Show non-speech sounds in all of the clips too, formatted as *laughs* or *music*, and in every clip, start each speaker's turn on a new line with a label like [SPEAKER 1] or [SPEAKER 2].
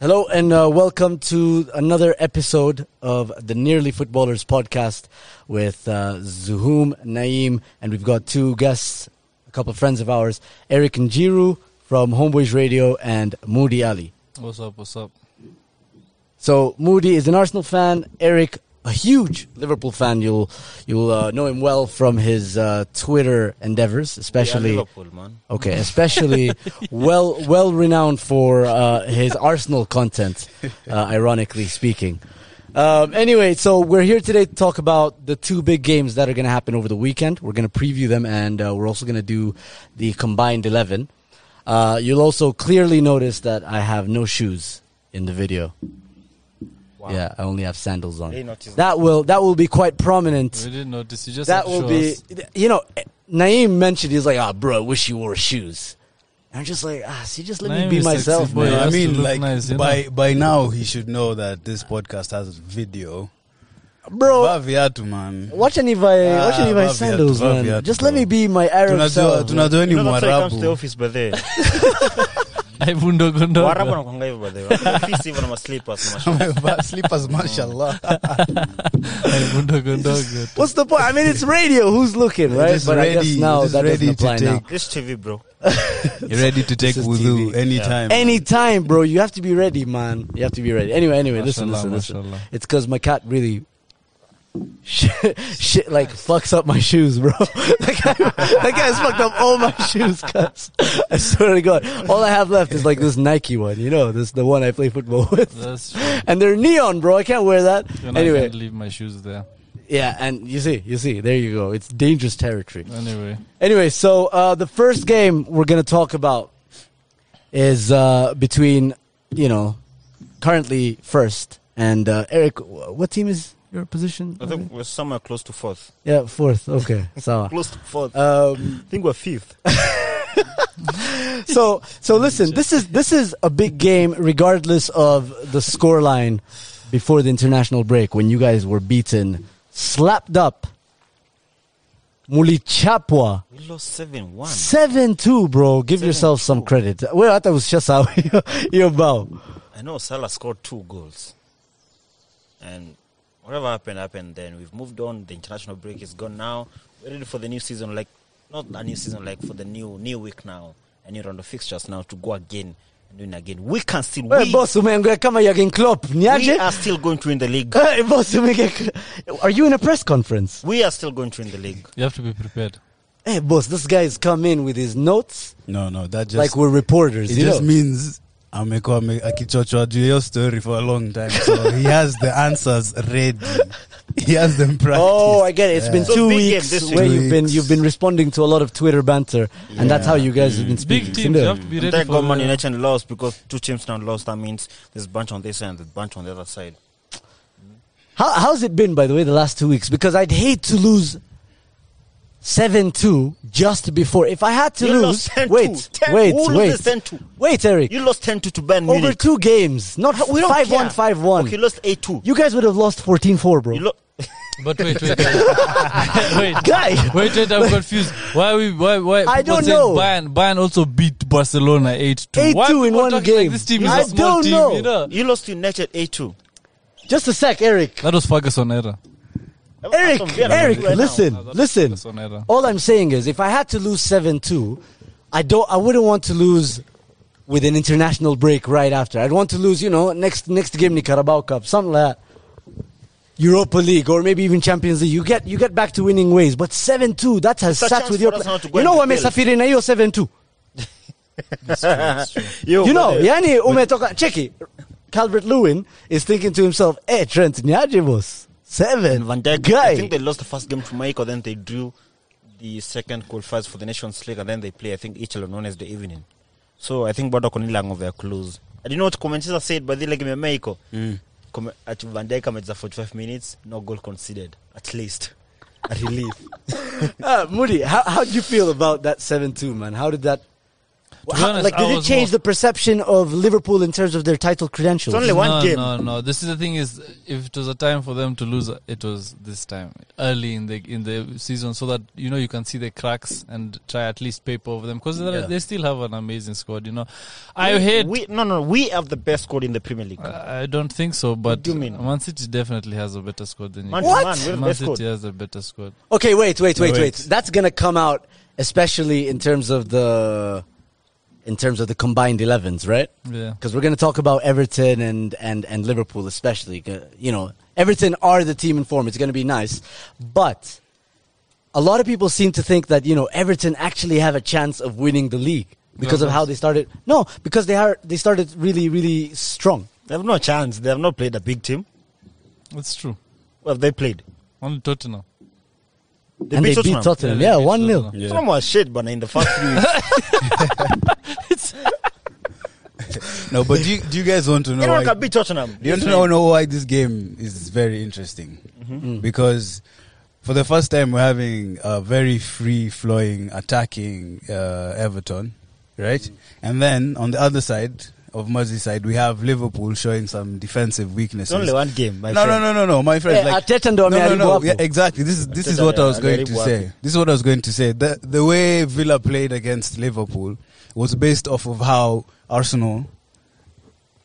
[SPEAKER 1] Hello and uh, welcome to another episode of the Nearly Footballers podcast with uh, Zuhum Naeem, and we've got two guests, a couple of friends of ours, Eric Njiru from Homeboys Radio and Moody Ali.
[SPEAKER 2] What's up? What's up?
[SPEAKER 1] So Moody is an Arsenal fan. Eric, a huge Liverpool fan. You'll you'll uh, know him well from his uh, Twitter endeavors, especially.
[SPEAKER 3] Liverpool, man.
[SPEAKER 1] Okay, especially well well renowned for uh, his Arsenal content, uh, ironically speaking. Um, anyway, so we're here today to talk about the two big games that are going to happen over the weekend. We're going to preview them, and uh, we're also going to do the combined eleven. Uh, you'll also clearly notice that I have no shoes in the video. Yeah, I only have sandals on.
[SPEAKER 3] They noticed
[SPEAKER 1] That will that will be quite prominent
[SPEAKER 2] We didn't notice. You just
[SPEAKER 1] that
[SPEAKER 2] had to
[SPEAKER 1] will
[SPEAKER 2] show
[SPEAKER 1] be
[SPEAKER 2] us.
[SPEAKER 1] you know Naeem mentioned he's like ah bro wish you wore shoes and I'm just like ah see just let
[SPEAKER 2] Naeem
[SPEAKER 1] me be
[SPEAKER 2] is sexy
[SPEAKER 1] myself
[SPEAKER 2] boy.
[SPEAKER 1] man.
[SPEAKER 2] it
[SPEAKER 4] I
[SPEAKER 2] has to
[SPEAKER 4] mean,
[SPEAKER 2] look
[SPEAKER 4] like
[SPEAKER 2] nice, you
[SPEAKER 4] by by now he should know that this podcast has video.
[SPEAKER 1] bro
[SPEAKER 4] Vaa viatu man.
[SPEAKER 1] watch any by
[SPEAKER 4] Ah,
[SPEAKER 1] watch any by
[SPEAKER 4] vaviatu,
[SPEAKER 1] sandals man
[SPEAKER 4] vaviatu,
[SPEAKER 1] just let
[SPEAKER 4] bro.
[SPEAKER 1] me be my Arab
[SPEAKER 4] Tunajua
[SPEAKER 1] self man.
[SPEAKER 4] tunajua ni
[SPEAKER 3] You know that's why he comes to the
[SPEAKER 4] Mwarabu.
[SPEAKER 3] office by the way.
[SPEAKER 2] Ay, bundo gundo.
[SPEAKER 3] Waarabu
[SPEAKER 2] *laughs*
[SPEAKER 3] wanakuanga hivyo by the way. Wanakuwa even na maslippers, mashallah.
[SPEAKER 4] *laughs* Amevaa
[SPEAKER 1] *laughs*
[SPEAKER 4] slippers mashallah.
[SPEAKER 2] Ay, bundo gundo.
[SPEAKER 1] what's the point I mean it's radio who's looking right
[SPEAKER 4] is
[SPEAKER 1] but I guess
[SPEAKER 4] ready-
[SPEAKER 1] now
[SPEAKER 4] it is
[SPEAKER 1] that doesn't
[SPEAKER 4] ready to
[SPEAKER 1] apply now
[SPEAKER 4] take.
[SPEAKER 3] This TV bro.
[SPEAKER 4] You're ready to take
[SPEAKER 1] is
[SPEAKER 4] wudu
[SPEAKER 1] TV.
[SPEAKER 4] anytime.
[SPEAKER 1] anytime bro you have to be ready man you have to be ready anyway anyway listen
[SPEAKER 2] Mashallah,
[SPEAKER 1] listen listen
[SPEAKER 2] mashallah.
[SPEAKER 1] it's because my cat really shit, *laughs* shit like fucks up my shoes, bro. *laughs* that, guy, that guy's fucked up all my shoes, cuz. I swear to God. All I have left is like this Nike one, you know, this the one I play football *laughs* with.
[SPEAKER 2] That's true.
[SPEAKER 1] And they're neon, bro. I can't wear that.
[SPEAKER 2] And I
[SPEAKER 1] anyway,
[SPEAKER 2] can't leave my shoes there.
[SPEAKER 1] yeah, and you see, you see, there you go. It's dangerous territory.
[SPEAKER 2] Anyway,
[SPEAKER 1] Anyway, so uh, the first game we're going to talk about is uh, between, you know, currently first and uh, Eric. wh- What team is your position?
[SPEAKER 3] I think we're somewhere close to fourth.
[SPEAKER 1] Yeah, fourth. Okay, *laughs* so.
[SPEAKER 3] Close to fourth.
[SPEAKER 1] Um,
[SPEAKER 3] I think we're fifth.
[SPEAKER 1] so so listen, this is this is a big game, regardless of the scoreline before the international break when you guys were beaten, slapped up. Mulichapwa
[SPEAKER 3] We lost seven one.
[SPEAKER 1] seven two, bro. Give yourself some credit. Well, I thought it was just how *laughs* you bow.
[SPEAKER 3] I know Salah scored two goals. And whatever happened, happened then. We've moved on. The international break is gone now. We're ready for the new season, like, not a new season, like for the new new week now. A new round of fixtures now to go again and win again. We can still
[SPEAKER 1] Hey,
[SPEAKER 3] we,
[SPEAKER 1] boss, umeongea kama Jurgen Klopp,
[SPEAKER 3] we
[SPEAKER 1] niaje?
[SPEAKER 3] are still going to win the league.
[SPEAKER 1] Hey, boss, umeingia- Are you in a press conference?
[SPEAKER 3] We are still going to win the league.
[SPEAKER 2] you have to be prepared.
[SPEAKER 1] Hey, boss, this guy's come in with his notes
[SPEAKER 4] No, no, that just
[SPEAKER 1] like we're reporters.
[SPEAKER 4] it
[SPEAKER 1] you
[SPEAKER 4] just
[SPEAKER 1] know?
[SPEAKER 4] means amekuwa ame- akichochwa juu hiyo story for a long time. So he has the answers ready. He has them practiced.
[SPEAKER 1] Oh, I get it. It's been
[SPEAKER 3] So
[SPEAKER 1] two
[SPEAKER 3] big game
[SPEAKER 1] weeks
[SPEAKER 3] this week.
[SPEAKER 1] where
[SPEAKER 4] Two
[SPEAKER 1] you've been
[SPEAKER 4] weeks.
[SPEAKER 1] you've been responding to a lot of Twitter banter, and that's how you guys have been
[SPEAKER 2] Big
[SPEAKER 1] speaking.
[SPEAKER 2] teams, you
[SPEAKER 1] sindio?
[SPEAKER 2] have to be
[SPEAKER 3] And
[SPEAKER 2] ready
[SPEAKER 3] thank
[SPEAKER 2] for
[SPEAKER 3] God Man
[SPEAKER 2] the-
[SPEAKER 3] United lost because two teams now lost. That means there's a bunch on this side and there's a bunch on the other side.
[SPEAKER 1] How, how's it been, by the way, the last two weeks? Because I'd hate to lose seven two just before. If I had to
[SPEAKER 3] You
[SPEAKER 1] lose,
[SPEAKER 3] lost 10-2.
[SPEAKER 1] wait,
[SPEAKER 3] 10
[SPEAKER 1] wait,
[SPEAKER 3] who loses
[SPEAKER 1] wait, Oh,
[SPEAKER 3] 10-2?
[SPEAKER 1] wait, Eric.
[SPEAKER 3] You lost 10 2 to Bayern
[SPEAKER 1] Over
[SPEAKER 3] Munich.
[SPEAKER 1] two games, not
[SPEAKER 3] We don't
[SPEAKER 1] five one,
[SPEAKER 3] care.
[SPEAKER 1] five one.
[SPEAKER 3] Okay, you lost 8 2.
[SPEAKER 1] You guys would have lost 14-4, bro.
[SPEAKER 3] You lo-
[SPEAKER 2] But wait, wait, wait. *laughs* wait.
[SPEAKER 1] Guy, *laughs*
[SPEAKER 2] Wait, wait, I'm confused. Why we? Why? Why?
[SPEAKER 1] I
[SPEAKER 2] people
[SPEAKER 1] don't
[SPEAKER 2] saying
[SPEAKER 1] know.
[SPEAKER 2] Bayern, Bayern also beat Barcelona eight two.
[SPEAKER 1] 8-2 in one game.
[SPEAKER 2] Like this team is
[SPEAKER 1] I
[SPEAKER 2] a
[SPEAKER 1] don't
[SPEAKER 2] small team.
[SPEAKER 1] know.
[SPEAKER 2] You know?
[SPEAKER 3] you lost to United 8 2.
[SPEAKER 1] just a sec, Eric.
[SPEAKER 2] That was Ferguson era.
[SPEAKER 1] Eric, Eric,
[SPEAKER 3] *laughs*
[SPEAKER 1] listen,
[SPEAKER 2] No, that was
[SPEAKER 1] listen.
[SPEAKER 2] Ferguson era.
[SPEAKER 1] All I'm saying is, if I had to lose seven two, I don't. I wouldn't want to lose with an international break right after. I'd want to lose, you know, next next game in the Carabao Cup, something like that. Europa League or maybe even Champions League. You get you get back to winning ways, but seven two that has
[SPEAKER 3] It's a
[SPEAKER 1] sat
[SPEAKER 3] chance
[SPEAKER 1] with your.
[SPEAKER 3] for us
[SPEAKER 1] pla-
[SPEAKER 3] now to go
[SPEAKER 1] you
[SPEAKER 3] and
[SPEAKER 1] know what,
[SPEAKER 3] rebuild.
[SPEAKER 1] Mesafiri na hiyo seven two. You know, yani umetoka cheki. Calvert Lewin is thinking to himself, "Eh, Trent, niaje boss seven
[SPEAKER 3] Van Dijk,
[SPEAKER 1] guy."
[SPEAKER 3] I think they lost the first game to Michael, then they drew the second qualifiers for the Nations League, and then they play, I think, each on Wednesday evening. So I think Bado Konilang of their clues. I didn't know what commentators said, but they like Michael. Mm. At Van Dijk, I'm 45 minutes, no goal conceded, at least. A
[SPEAKER 1] *laughs*
[SPEAKER 3] relief.
[SPEAKER 1] Ah, Uh, Moody, how how do you feel about that seven two man? How did that?
[SPEAKER 2] be honest,
[SPEAKER 1] like, did
[SPEAKER 2] I
[SPEAKER 1] it
[SPEAKER 2] was
[SPEAKER 1] change
[SPEAKER 2] more-
[SPEAKER 1] the perception of Liverpool in terms of their title credentials?
[SPEAKER 3] It's only one
[SPEAKER 2] no,
[SPEAKER 3] game.
[SPEAKER 2] No, no. This is the thing is, if it was a time for them to lose, it was this time early in the in the season, so that you know you can see the cracks and try at least paper over them because
[SPEAKER 1] Yeah.
[SPEAKER 2] they still have an amazing squad. You know, I
[SPEAKER 3] We-
[SPEAKER 2] hate.
[SPEAKER 3] We, no, no, we have the best squad in the Premier
[SPEAKER 1] Uh,
[SPEAKER 3] League.
[SPEAKER 2] I don't think so, but
[SPEAKER 3] do you mean?
[SPEAKER 2] Man City definitely has a better squad than you.
[SPEAKER 3] Man,
[SPEAKER 1] What?
[SPEAKER 3] Man, we have the
[SPEAKER 2] Man
[SPEAKER 3] best squad.
[SPEAKER 2] City has a better squad.
[SPEAKER 1] Okay, wait, wait, wait,
[SPEAKER 4] wait.
[SPEAKER 1] wait. That's gonna come out, especially in terms of the, in terms of the combined 11s, right?
[SPEAKER 2] Yeah.
[SPEAKER 1] Because we're gonna talk about Everton and and and Liverpool, especially. G- You know, Everton are the team in form. It's gonna be nice, but a lot of people seem to think that you know Everton actually have a chance of winning the league because of how they started. No, because they are they started really really strong.
[SPEAKER 3] They have no chance. They have not played a big team.
[SPEAKER 2] It's true.
[SPEAKER 3] Well, they played.
[SPEAKER 2] Only Tottenham.
[SPEAKER 3] They
[SPEAKER 1] and they beat
[SPEAKER 3] beat Tottenham.
[SPEAKER 1] Tottenham.
[SPEAKER 2] Yeah,
[SPEAKER 1] Yeah,
[SPEAKER 2] they beat
[SPEAKER 1] one 0
[SPEAKER 2] Tottenham.
[SPEAKER 3] Tottenham was shit, but in the first few
[SPEAKER 1] *laughs*
[SPEAKER 3] weeks.
[SPEAKER 4] No, but do you, do you guys want to know?
[SPEAKER 3] Anyone
[SPEAKER 4] why-
[SPEAKER 3] can beat Tottenham.
[SPEAKER 4] Do you want to know, know why this game is very interesting?
[SPEAKER 3] Mm-hmm.
[SPEAKER 4] Because for the first time, we're having a very free flowing attacking uh, Everton, right?
[SPEAKER 3] Mm-hmm.
[SPEAKER 4] And then on the other side of Merseyside, we have Liverpool showing some defensive
[SPEAKER 3] It's
[SPEAKER 4] weaknesses.
[SPEAKER 3] only one game. My
[SPEAKER 4] no,
[SPEAKER 3] friend.
[SPEAKER 4] no, no, no, no, my friend.
[SPEAKER 1] Yeah,
[SPEAKER 4] like,
[SPEAKER 1] Arteta ndo
[SPEAKER 4] no, no, no.
[SPEAKER 1] ameharibu
[SPEAKER 4] Yeah,
[SPEAKER 1] hapo.
[SPEAKER 4] exactly. This is this is
[SPEAKER 3] Arteta
[SPEAKER 4] what I was going to
[SPEAKER 3] ameharibu
[SPEAKER 4] say.
[SPEAKER 3] hapo.
[SPEAKER 4] This is what I was going to say. The the way Villa played against Liverpool was based off of how Arsenal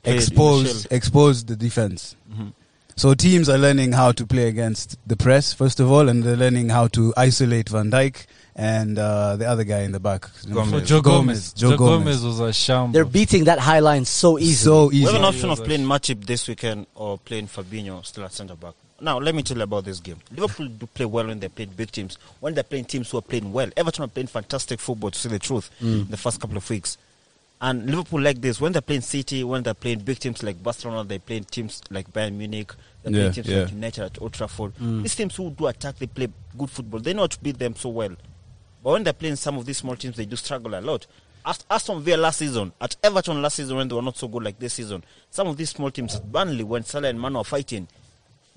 [SPEAKER 3] Played in the
[SPEAKER 4] exposed
[SPEAKER 3] shield.
[SPEAKER 4] exposed the defense.
[SPEAKER 1] Mm-hmm.
[SPEAKER 4] So teams are learning how to play against the press first of all, and they're learning how to isolate Van Dijk and uh, the other guy in the back,
[SPEAKER 2] So
[SPEAKER 4] Gomez.
[SPEAKER 2] Joe Gomez.
[SPEAKER 4] Joe Gomez.
[SPEAKER 2] was a sham.
[SPEAKER 1] They're beating that high line so easily.
[SPEAKER 4] So
[SPEAKER 3] We have
[SPEAKER 4] easy.
[SPEAKER 3] an option of playing Matip this weekend or playing Fabinho still at centre back. Now, let me tell you about this game. Liverpool do play well when they played big teams. When they're playing teams who are playing well, Everton are playing fantastic football, to say the truth, the first couple of weeks. And Liverpool like this when they're playing City, when they're playing big teams like Barcelona, they're playing teams like Bayern Munich, they're
[SPEAKER 4] Yeah,
[SPEAKER 3] playing teams
[SPEAKER 4] yeah.
[SPEAKER 3] like United at Old Trafford. These teams who do attack, they play good football. They know how to beat them so well. But when they're playing some of these small teams, they do struggle a lot. Ast- Aston Villa last season, at Everton last season when they were not so good like this season, some of these small teams, Burnley, when Salah and Manu are fighting,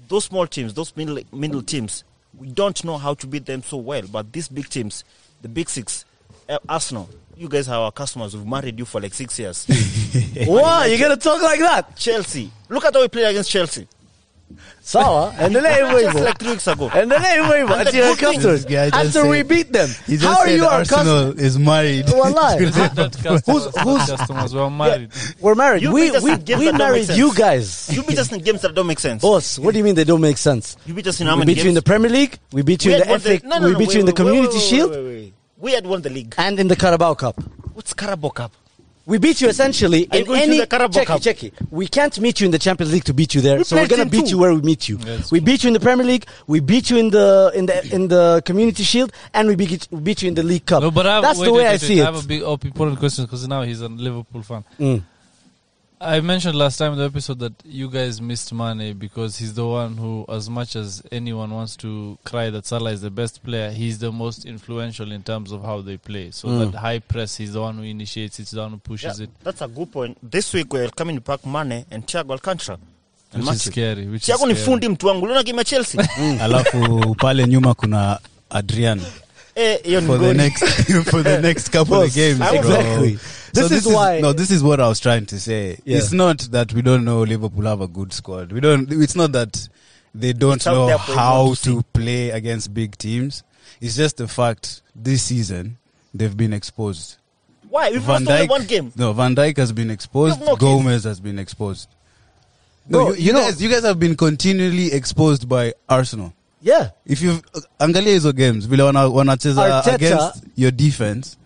[SPEAKER 3] those small teams, those middle, middle teams, we don't know how to beat them so well. But these big teams, the big six, eh, Arsenal, you guys are our customers. We've married you for like six years.
[SPEAKER 1] Wow, you're gonna talk like that?
[SPEAKER 3] Chelsea, look at how we played against Chelsea.
[SPEAKER 1] Sawa, endelea hivyo
[SPEAKER 3] Just
[SPEAKER 1] hivyo.
[SPEAKER 3] like three weeks ago.
[SPEAKER 1] Endelea hivyo hivyo until your customers.
[SPEAKER 4] This guy just
[SPEAKER 1] After we
[SPEAKER 4] said-
[SPEAKER 1] beat them.
[SPEAKER 4] He just
[SPEAKER 1] How are
[SPEAKER 4] said
[SPEAKER 1] you our customers?
[SPEAKER 4] Arsenal is married. *laughs*
[SPEAKER 1] Wallahi.
[SPEAKER 2] *laughs*
[SPEAKER 3] *laughs*
[SPEAKER 2] That customers,
[SPEAKER 1] Who's- who's-
[SPEAKER 2] that customers were married.
[SPEAKER 1] We're married.
[SPEAKER 3] You
[SPEAKER 1] we
[SPEAKER 3] beat us
[SPEAKER 1] we,
[SPEAKER 3] in games
[SPEAKER 1] we
[SPEAKER 3] that don't
[SPEAKER 1] married
[SPEAKER 3] make
[SPEAKER 1] you
[SPEAKER 3] sense.
[SPEAKER 1] guys.
[SPEAKER 3] You beat us in games that don't make sense.
[SPEAKER 1] Boss, what do you mean they don't make sense?
[SPEAKER 3] You beat us in how
[SPEAKER 1] We
[SPEAKER 3] many
[SPEAKER 1] beat you in the
[SPEAKER 3] games?
[SPEAKER 1] Premier League, we beat you in
[SPEAKER 3] had
[SPEAKER 1] the
[SPEAKER 3] won
[SPEAKER 1] FA,
[SPEAKER 3] no, no,
[SPEAKER 1] we
[SPEAKER 3] no,
[SPEAKER 1] beat
[SPEAKER 3] wait,
[SPEAKER 1] you in the
[SPEAKER 3] wait, wait, wait,
[SPEAKER 1] Community
[SPEAKER 3] wait,
[SPEAKER 1] Shield,
[SPEAKER 3] wait, wait, wait. We had won the league.
[SPEAKER 1] and in the Carabao Cup.
[SPEAKER 3] What's Carabao Cup?
[SPEAKER 1] We beat you essentially
[SPEAKER 3] Are you
[SPEAKER 1] in
[SPEAKER 3] going to
[SPEAKER 1] any.
[SPEAKER 3] the Carabao
[SPEAKER 1] checky,
[SPEAKER 3] Cup?
[SPEAKER 1] checky. We can't meet you in the Champions League to beat you there,
[SPEAKER 3] We
[SPEAKER 1] so we're
[SPEAKER 3] played
[SPEAKER 1] gonna
[SPEAKER 3] them
[SPEAKER 1] beat
[SPEAKER 3] too.
[SPEAKER 1] you where we meet you.
[SPEAKER 2] Yes.
[SPEAKER 1] we beat you in the Premier League, we beat you in the in the in the Community Shield, and we beat, beat you in the League Cup.
[SPEAKER 2] No, but I've,
[SPEAKER 1] that's
[SPEAKER 2] wait,
[SPEAKER 1] the way
[SPEAKER 2] wait,
[SPEAKER 1] I
[SPEAKER 2] wait,
[SPEAKER 1] see
[SPEAKER 2] I
[SPEAKER 1] it.
[SPEAKER 2] have a big op- important question because now he's a Liverpool fan.
[SPEAKER 1] Mm.
[SPEAKER 2] I mentioned last time in the episode that you guys missed Mane because he's the one who, as much as anyone wants to cry that Salah is the best player, he's the most influential in terms of how they play. So
[SPEAKER 1] Mm.
[SPEAKER 2] that high press, he's the one who initiates, he's the one who pushes
[SPEAKER 3] Yeah,
[SPEAKER 2] it,
[SPEAKER 3] that's a good point. This week we're coming back Mane and Thiago Alcantara. And
[SPEAKER 2] which is
[SPEAKER 3] Matip.
[SPEAKER 2] scary. Which is
[SPEAKER 3] Thiago ni
[SPEAKER 2] scary.
[SPEAKER 3] fundi mtu wangu. Unaona game
[SPEAKER 1] *laughs*
[SPEAKER 3] ya Chelsea?
[SPEAKER 4] Alafu pale nyuma kuna Adrian.
[SPEAKER 3] Eh, hiyo ni
[SPEAKER 4] for the
[SPEAKER 3] goli.
[SPEAKER 4] next *laughs* for the next couple
[SPEAKER 1] Boss,
[SPEAKER 4] of games.
[SPEAKER 3] I was-
[SPEAKER 4] bro.
[SPEAKER 1] Exactly.
[SPEAKER 4] So
[SPEAKER 1] This
[SPEAKER 4] this,
[SPEAKER 1] is
[SPEAKER 4] is
[SPEAKER 1] why-
[SPEAKER 4] no. This is what I was trying to say.
[SPEAKER 1] Yeah.
[SPEAKER 4] It's not that we don't know Liverpool have a good squad. We don't. It's not that they don't
[SPEAKER 3] It's out
[SPEAKER 4] know
[SPEAKER 3] there for
[SPEAKER 4] how
[SPEAKER 3] everyone to
[SPEAKER 4] to play against big teams. It's just the fact this season they've been exposed.
[SPEAKER 3] Why? We've lost only one game.
[SPEAKER 4] No, Van Dijk has been exposed.
[SPEAKER 3] We've no
[SPEAKER 4] Gomez has been exposed.
[SPEAKER 1] Bro,
[SPEAKER 4] No, you,
[SPEAKER 1] you
[SPEAKER 4] you
[SPEAKER 1] know-
[SPEAKER 4] guys, you guys have been continually exposed by Arsenal.
[SPEAKER 1] Yeah.
[SPEAKER 4] if you angalia hizo games vile wana- wanacheza
[SPEAKER 1] Arteta-
[SPEAKER 4] against your defense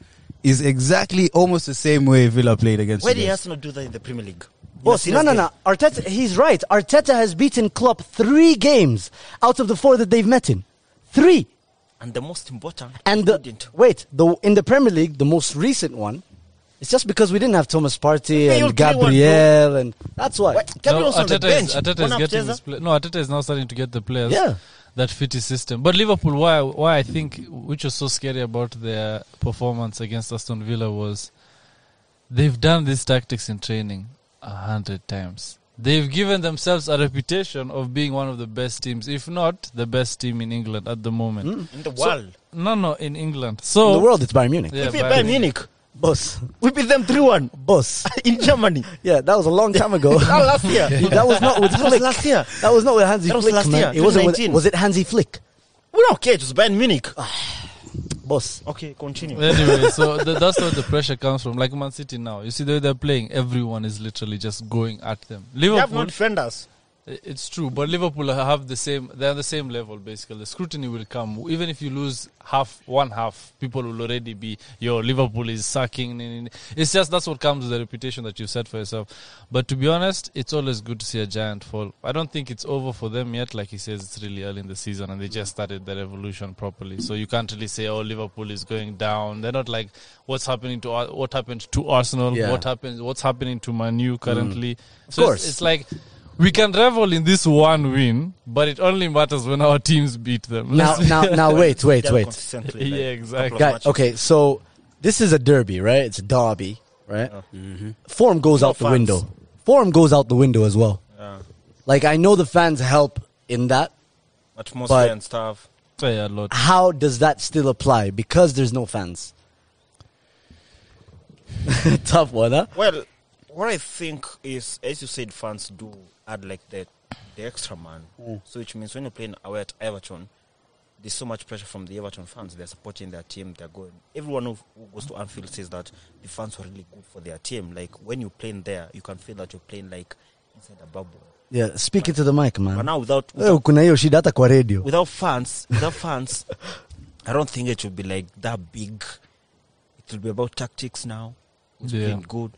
[SPEAKER 4] is exactly almost the same way Villa played against
[SPEAKER 3] Why
[SPEAKER 4] you
[SPEAKER 3] did
[SPEAKER 4] guys.
[SPEAKER 3] Arsenal do that in the Premier League?
[SPEAKER 1] Boss,
[SPEAKER 3] In
[SPEAKER 1] no,
[SPEAKER 3] a
[SPEAKER 1] no,
[SPEAKER 3] serious
[SPEAKER 1] no. Arteta, he's right. Arteta has beaten Klopp three games out of the four that they've met him. Three.
[SPEAKER 3] game. And the most important,
[SPEAKER 1] And
[SPEAKER 3] we
[SPEAKER 1] the,
[SPEAKER 3] didn't.
[SPEAKER 1] wait, the in the Premier League, the most recent one, it's just because we didn't have Thomas Partey
[SPEAKER 3] Yeah, you'll
[SPEAKER 1] and
[SPEAKER 3] play one,
[SPEAKER 1] Gabriel, and that's why.
[SPEAKER 3] Why- Gabriel's
[SPEAKER 2] no,
[SPEAKER 3] on the
[SPEAKER 2] Arteta is-
[SPEAKER 3] bench.
[SPEAKER 2] Arteta is
[SPEAKER 3] One
[SPEAKER 2] getting
[SPEAKER 3] Arteta.
[SPEAKER 2] his pla- no, Arteta is now starting to get the players
[SPEAKER 1] Yeah.
[SPEAKER 2] that fit his system. But Liverpool, why why I think which was so scary about their performance against Aston Villa was they've done these tactics in training a hundred times. They've given themselves a reputation of being one of the best teams, if not the best team in England at the moment.
[SPEAKER 3] in the world.
[SPEAKER 2] No, no, in England. So
[SPEAKER 3] Oh.
[SPEAKER 1] In the world, it's Bayern Munich.
[SPEAKER 2] Yeah,
[SPEAKER 3] if we
[SPEAKER 2] Bayern
[SPEAKER 3] Bayern
[SPEAKER 2] Munich.
[SPEAKER 3] Munich,
[SPEAKER 1] Boss.
[SPEAKER 3] We beat them 3 1
[SPEAKER 1] Boss.
[SPEAKER 3] *laughs* in Germany.
[SPEAKER 1] Yeah, that was a long time
[SPEAKER 3] *laughs*
[SPEAKER 1] ago.
[SPEAKER 3] That last year.
[SPEAKER 1] that was not with
[SPEAKER 3] That was
[SPEAKER 1] Flick.
[SPEAKER 3] last year.
[SPEAKER 1] That was not with Hansi
[SPEAKER 3] That was
[SPEAKER 1] Flick,
[SPEAKER 3] last
[SPEAKER 1] man.
[SPEAKER 3] year,
[SPEAKER 1] It wasn't with,
[SPEAKER 3] 2019.
[SPEAKER 1] was it Hansi Flick?
[SPEAKER 3] We don't care. It was Bayern Munich. Ah, *laughs*
[SPEAKER 1] Boss.
[SPEAKER 3] Okay, continue.
[SPEAKER 2] anyway, so th- that's where the pressure comes from. Like Man City now, you see the way they're playing, everyone is literally just going at them.
[SPEAKER 3] They have
[SPEAKER 2] Liverpool,
[SPEAKER 3] not defend us.
[SPEAKER 2] i- it's true, but Liverpool have the same. They're the same level basically. The scrutiny will come, even if you lose half, one half, people will already be yo. Liverpool is sucking. n- n- It's just that's what comes with the reputation that you've set for yourself. But to be honest, it's always good to see a giant fall. I don't think it's over for them yet. Like he says, it's really early in the season, and they just started the revolution properly. So you can't really say, "Oh, Liverpool is going down." They're not like what's happening to Ar- what happened to Arsenal,
[SPEAKER 1] Yeah.
[SPEAKER 2] what happened, what's happening to Manu currently. Of
[SPEAKER 1] course.
[SPEAKER 2] it's, it's like. We can revel in this one win, but it only matters when our teams beat them.
[SPEAKER 1] Now,
[SPEAKER 2] Let's-
[SPEAKER 1] now, now,
[SPEAKER 3] *laughs*
[SPEAKER 1] wait, wait,
[SPEAKER 3] They're
[SPEAKER 1] wait.
[SPEAKER 2] *laughs*
[SPEAKER 3] consistently, *laughs*
[SPEAKER 2] Yeah,
[SPEAKER 3] like,
[SPEAKER 2] exactly.
[SPEAKER 3] couple of
[SPEAKER 1] Guy,
[SPEAKER 3] matches.
[SPEAKER 1] okay, so this is a derby, right? It's a derby, right? Form goes
[SPEAKER 3] Oh. Mm-hmm. No
[SPEAKER 1] out the
[SPEAKER 3] fans.
[SPEAKER 1] window. Form goes out the window as well.
[SPEAKER 3] Yeah.
[SPEAKER 1] Like, I know the fans help in that.
[SPEAKER 3] Atmosphere
[SPEAKER 1] But-
[SPEAKER 3] and stuff.
[SPEAKER 2] Say a lot.
[SPEAKER 1] How does that still apply? Because there's no
[SPEAKER 3] *laughs*
[SPEAKER 1] fans. Tough one, huh?
[SPEAKER 3] Well, what I think is, as you said, fans do add like the, the extra man. So, which means when you're playing away at Everton, there's so much pressure from the Everton fans. They're supporting their team. They're going. Everyone who, who goes to Anfield says that the fans are really good for their team. Like when you're playing there, you can feel that you're playing like inside a bubble.
[SPEAKER 1] Yeah, speak into the mic, man.
[SPEAKER 3] But now without
[SPEAKER 1] Eh, kuna hiyo shida hata kwa radio.
[SPEAKER 3] without fans, without fans, I don't think it should be like that big. It will be about tactics now. It's
[SPEAKER 2] Yeah.
[SPEAKER 3] been good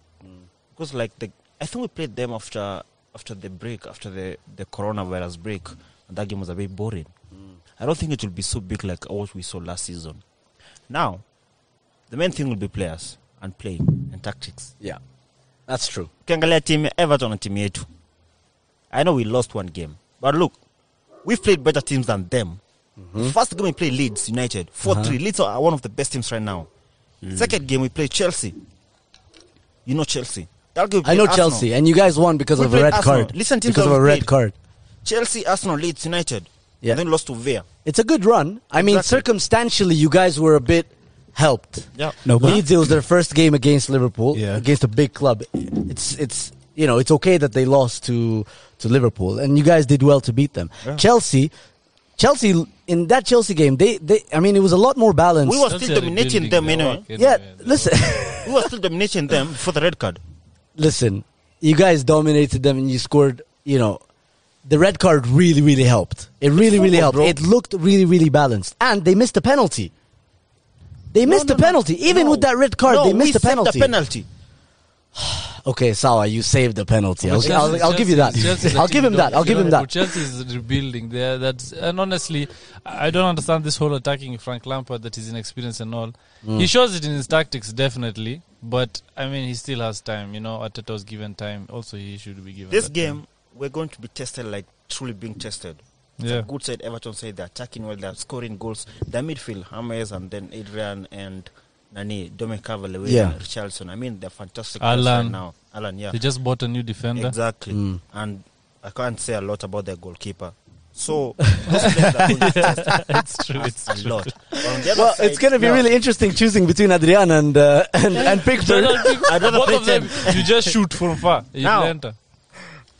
[SPEAKER 3] because like the I think we played them after after the break after the the coronavirus break, and that game was a bit boring. I don't think it will be so big like what we saw last season. Now, the main thing will be players and playing and tactics.
[SPEAKER 1] Yeah, that's true.
[SPEAKER 3] ukiangalia team ya everton na timu yetu i know we lost one game but look we've played better teams than them
[SPEAKER 1] Mm-hmm.
[SPEAKER 3] the first game we played leeds united 4-3
[SPEAKER 1] Uh-huh.
[SPEAKER 3] leeds are one of the best teams right now
[SPEAKER 1] Mm.
[SPEAKER 3] second game we played chelsea you know chelsea that game we
[SPEAKER 1] I know
[SPEAKER 3] played Arsenal.
[SPEAKER 1] Chelsea, and you guys won because
[SPEAKER 3] We
[SPEAKER 1] of a
[SPEAKER 3] played
[SPEAKER 1] red
[SPEAKER 3] Arsenal.
[SPEAKER 1] card.
[SPEAKER 3] Listen to
[SPEAKER 1] because of
[SPEAKER 3] yourself,
[SPEAKER 1] a red
[SPEAKER 3] played.
[SPEAKER 1] card.
[SPEAKER 3] chelsea arsenal leeds united
[SPEAKER 1] Yeah.
[SPEAKER 3] and then lost to Vea.
[SPEAKER 1] It's a good run. I mean,
[SPEAKER 3] Exactly.
[SPEAKER 1] circumstantially, you guys were a bit helped.
[SPEAKER 3] Yeah.
[SPEAKER 4] No, but-
[SPEAKER 1] Leeds. It was their first game against Liverpool,
[SPEAKER 4] Yeah.
[SPEAKER 1] against a big club. It's it's you know it's okay that they lost to to Liverpool, and you guys did well to beat them. Chelsea, Chelsea in that Chelsea game, they they I mean it was a lot more balanced.
[SPEAKER 3] we were
[SPEAKER 2] Chelsea
[SPEAKER 3] still
[SPEAKER 2] are
[SPEAKER 3] dominating
[SPEAKER 2] rebuilding
[SPEAKER 3] them
[SPEAKER 2] their
[SPEAKER 3] anyway
[SPEAKER 2] work
[SPEAKER 1] yeah,
[SPEAKER 2] They're
[SPEAKER 1] listen, *laughs*
[SPEAKER 3] we were still dominating them for the red card
[SPEAKER 1] listen, you guys dominated them, and you scored. You know, the red card really really helped. It really really
[SPEAKER 3] football,
[SPEAKER 1] helped.
[SPEAKER 3] bro.
[SPEAKER 1] It looked really really balanced, and they missed a penalty. They missed
[SPEAKER 3] No,
[SPEAKER 1] a
[SPEAKER 3] no, no.
[SPEAKER 1] penalty, even
[SPEAKER 3] No.
[SPEAKER 1] with that red card.
[SPEAKER 3] No,
[SPEAKER 1] they
[SPEAKER 3] we
[SPEAKER 1] missed a
[SPEAKER 3] saved
[SPEAKER 1] penalty.
[SPEAKER 3] the penalty
[SPEAKER 1] Okay, Sawa, you saved the penalty. I'll,
[SPEAKER 2] But
[SPEAKER 1] I'll,
[SPEAKER 2] Chelsea-
[SPEAKER 1] I'll give you that.
[SPEAKER 2] Chelsea- Chelsea's
[SPEAKER 1] I'll
[SPEAKER 2] actually
[SPEAKER 1] give him that.
[SPEAKER 2] doing-
[SPEAKER 1] I'll give him
[SPEAKER 2] Liverpool-
[SPEAKER 1] that.
[SPEAKER 2] Chelsea is rebuilding there. That's and honestly, I I don't understand this whole attacking Frank Lampard that he's inexperienced and all.
[SPEAKER 1] Mm.
[SPEAKER 2] He shows it in his tactics definitely, but I mean he still has time. You know, Arteta was given time. Also, he should be given
[SPEAKER 3] this
[SPEAKER 2] that
[SPEAKER 3] game
[SPEAKER 2] time.
[SPEAKER 3] we're going to be tested like truly being tested It's
[SPEAKER 2] Yeah.
[SPEAKER 3] a good side Everton side they're attacking well they're scoring goals their midfield Hammers and then Adrian and Nani Dominic Cavalier
[SPEAKER 1] Yeah.
[SPEAKER 3] and Richarlison I mean they're fantastic
[SPEAKER 2] Alan.
[SPEAKER 3] players right now Alan yeah
[SPEAKER 2] They just bought a new defender.
[SPEAKER 3] exactly and I can't say a lot about their goalkeeper
[SPEAKER 1] *laughs*
[SPEAKER 3] so those players are going to be tested
[SPEAKER 2] *laughs* it's true. It's
[SPEAKER 3] a
[SPEAKER 2] true.
[SPEAKER 3] lot But on the other
[SPEAKER 1] Well,
[SPEAKER 3] side-
[SPEAKER 1] it's going to be
[SPEAKER 3] Yeah.
[SPEAKER 1] really interesting choosing between Adrian and uh, *laughs* and, and Pickford.
[SPEAKER 3] I'd rather
[SPEAKER 2] Both
[SPEAKER 3] play
[SPEAKER 2] of them, you just shoot from far. You
[SPEAKER 3] Now-
[SPEAKER 2] enter.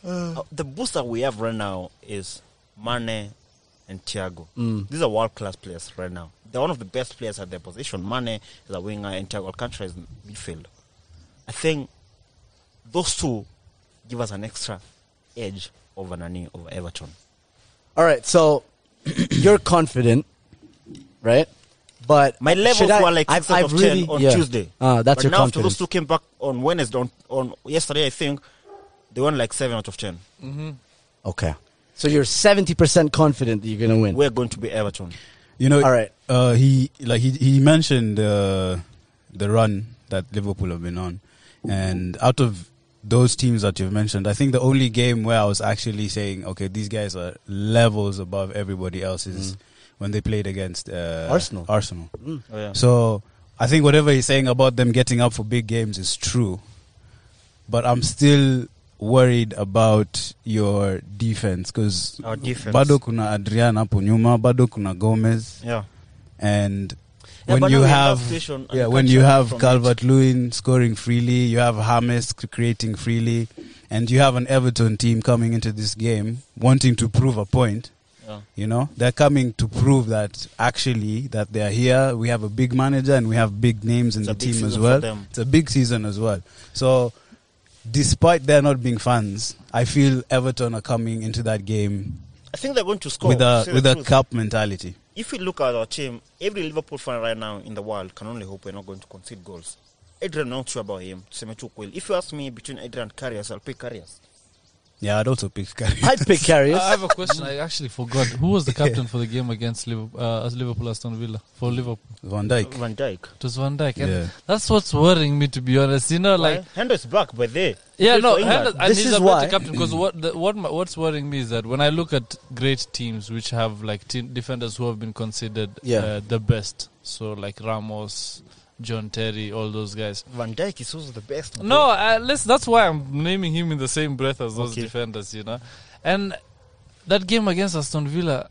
[SPEAKER 3] Uh, the boost that we have right now is Mane and Thiago.
[SPEAKER 1] Mm.
[SPEAKER 3] These are world class players right now. They're one of the best players at their position. Mane is a winger and Thiago Alcantara is midfield. I think those two give us an extra edge over Nani over Everton.
[SPEAKER 1] All right, so *clears throat* you're confident, right? But
[SPEAKER 3] My levels
[SPEAKER 1] should I-
[SPEAKER 3] were like
[SPEAKER 1] I've-
[SPEAKER 3] 6 out
[SPEAKER 1] I've
[SPEAKER 3] of
[SPEAKER 1] really-
[SPEAKER 3] 10 on
[SPEAKER 1] yeah.
[SPEAKER 3] Tuesday.
[SPEAKER 1] Ah, that's
[SPEAKER 3] but
[SPEAKER 1] your
[SPEAKER 3] now after
[SPEAKER 1] confidence.
[SPEAKER 3] those two came back on Wednesday, on, on yesterday, I think they won like 7 out of 10.
[SPEAKER 1] Okay, so you're seventy percent confident that you're going to win. *laughs*
[SPEAKER 3] We're going to be Everton.
[SPEAKER 4] You know,
[SPEAKER 1] All right.
[SPEAKER 4] Uh, he like he he mentioned uh, the run that Liverpool have been on, and out of those teams that you've mentioned, I think the only game where I was actually saying, okay, these guys are levels above everybody else is when they played against uh,
[SPEAKER 1] Mm. Arsenal.
[SPEAKER 4] Arsenal.
[SPEAKER 3] Oh, yeah.
[SPEAKER 4] So I think whatever he's saying about them getting up for big games is true, but I'm still worried about your defense because
[SPEAKER 3] Our defense.
[SPEAKER 4] bado kuna Adrian hapo nyuma, bado kuna Gomez
[SPEAKER 3] Yeah.
[SPEAKER 4] and
[SPEAKER 3] Yeah,
[SPEAKER 4] when
[SPEAKER 3] but
[SPEAKER 4] you
[SPEAKER 3] now we
[SPEAKER 4] have,
[SPEAKER 3] Christian and
[SPEAKER 4] yeah, when
[SPEAKER 3] Kutcher
[SPEAKER 4] you have
[SPEAKER 3] from
[SPEAKER 4] Calvert Lewin scoring freely, you have Hames c- creating freely, and you have an Everton team coming into this game wanting to prove a point.
[SPEAKER 3] Yeah.
[SPEAKER 4] You know, they're coming to prove that actually that they are here. We have a big manager and we have big names in
[SPEAKER 3] It's
[SPEAKER 4] the
[SPEAKER 3] a big
[SPEAKER 4] team as
[SPEAKER 3] season for
[SPEAKER 4] well.
[SPEAKER 3] them.
[SPEAKER 4] It's a big season as well. So, despite there not being fans, I feel Everton are coming into that game
[SPEAKER 3] I think they're going to score.
[SPEAKER 4] with
[SPEAKER 3] to
[SPEAKER 4] a
[SPEAKER 3] say the
[SPEAKER 4] with a
[SPEAKER 3] truth.
[SPEAKER 4] cup mentality.
[SPEAKER 3] If we look at our team, every Liverpool fan right now in the world can only hope we're not going to concede goals. Adrian, not sure about him. Tuseme tu ukweli. If you ask me between Adrian and Karius, I'll pick Karius.
[SPEAKER 4] Yeah, I'd also pick Karius.
[SPEAKER 1] I'd pick
[SPEAKER 2] I
[SPEAKER 1] Carrius.
[SPEAKER 2] I have a question. I actually forgot. Who was the captain for the game against Liverpool, uh, as Liverpool Aston Villa? For Liverpool.
[SPEAKER 4] *laughs* Van Dijk.
[SPEAKER 3] Van Dijk.
[SPEAKER 2] It was Van Dijk. And
[SPEAKER 4] Yeah.
[SPEAKER 2] That's what's worrying me, to be honest. You know, like,
[SPEAKER 3] Why? Hendo's Eh? back, but they.
[SPEAKER 2] Yeah,
[SPEAKER 3] Still
[SPEAKER 2] no,
[SPEAKER 3] for England.
[SPEAKER 2] Haaland- and
[SPEAKER 1] This
[SPEAKER 2] he's
[SPEAKER 1] is
[SPEAKER 2] a
[SPEAKER 1] why-
[SPEAKER 2] better captain because what the, what my, what's worrying me is that when I look at great teams which have like team defenders who have been considered
[SPEAKER 1] Yeah.
[SPEAKER 2] uh, the best, so like Ramos, John Terry, all those guys.
[SPEAKER 3] Van Dijk is also the best. bro.
[SPEAKER 2] No, uh, let's, that's why I'm naming him in the same breath as those
[SPEAKER 3] Okay.
[SPEAKER 2] defenders, you know. And that game against Aston Villa,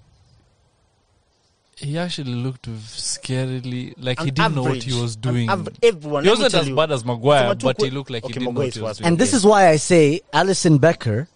[SPEAKER 2] he actually looked scarily like he
[SPEAKER 3] An
[SPEAKER 2] didn't know what
[SPEAKER 3] average-
[SPEAKER 2] he was
[SPEAKER 3] an
[SPEAKER 2] doing.
[SPEAKER 3] av- everyone,
[SPEAKER 2] he
[SPEAKER 3] let me
[SPEAKER 2] wasn't
[SPEAKER 3] tell
[SPEAKER 2] as
[SPEAKER 3] you.
[SPEAKER 2] bad as Maguire,
[SPEAKER 3] Someone
[SPEAKER 2] but
[SPEAKER 3] took-
[SPEAKER 2] he looked like
[SPEAKER 3] okay,
[SPEAKER 2] he didn't know
[SPEAKER 3] Maguire
[SPEAKER 2] what
[SPEAKER 3] is
[SPEAKER 2] he was
[SPEAKER 3] worse.
[SPEAKER 2] doing.
[SPEAKER 1] And this
[SPEAKER 3] Yeah.
[SPEAKER 1] is why I say Alison Becker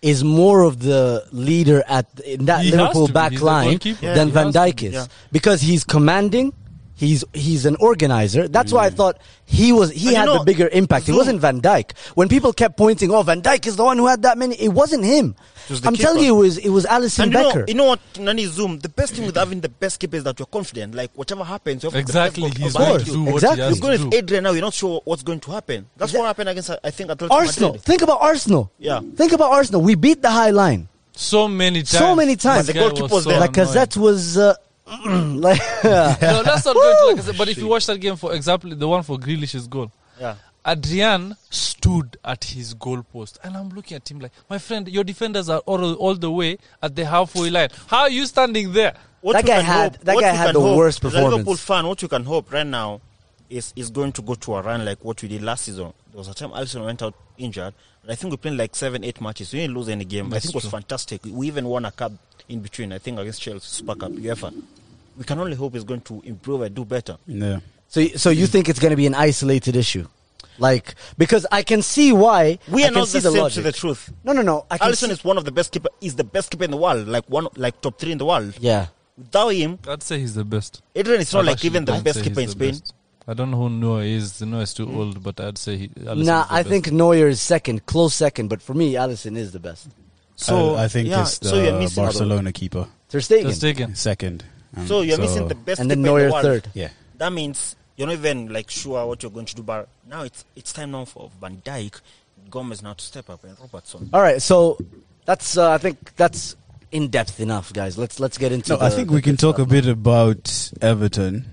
[SPEAKER 1] is more of the leader at in that
[SPEAKER 2] He has
[SPEAKER 1] Liverpool
[SPEAKER 2] to be.
[SPEAKER 1] back
[SPEAKER 2] He's the
[SPEAKER 1] line
[SPEAKER 2] goalkeeper.
[SPEAKER 3] Yeah,
[SPEAKER 1] than
[SPEAKER 3] he
[SPEAKER 1] Van
[SPEAKER 2] has to
[SPEAKER 1] Dijk
[SPEAKER 2] be.
[SPEAKER 1] is
[SPEAKER 3] Yeah.
[SPEAKER 1] because he's commanding. He's he's an organizer. That's why I
[SPEAKER 2] Mm.
[SPEAKER 1] thought he was he
[SPEAKER 3] And you
[SPEAKER 1] had the
[SPEAKER 3] know,
[SPEAKER 1] bigger impact. It
[SPEAKER 3] Zoom-
[SPEAKER 1] wasn't Van Dijk. When people kept pointing, "Oh, Van Dijk is the one who had that many," it wasn't him.
[SPEAKER 3] was the
[SPEAKER 1] I'm telling
[SPEAKER 3] keeper.
[SPEAKER 1] you, it was it was Alison
[SPEAKER 3] And you
[SPEAKER 1] Becker.
[SPEAKER 3] know, you know what, Nani Zoom, the best thing with having the best keeper is that you're confident. Like, whatever happens, you have
[SPEAKER 2] Exactly,
[SPEAKER 3] the best
[SPEAKER 2] he's
[SPEAKER 1] Of
[SPEAKER 2] going
[SPEAKER 1] course.
[SPEAKER 2] to do what
[SPEAKER 1] Exactly.
[SPEAKER 2] he
[SPEAKER 3] You're
[SPEAKER 2] has
[SPEAKER 3] going
[SPEAKER 2] to
[SPEAKER 3] with
[SPEAKER 2] do.
[SPEAKER 3] Adrian now, you're not sure what's going to happen. That's what happened against, I think, Atletico
[SPEAKER 1] Arsenal.
[SPEAKER 3] Madrid.
[SPEAKER 1] Think about Arsenal.
[SPEAKER 3] Yeah.
[SPEAKER 1] Think about Arsenal. We beat the high line.
[SPEAKER 2] So many times.
[SPEAKER 1] So many times.
[SPEAKER 2] This
[SPEAKER 1] The
[SPEAKER 2] guy was
[SPEAKER 3] goalkeeper was
[SPEAKER 2] so
[SPEAKER 3] there.
[SPEAKER 1] Like
[SPEAKER 2] annoying.
[SPEAKER 1] Lacazette was uh, *clears throat* like
[SPEAKER 2] *laughs*
[SPEAKER 1] *laughs*
[SPEAKER 3] *laughs*
[SPEAKER 2] No, that's not good. Lacazette. But if you watch that game, for example, the one for Grealish's goal,
[SPEAKER 3] Yeah.
[SPEAKER 2] Adrian stood at his goalpost, and I'm looking at him like, my friend, your defenders are all, all the way at the halfway line. How are you standing there?
[SPEAKER 3] What
[SPEAKER 1] That
[SPEAKER 3] we
[SPEAKER 1] guy
[SPEAKER 3] can
[SPEAKER 1] had-
[SPEAKER 3] hope-
[SPEAKER 1] that
[SPEAKER 3] what
[SPEAKER 1] guy
[SPEAKER 3] we
[SPEAKER 1] had
[SPEAKER 3] can
[SPEAKER 1] the
[SPEAKER 3] hope-
[SPEAKER 1] worst
[SPEAKER 3] as a Liverpool
[SPEAKER 1] performance.
[SPEAKER 3] fan, what you can hope right now is is going to go to a run like what we did last season. There was a time Alisson went out injured, and I think we played like seven, eight matches. We didn't lose any game. I
[SPEAKER 2] That's
[SPEAKER 3] think it was
[SPEAKER 2] true.
[SPEAKER 3] fantastic. We even won a cup in between. I think against Chelsea Super Cup UEFA. We can only hope it's going to improve and do better.
[SPEAKER 4] Yeah.
[SPEAKER 1] So, y- so you think it's going to be an isolated issue, like because I can see why
[SPEAKER 3] We
[SPEAKER 1] I
[SPEAKER 3] are
[SPEAKER 1] can
[SPEAKER 3] not
[SPEAKER 1] see
[SPEAKER 3] the, same
[SPEAKER 1] logic.
[SPEAKER 3] to the truth.
[SPEAKER 1] no, no, no. I can
[SPEAKER 3] Alisson
[SPEAKER 1] see-
[SPEAKER 3] is one of the best keeper. Is the best keeper in the world, like one, like top three in the world.
[SPEAKER 1] yeah,
[SPEAKER 3] Without him,
[SPEAKER 2] I'd say he's the best.
[SPEAKER 3] Adrian is not
[SPEAKER 2] I'd
[SPEAKER 3] like
[SPEAKER 2] actually-
[SPEAKER 3] even the
[SPEAKER 2] I'd
[SPEAKER 3] best
[SPEAKER 2] say
[SPEAKER 3] keeper in
[SPEAKER 2] he's the
[SPEAKER 3] Spain.
[SPEAKER 2] best. I don't know who Noah is. Noah is too old, but I'd say he. Alisson
[SPEAKER 1] nah.
[SPEAKER 2] is the
[SPEAKER 1] I
[SPEAKER 2] best.
[SPEAKER 1] think Neuer is second, close second, but for me, Allison is the best.
[SPEAKER 3] So
[SPEAKER 4] I, I think
[SPEAKER 3] yeah,
[SPEAKER 4] it's the
[SPEAKER 3] so you're missing
[SPEAKER 4] Barcelona keeper
[SPEAKER 1] Ter Stegen,
[SPEAKER 2] Just taken.
[SPEAKER 4] second. Um,
[SPEAKER 3] So you're missing the best
[SPEAKER 1] and then
[SPEAKER 3] keeper in
[SPEAKER 1] Neuer
[SPEAKER 3] the world.
[SPEAKER 1] third.
[SPEAKER 4] Yeah.
[SPEAKER 3] That means you're not even like sure what you're going to do. But now it's it's time now for Van Dijk, Gomez now to step up and Robertson.
[SPEAKER 1] All right, so that's uh, I think that's in depth enough, guys. Let's let's get into.
[SPEAKER 4] No,
[SPEAKER 1] the, Uh,
[SPEAKER 4] I think we can talk a bit about Everton.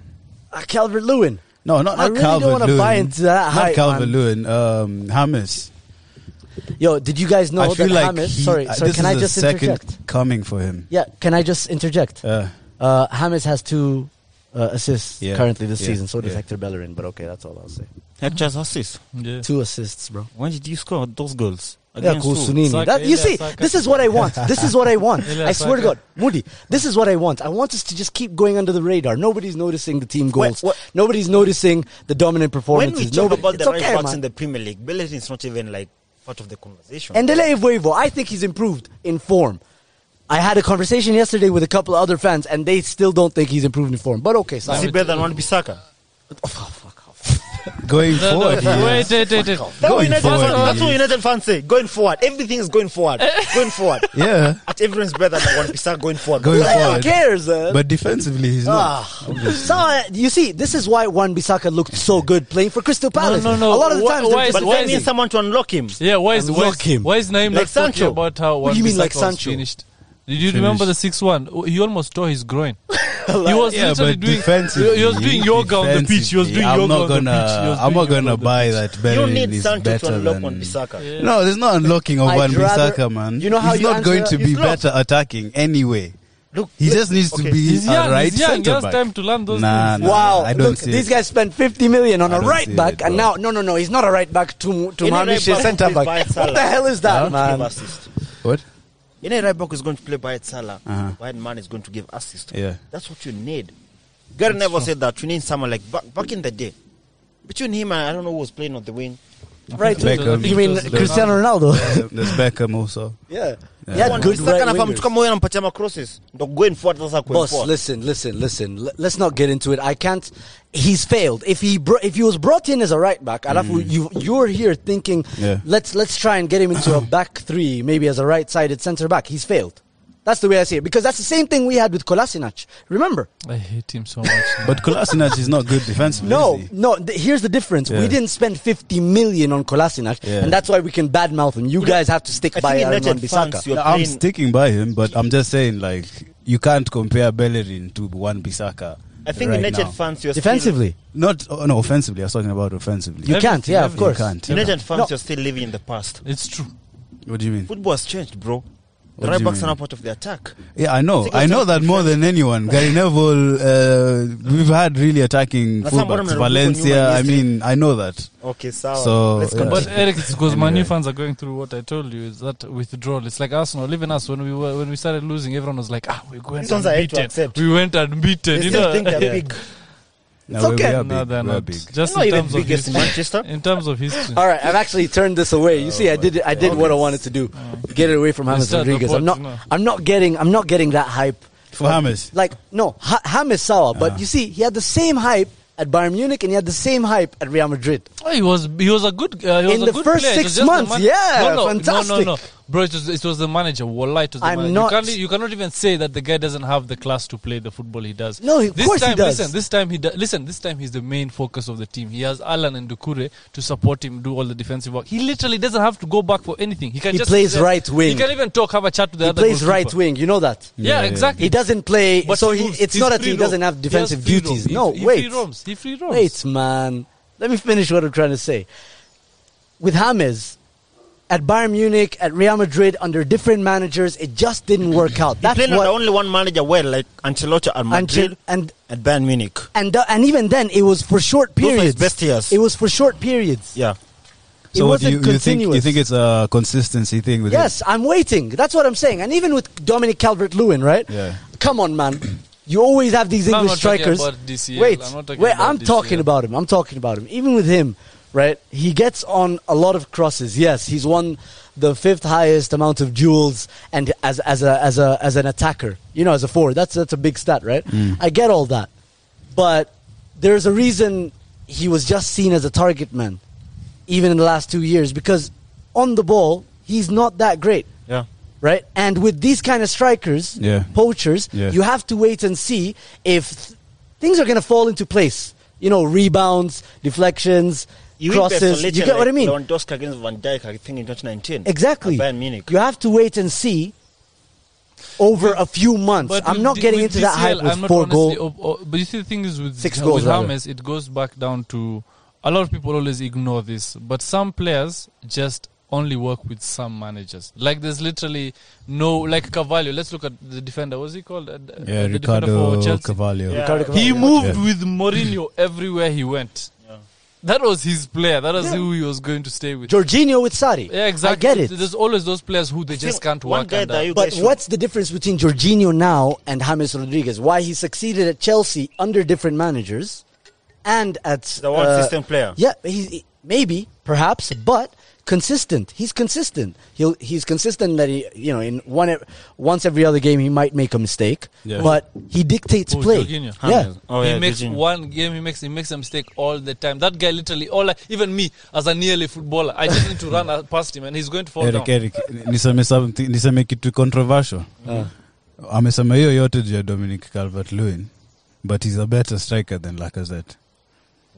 [SPEAKER 1] Calvert Lewin.
[SPEAKER 4] No, not,
[SPEAKER 1] I
[SPEAKER 4] not
[SPEAKER 1] really don't
[SPEAKER 4] Calvert
[SPEAKER 1] wanna
[SPEAKER 4] Lewin.
[SPEAKER 1] buy into that
[SPEAKER 4] Not
[SPEAKER 1] hype,
[SPEAKER 4] Calvert
[SPEAKER 1] man.
[SPEAKER 4] Lewin. Um, Hamas.
[SPEAKER 1] Yo, did you guys know
[SPEAKER 4] I feel
[SPEAKER 1] that
[SPEAKER 4] like
[SPEAKER 1] James?
[SPEAKER 4] he-
[SPEAKER 1] sorry,
[SPEAKER 4] uh,
[SPEAKER 1] sorry.
[SPEAKER 4] this
[SPEAKER 1] Can
[SPEAKER 4] is
[SPEAKER 1] I
[SPEAKER 4] the
[SPEAKER 1] just
[SPEAKER 4] second
[SPEAKER 1] interject?
[SPEAKER 4] coming for him.
[SPEAKER 1] Yeah, can I just interject?
[SPEAKER 4] Uh,
[SPEAKER 1] Uh, James has two uh, assists
[SPEAKER 4] Yeah,
[SPEAKER 1] currently this
[SPEAKER 4] yeah,
[SPEAKER 1] season. So does
[SPEAKER 4] yeah.
[SPEAKER 1] Hector Bellerin. But okay, that's all I'll say.
[SPEAKER 3] Hector's assist.
[SPEAKER 2] Yeah.
[SPEAKER 1] Two assists, bro.
[SPEAKER 3] When did you score those goals?
[SPEAKER 1] Yeah, Kusunini.
[SPEAKER 2] Saka,
[SPEAKER 1] That, you
[SPEAKER 2] Ilya
[SPEAKER 1] see,
[SPEAKER 2] Saka.
[SPEAKER 1] this is what I want. This is what I
[SPEAKER 3] *laughs*
[SPEAKER 1] want. I
[SPEAKER 2] Ilya
[SPEAKER 1] swear to God,
[SPEAKER 2] Saka.
[SPEAKER 1] Moody, this is what I want. I want us to just keep going under the radar. Nobody's noticing the team
[SPEAKER 3] Wait,
[SPEAKER 1] goals.
[SPEAKER 3] what-
[SPEAKER 1] Nobody's noticing the dominant
[SPEAKER 3] When
[SPEAKER 1] performances.
[SPEAKER 3] we talk
[SPEAKER 1] Nobody-
[SPEAKER 3] about the
[SPEAKER 1] it's
[SPEAKER 3] right
[SPEAKER 1] okay,
[SPEAKER 3] backs
[SPEAKER 1] man.
[SPEAKER 3] in the Premier League, Bellerin is not even like part of the conversation.
[SPEAKER 1] And Delay Vuevo, I think he's improved in form. I had a conversation yesterday with a couple of other fans, and they still don't think he's improved in form. But okay,
[SPEAKER 3] is he
[SPEAKER 1] Simon.
[SPEAKER 3] better than Wan Bissaka?
[SPEAKER 4] going
[SPEAKER 2] No, no,
[SPEAKER 4] forward. he uh,
[SPEAKER 2] wait,
[SPEAKER 4] is.
[SPEAKER 2] wait, wait, wait.
[SPEAKER 3] That's what
[SPEAKER 4] Going
[SPEAKER 3] United,
[SPEAKER 4] forward,
[SPEAKER 3] fans- that's
[SPEAKER 4] he
[SPEAKER 3] what
[SPEAKER 4] is.
[SPEAKER 3] United fans say. Going forward, everything is going *laughs* forward. going forward.
[SPEAKER 4] Yeah.
[SPEAKER 3] At everyone's better than Wan Bissaka going forward.
[SPEAKER 4] Going
[SPEAKER 1] Who the hell
[SPEAKER 4] forward.
[SPEAKER 1] cares? uh,
[SPEAKER 4] But defensively, he's not.
[SPEAKER 1] Ah. So uh, you see, this is why Wan Bissaka looked so good playing for Crystal Palace.
[SPEAKER 2] no, no.
[SPEAKER 1] A lot of the
[SPEAKER 2] Why-
[SPEAKER 1] times,
[SPEAKER 2] why
[SPEAKER 1] they're just
[SPEAKER 2] is-
[SPEAKER 3] But they
[SPEAKER 1] defending.
[SPEAKER 3] need someone to unlock him.
[SPEAKER 2] Yeah, why is why
[SPEAKER 1] Unlock
[SPEAKER 2] is,
[SPEAKER 1] him.
[SPEAKER 2] why is Naim
[SPEAKER 3] Like
[SPEAKER 2] not talking
[SPEAKER 3] Sancho.
[SPEAKER 2] about how
[SPEAKER 1] What do you
[SPEAKER 2] Wan-Bissaka
[SPEAKER 1] mean, like
[SPEAKER 2] was
[SPEAKER 1] Sancho?
[SPEAKER 2] finished? Did you remember the six one? He almost tore his groin. he was
[SPEAKER 4] Yeah,
[SPEAKER 2] literally
[SPEAKER 4] but
[SPEAKER 2] doing.
[SPEAKER 4] defensively,
[SPEAKER 2] He was doing yoga on the pitch. He was doing
[SPEAKER 4] I'm
[SPEAKER 2] yoga
[SPEAKER 4] not
[SPEAKER 2] on
[SPEAKER 4] gonna,
[SPEAKER 2] the pitch. He was
[SPEAKER 4] I'm
[SPEAKER 2] doing
[SPEAKER 4] not
[SPEAKER 2] yoga
[SPEAKER 4] gonna
[SPEAKER 2] on the
[SPEAKER 4] buy
[SPEAKER 2] pitch.
[SPEAKER 4] that.
[SPEAKER 3] You
[SPEAKER 4] Bellerin
[SPEAKER 3] need
[SPEAKER 4] is
[SPEAKER 3] Sancho
[SPEAKER 4] better
[SPEAKER 3] to unlock
[SPEAKER 4] than-
[SPEAKER 3] Wan Bissaka.
[SPEAKER 2] Yeah.
[SPEAKER 4] No, there's no unlocking of
[SPEAKER 1] I'd
[SPEAKER 4] Wan
[SPEAKER 1] rather-
[SPEAKER 4] Bissaka, man.
[SPEAKER 1] You know how
[SPEAKER 4] he's
[SPEAKER 1] you
[SPEAKER 4] not going
[SPEAKER 1] answer-
[SPEAKER 4] to be
[SPEAKER 3] He's lost.
[SPEAKER 4] better attacking anyway.
[SPEAKER 3] Look,
[SPEAKER 4] He just needs
[SPEAKER 3] okay.
[SPEAKER 4] to be
[SPEAKER 2] He's young,
[SPEAKER 4] a right
[SPEAKER 2] he's young, he
[SPEAKER 4] centre
[SPEAKER 2] has
[SPEAKER 4] back.
[SPEAKER 2] time to learn those
[SPEAKER 4] nah,
[SPEAKER 2] things.
[SPEAKER 4] Nah,
[SPEAKER 1] Wow!
[SPEAKER 4] I don't
[SPEAKER 1] Look,
[SPEAKER 4] see
[SPEAKER 1] these
[SPEAKER 4] it.
[SPEAKER 1] guys spent 50 million on
[SPEAKER 4] I
[SPEAKER 1] a
[SPEAKER 4] don't
[SPEAKER 1] right
[SPEAKER 4] see
[SPEAKER 1] back,
[SPEAKER 4] it,
[SPEAKER 1] and now
[SPEAKER 4] bro.
[SPEAKER 1] no, no, no, he's not a right back. To to
[SPEAKER 3] Any right
[SPEAKER 1] Manish is
[SPEAKER 3] back
[SPEAKER 1] centre
[SPEAKER 3] is
[SPEAKER 1] back.
[SPEAKER 3] by
[SPEAKER 1] What the
[SPEAKER 3] Salah.
[SPEAKER 1] hell is that,
[SPEAKER 3] Give
[SPEAKER 1] man?
[SPEAKER 3] assist.
[SPEAKER 4] What?
[SPEAKER 3] Any right back is going to play by Salah.
[SPEAKER 4] Uh-huh.
[SPEAKER 3] White man is going to give assist.
[SPEAKER 4] Yeah.
[SPEAKER 3] That's what you need. Gary never said that. You need someone like back, back in the day. Between him and I don't know who was playing on the wing.
[SPEAKER 1] Right.
[SPEAKER 2] I think it was- I
[SPEAKER 4] Beckham.
[SPEAKER 2] think
[SPEAKER 1] You
[SPEAKER 2] it
[SPEAKER 1] mean
[SPEAKER 2] was
[SPEAKER 1] Cristiano
[SPEAKER 4] *laughs*
[SPEAKER 1] Ronaldo? *laughs*
[SPEAKER 4] Um, There's Beckham also.
[SPEAKER 1] yeah.
[SPEAKER 4] Yeah.
[SPEAKER 1] Yeah,
[SPEAKER 3] Someone-
[SPEAKER 1] good
[SPEAKER 3] Saka
[SPEAKER 1] right
[SPEAKER 3] anafaa
[SPEAKER 1] wingers.
[SPEAKER 3] mtu kama huyo anampatia macrosses ndo going forward sasa going
[SPEAKER 1] Boss,
[SPEAKER 3] forward.
[SPEAKER 1] listen, listen, listen. L- let's not get into it. I can't. He's failed. If he br- if he was brought in as a right back, alafu you you're here thinking
[SPEAKER 4] Mm. Yeah.
[SPEAKER 1] let's let's try and get him into a back three, maybe as a right sided centre back. He's failed. That's the way I see it because that's the same thing we had with Kolasinac. Remember?
[SPEAKER 2] I hate him so much.
[SPEAKER 4] *laughs*
[SPEAKER 2] now.
[SPEAKER 4] But Kolasinac is not good defensively.
[SPEAKER 1] No,
[SPEAKER 4] is he?
[SPEAKER 1] no. Th- here's the difference. We
[SPEAKER 4] Yeah.
[SPEAKER 1] didn't spend 50 million on Kolasinac,
[SPEAKER 4] Yeah.
[SPEAKER 1] and that's why we can badmouth him. You,
[SPEAKER 3] You know,
[SPEAKER 1] guys have to stick
[SPEAKER 3] I
[SPEAKER 1] by
[SPEAKER 3] think
[SPEAKER 1] Aaron
[SPEAKER 3] United fans
[SPEAKER 1] Wan-Bissaka.
[SPEAKER 3] you're
[SPEAKER 4] I'm
[SPEAKER 3] playing
[SPEAKER 4] sticking by him, but I'm just saying like you can't compare Bellerin to Wan Bissaka.
[SPEAKER 3] I think
[SPEAKER 4] right
[SPEAKER 3] United
[SPEAKER 4] now.
[SPEAKER 3] fans you're
[SPEAKER 1] Defensively,
[SPEAKER 4] Not oh, no offensively. I was talking about offensively.
[SPEAKER 1] you can't.
[SPEAKER 2] Everything,
[SPEAKER 1] Yeah, of
[SPEAKER 2] everything.
[SPEAKER 1] course.
[SPEAKER 4] You can't.
[SPEAKER 3] still, United fans
[SPEAKER 1] No.
[SPEAKER 3] you're still living in the past.
[SPEAKER 2] It's true.
[SPEAKER 4] What do you mean?
[SPEAKER 3] Football has changed, bro. The
[SPEAKER 4] What do
[SPEAKER 3] right
[SPEAKER 4] you
[SPEAKER 3] backs are
[SPEAKER 4] mean?
[SPEAKER 3] now part of the attack.
[SPEAKER 4] Yeah, I know.
[SPEAKER 3] think
[SPEAKER 4] I
[SPEAKER 3] that's
[SPEAKER 4] know
[SPEAKER 3] a
[SPEAKER 4] that more than anyone. Gary Neville, uh, we've had really attacking
[SPEAKER 3] That's somebody
[SPEAKER 4] fullbacks.
[SPEAKER 3] who will win human
[SPEAKER 4] Valencia, I mean, I know that.
[SPEAKER 3] Okay, sawa.
[SPEAKER 4] So,
[SPEAKER 3] Let's
[SPEAKER 4] yeah.
[SPEAKER 3] continue.
[SPEAKER 2] But Eric, it's because my new
[SPEAKER 4] Anyway.
[SPEAKER 2] fans are going through what I told you is that withdrawal. It's like Arsenal, even us when we were when we started losing, everyone was like, "Ah, we went
[SPEAKER 3] These ones I hate to
[SPEAKER 2] unbeaten.
[SPEAKER 3] accept.
[SPEAKER 2] We went unbeaten."
[SPEAKER 3] They
[SPEAKER 2] You
[SPEAKER 3] still
[SPEAKER 2] know,
[SPEAKER 3] think they're
[SPEAKER 2] *laughs* Yeah.
[SPEAKER 3] big.
[SPEAKER 4] Now, we-
[SPEAKER 1] okay.
[SPEAKER 4] We
[SPEAKER 2] no,
[SPEAKER 4] are big.
[SPEAKER 2] they're
[SPEAKER 4] we are
[SPEAKER 2] not.
[SPEAKER 4] big.
[SPEAKER 2] Just
[SPEAKER 3] Not
[SPEAKER 2] in
[SPEAKER 3] even
[SPEAKER 2] terms of
[SPEAKER 3] biggest
[SPEAKER 2] history.
[SPEAKER 3] in
[SPEAKER 2] *laughs*
[SPEAKER 3] Manchester.
[SPEAKER 2] In terms
[SPEAKER 1] *laughs*
[SPEAKER 2] of history,
[SPEAKER 1] All right, I've actually turned this away.
[SPEAKER 2] Oh,
[SPEAKER 1] You see, I did I did what I wanted to do. Get it away from James
[SPEAKER 2] Instead of
[SPEAKER 1] Rodriguez. I'm not
[SPEAKER 2] what, no.
[SPEAKER 1] I'm not getting I'm not getting that hype.
[SPEAKER 4] For Hammers.
[SPEAKER 1] Like no, ha- Ham is sour, but you see, he had the same hype at Bayern Munich and he had the same hype at Real Madrid.
[SPEAKER 2] Oh, he was he was a good uh, he was
[SPEAKER 1] In
[SPEAKER 2] a
[SPEAKER 1] the
[SPEAKER 2] good
[SPEAKER 1] first
[SPEAKER 2] player. It
[SPEAKER 1] six
[SPEAKER 2] was just the
[SPEAKER 1] months,
[SPEAKER 2] man-
[SPEAKER 1] yeah,
[SPEAKER 2] no, no,
[SPEAKER 1] fantastic.
[SPEAKER 2] No, no, no, bro, it was, it was the manager. Wallah, it was the
[SPEAKER 1] I'm
[SPEAKER 2] manager.
[SPEAKER 1] not-
[SPEAKER 2] You, can't, e, you cannot even say that the guy doesn't have the class to play the football he does.
[SPEAKER 1] No, of
[SPEAKER 2] this
[SPEAKER 1] course he
[SPEAKER 2] time,
[SPEAKER 1] does.
[SPEAKER 2] Listen, this time he do, listen. This time he's the main focus of the team. He has Alan and Dukure to support him, do all the defensive work. He literally doesn't have to go back for anything. He can
[SPEAKER 1] He
[SPEAKER 2] just
[SPEAKER 1] plays
[SPEAKER 2] sit there.
[SPEAKER 1] right wing.
[SPEAKER 2] He can even talk, have a chat with the
[SPEAKER 1] He
[SPEAKER 2] other.
[SPEAKER 1] plays
[SPEAKER 2] goalkeeper.
[SPEAKER 1] right wing. You know that.
[SPEAKER 2] Yeah,
[SPEAKER 4] Yeah, yeah.
[SPEAKER 2] exactly.
[SPEAKER 1] He doesn't play,
[SPEAKER 2] But
[SPEAKER 1] so
[SPEAKER 2] he
[SPEAKER 1] he,
[SPEAKER 2] moves.
[SPEAKER 1] it's
[SPEAKER 2] He's
[SPEAKER 1] not that
[SPEAKER 2] free
[SPEAKER 1] he doesn't
[SPEAKER 2] roam.
[SPEAKER 1] have
[SPEAKER 2] He has
[SPEAKER 1] defensive
[SPEAKER 2] free roam.
[SPEAKER 1] duties.
[SPEAKER 2] He-
[SPEAKER 1] no,
[SPEAKER 2] he
[SPEAKER 1] wait.
[SPEAKER 2] Free roams. He free roams.
[SPEAKER 1] Wait, man. Let me finish what I'm trying to say. With James at Bayern Munich, at Real Madrid, under different managers, it just didn't work out. That's
[SPEAKER 3] Playing
[SPEAKER 1] what,
[SPEAKER 3] under only one manager well, like Ancelotti and Madrid
[SPEAKER 1] Ange- and
[SPEAKER 3] and Bayern Munich.
[SPEAKER 1] and th- and even then, it was for short
[SPEAKER 3] Those were his
[SPEAKER 1] periods.
[SPEAKER 3] best years.
[SPEAKER 1] It was for short periods.
[SPEAKER 3] Yeah.
[SPEAKER 1] it
[SPEAKER 4] So what do
[SPEAKER 1] wasn't
[SPEAKER 4] you, you think?
[SPEAKER 1] continuous.
[SPEAKER 4] You think it's a consistency thing with him?
[SPEAKER 1] yes, I'm waiting. That's what I'm saying. And even with Dominic Calvert-Lewin, right?
[SPEAKER 4] Yeah.
[SPEAKER 1] Come on, man. You always have these
[SPEAKER 2] No, I'm
[SPEAKER 1] English
[SPEAKER 2] not talking
[SPEAKER 1] strikers.
[SPEAKER 2] about DCL.
[SPEAKER 1] Wait,
[SPEAKER 2] I'm not talking
[SPEAKER 1] wait.
[SPEAKER 2] about
[SPEAKER 1] I'm
[SPEAKER 2] DCL.
[SPEAKER 1] talking about him. I'm talking about him. Even with him, right? He gets on a lot of crosses. Yes, he's won the fifth highest amount of duels, and as as a as a as an attacker, you know, as a forward. That's that's a big stat, right? I get all that, but there's a reason he was just seen as a target man, even in the last two years, because on the ball he's not that great
[SPEAKER 3] Yeah.
[SPEAKER 1] right? And with these kind of strikers,
[SPEAKER 4] Yeah.
[SPEAKER 1] poachers,
[SPEAKER 4] Yeah.
[SPEAKER 1] you have to wait and see if th- things are going to fall into place. You know, rebounds, deflections,
[SPEAKER 3] You
[SPEAKER 1] crosses. You get what I mean?
[SPEAKER 3] Lewandowski against Van Dijk, I think in 2019.
[SPEAKER 1] Exactly.
[SPEAKER 3] At Bayern Munich.
[SPEAKER 1] You have to wait and see over a few months. I'm
[SPEAKER 2] with
[SPEAKER 1] not
[SPEAKER 2] D-
[SPEAKER 1] getting
[SPEAKER 2] with
[SPEAKER 1] into that
[SPEAKER 2] DCL,
[SPEAKER 1] hype
[SPEAKER 2] I'm
[SPEAKER 1] with
[SPEAKER 2] not
[SPEAKER 1] four
[SPEAKER 2] honestly
[SPEAKER 1] goal.
[SPEAKER 2] op- op- but you see, the thing is with
[SPEAKER 1] Six
[SPEAKER 2] with
[SPEAKER 1] goals, rather.
[SPEAKER 2] James, it goes back down to a lot of people always ignore this, but some players just only work with some managers. Like there's literally no like Cavallo. Let's look at the defender. What's he called? Uh, the
[SPEAKER 4] Yeah,
[SPEAKER 2] defender for
[SPEAKER 4] Ricardo
[SPEAKER 2] Chelsea.
[SPEAKER 4] Cavallo.
[SPEAKER 3] Yeah.
[SPEAKER 1] Ricardo
[SPEAKER 2] He
[SPEAKER 1] Cavallo.
[SPEAKER 2] moved
[SPEAKER 4] Yeah.
[SPEAKER 2] with
[SPEAKER 4] *clears throat*
[SPEAKER 2] Mourinho everywhere he went.
[SPEAKER 3] Yeah.
[SPEAKER 2] That was his player. That was
[SPEAKER 1] Yeah.
[SPEAKER 2] who he was going to stay with.
[SPEAKER 1] Jorginho with Sari.
[SPEAKER 2] yeah, exactly.
[SPEAKER 1] I get it.
[SPEAKER 2] There's always those players who they just
[SPEAKER 3] think
[SPEAKER 2] can't
[SPEAKER 3] one
[SPEAKER 2] work
[SPEAKER 3] guy
[SPEAKER 2] under.
[SPEAKER 3] that you
[SPEAKER 1] But
[SPEAKER 3] guys should-
[SPEAKER 1] what's the difference between Jorginho now and James Rodriguez? Why he succeeded at Chelsea under different managers and at uh,
[SPEAKER 3] The one system player.
[SPEAKER 1] Yeah, he's he- maybe, perhaps, but consistent. He's consistent. He'll, he's consistent that he, you know, in one e- once every other game he might make a mistake,
[SPEAKER 4] Yeah.
[SPEAKER 1] but he dictates
[SPEAKER 2] Who,
[SPEAKER 1] play.
[SPEAKER 2] Jorginho?
[SPEAKER 1] Yeah.
[SPEAKER 3] Oh,
[SPEAKER 2] he
[SPEAKER 3] yeah,
[SPEAKER 2] makes
[SPEAKER 3] Jorginho.
[SPEAKER 2] one game. He makes he makes a mistake all the time. That guy literally all I, even me as a nearly footballer, I just need to run uh, past him and he's going to fall
[SPEAKER 4] Eric,
[SPEAKER 2] down.
[SPEAKER 4] Eric, niseme something, niseme kitu controversial.
[SPEAKER 2] Ah.
[SPEAKER 4] Amesema hiyo yote juu ya Dominic Calvert-Lewin, but he's a better striker than Lacazette.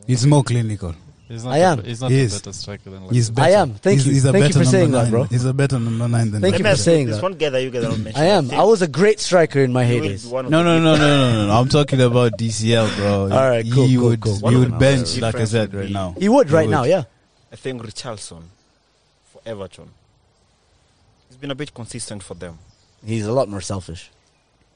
[SPEAKER 4] He's more clinical.
[SPEAKER 2] He's not
[SPEAKER 1] I
[SPEAKER 2] a-
[SPEAKER 1] am.
[SPEAKER 2] He's not
[SPEAKER 4] He
[SPEAKER 2] a
[SPEAKER 4] is.
[SPEAKER 2] better striker than
[SPEAKER 4] He's
[SPEAKER 2] Lacazette.
[SPEAKER 4] better.
[SPEAKER 1] am. Thank
[SPEAKER 4] he's,
[SPEAKER 1] you.
[SPEAKER 4] He's a
[SPEAKER 1] Thank you for
[SPEAKER 4] better number
[SPEAKER 1] saying that,
[SPEAKER 4] nine.
[SPEAKER 1] bro.
[SPEAKER 4] He's a better number nine than
[SPEAKER 1] Thank you
[SPEAKER 3] Let me
[SPEAKER 4] Lacazette.
[SPEAKER 1] for
[SPEAKER 3] ask
[SPEAKER 1] saying
[SPEAKER 3] you, there's
[SPEAKER 1] that.
[SPEAKER 3] one guy that you
[SPEAKER 1] *clears throat*
[SPEAKER 3] guys don't mention.
[SPEAKER 1] I am.
[SPEAKER 3] think
[SPEAKER 1] I was a great striker in my
[SPEAKER 3] he would
[SPEAKER 1] heydays.
[SPEAKER 3] be one of
[SPEAKER 4] No,
[SPEAKER 3] the
[SPEAKER 4] no,
[SPEAKER 3] big-
[SPEAKER 4] no, no, no, no, no. I'm talking about DCL,
[SPEAKER 1] *laughs*
[SPEAKER 4] bro.
[SPEAKER 1] All right, cool,
[SPEAKER 4] He
[SPEAKER 1] cool,
[SPEAKER 4] would,
[SPEAKER 1] cool.
[SPEAKER 4] He
[SPEAKER 3] One
[SPEAKER 4] would
[SPEAKER 3] of
[SPEAKER 4] bench
[SPEAKER 3] the difference
[SPEAKER 4] Lacazette
[SPEAKER 3] would
[SPEAKER 4] right
[SPEAKER 3] be-
[SPEAKER 4] now.
[SPEAKER 1] He would
[SPEAKER 4] He
[SPEAKER 1] right
[SPEAKER 4] would.
[SPEAKER 1] now, yeah.
[SPEAKER 3] I think Richarlison for Everton. He's been a bit consistent for them.
[SPEAKER 1] He's a lot more selfish.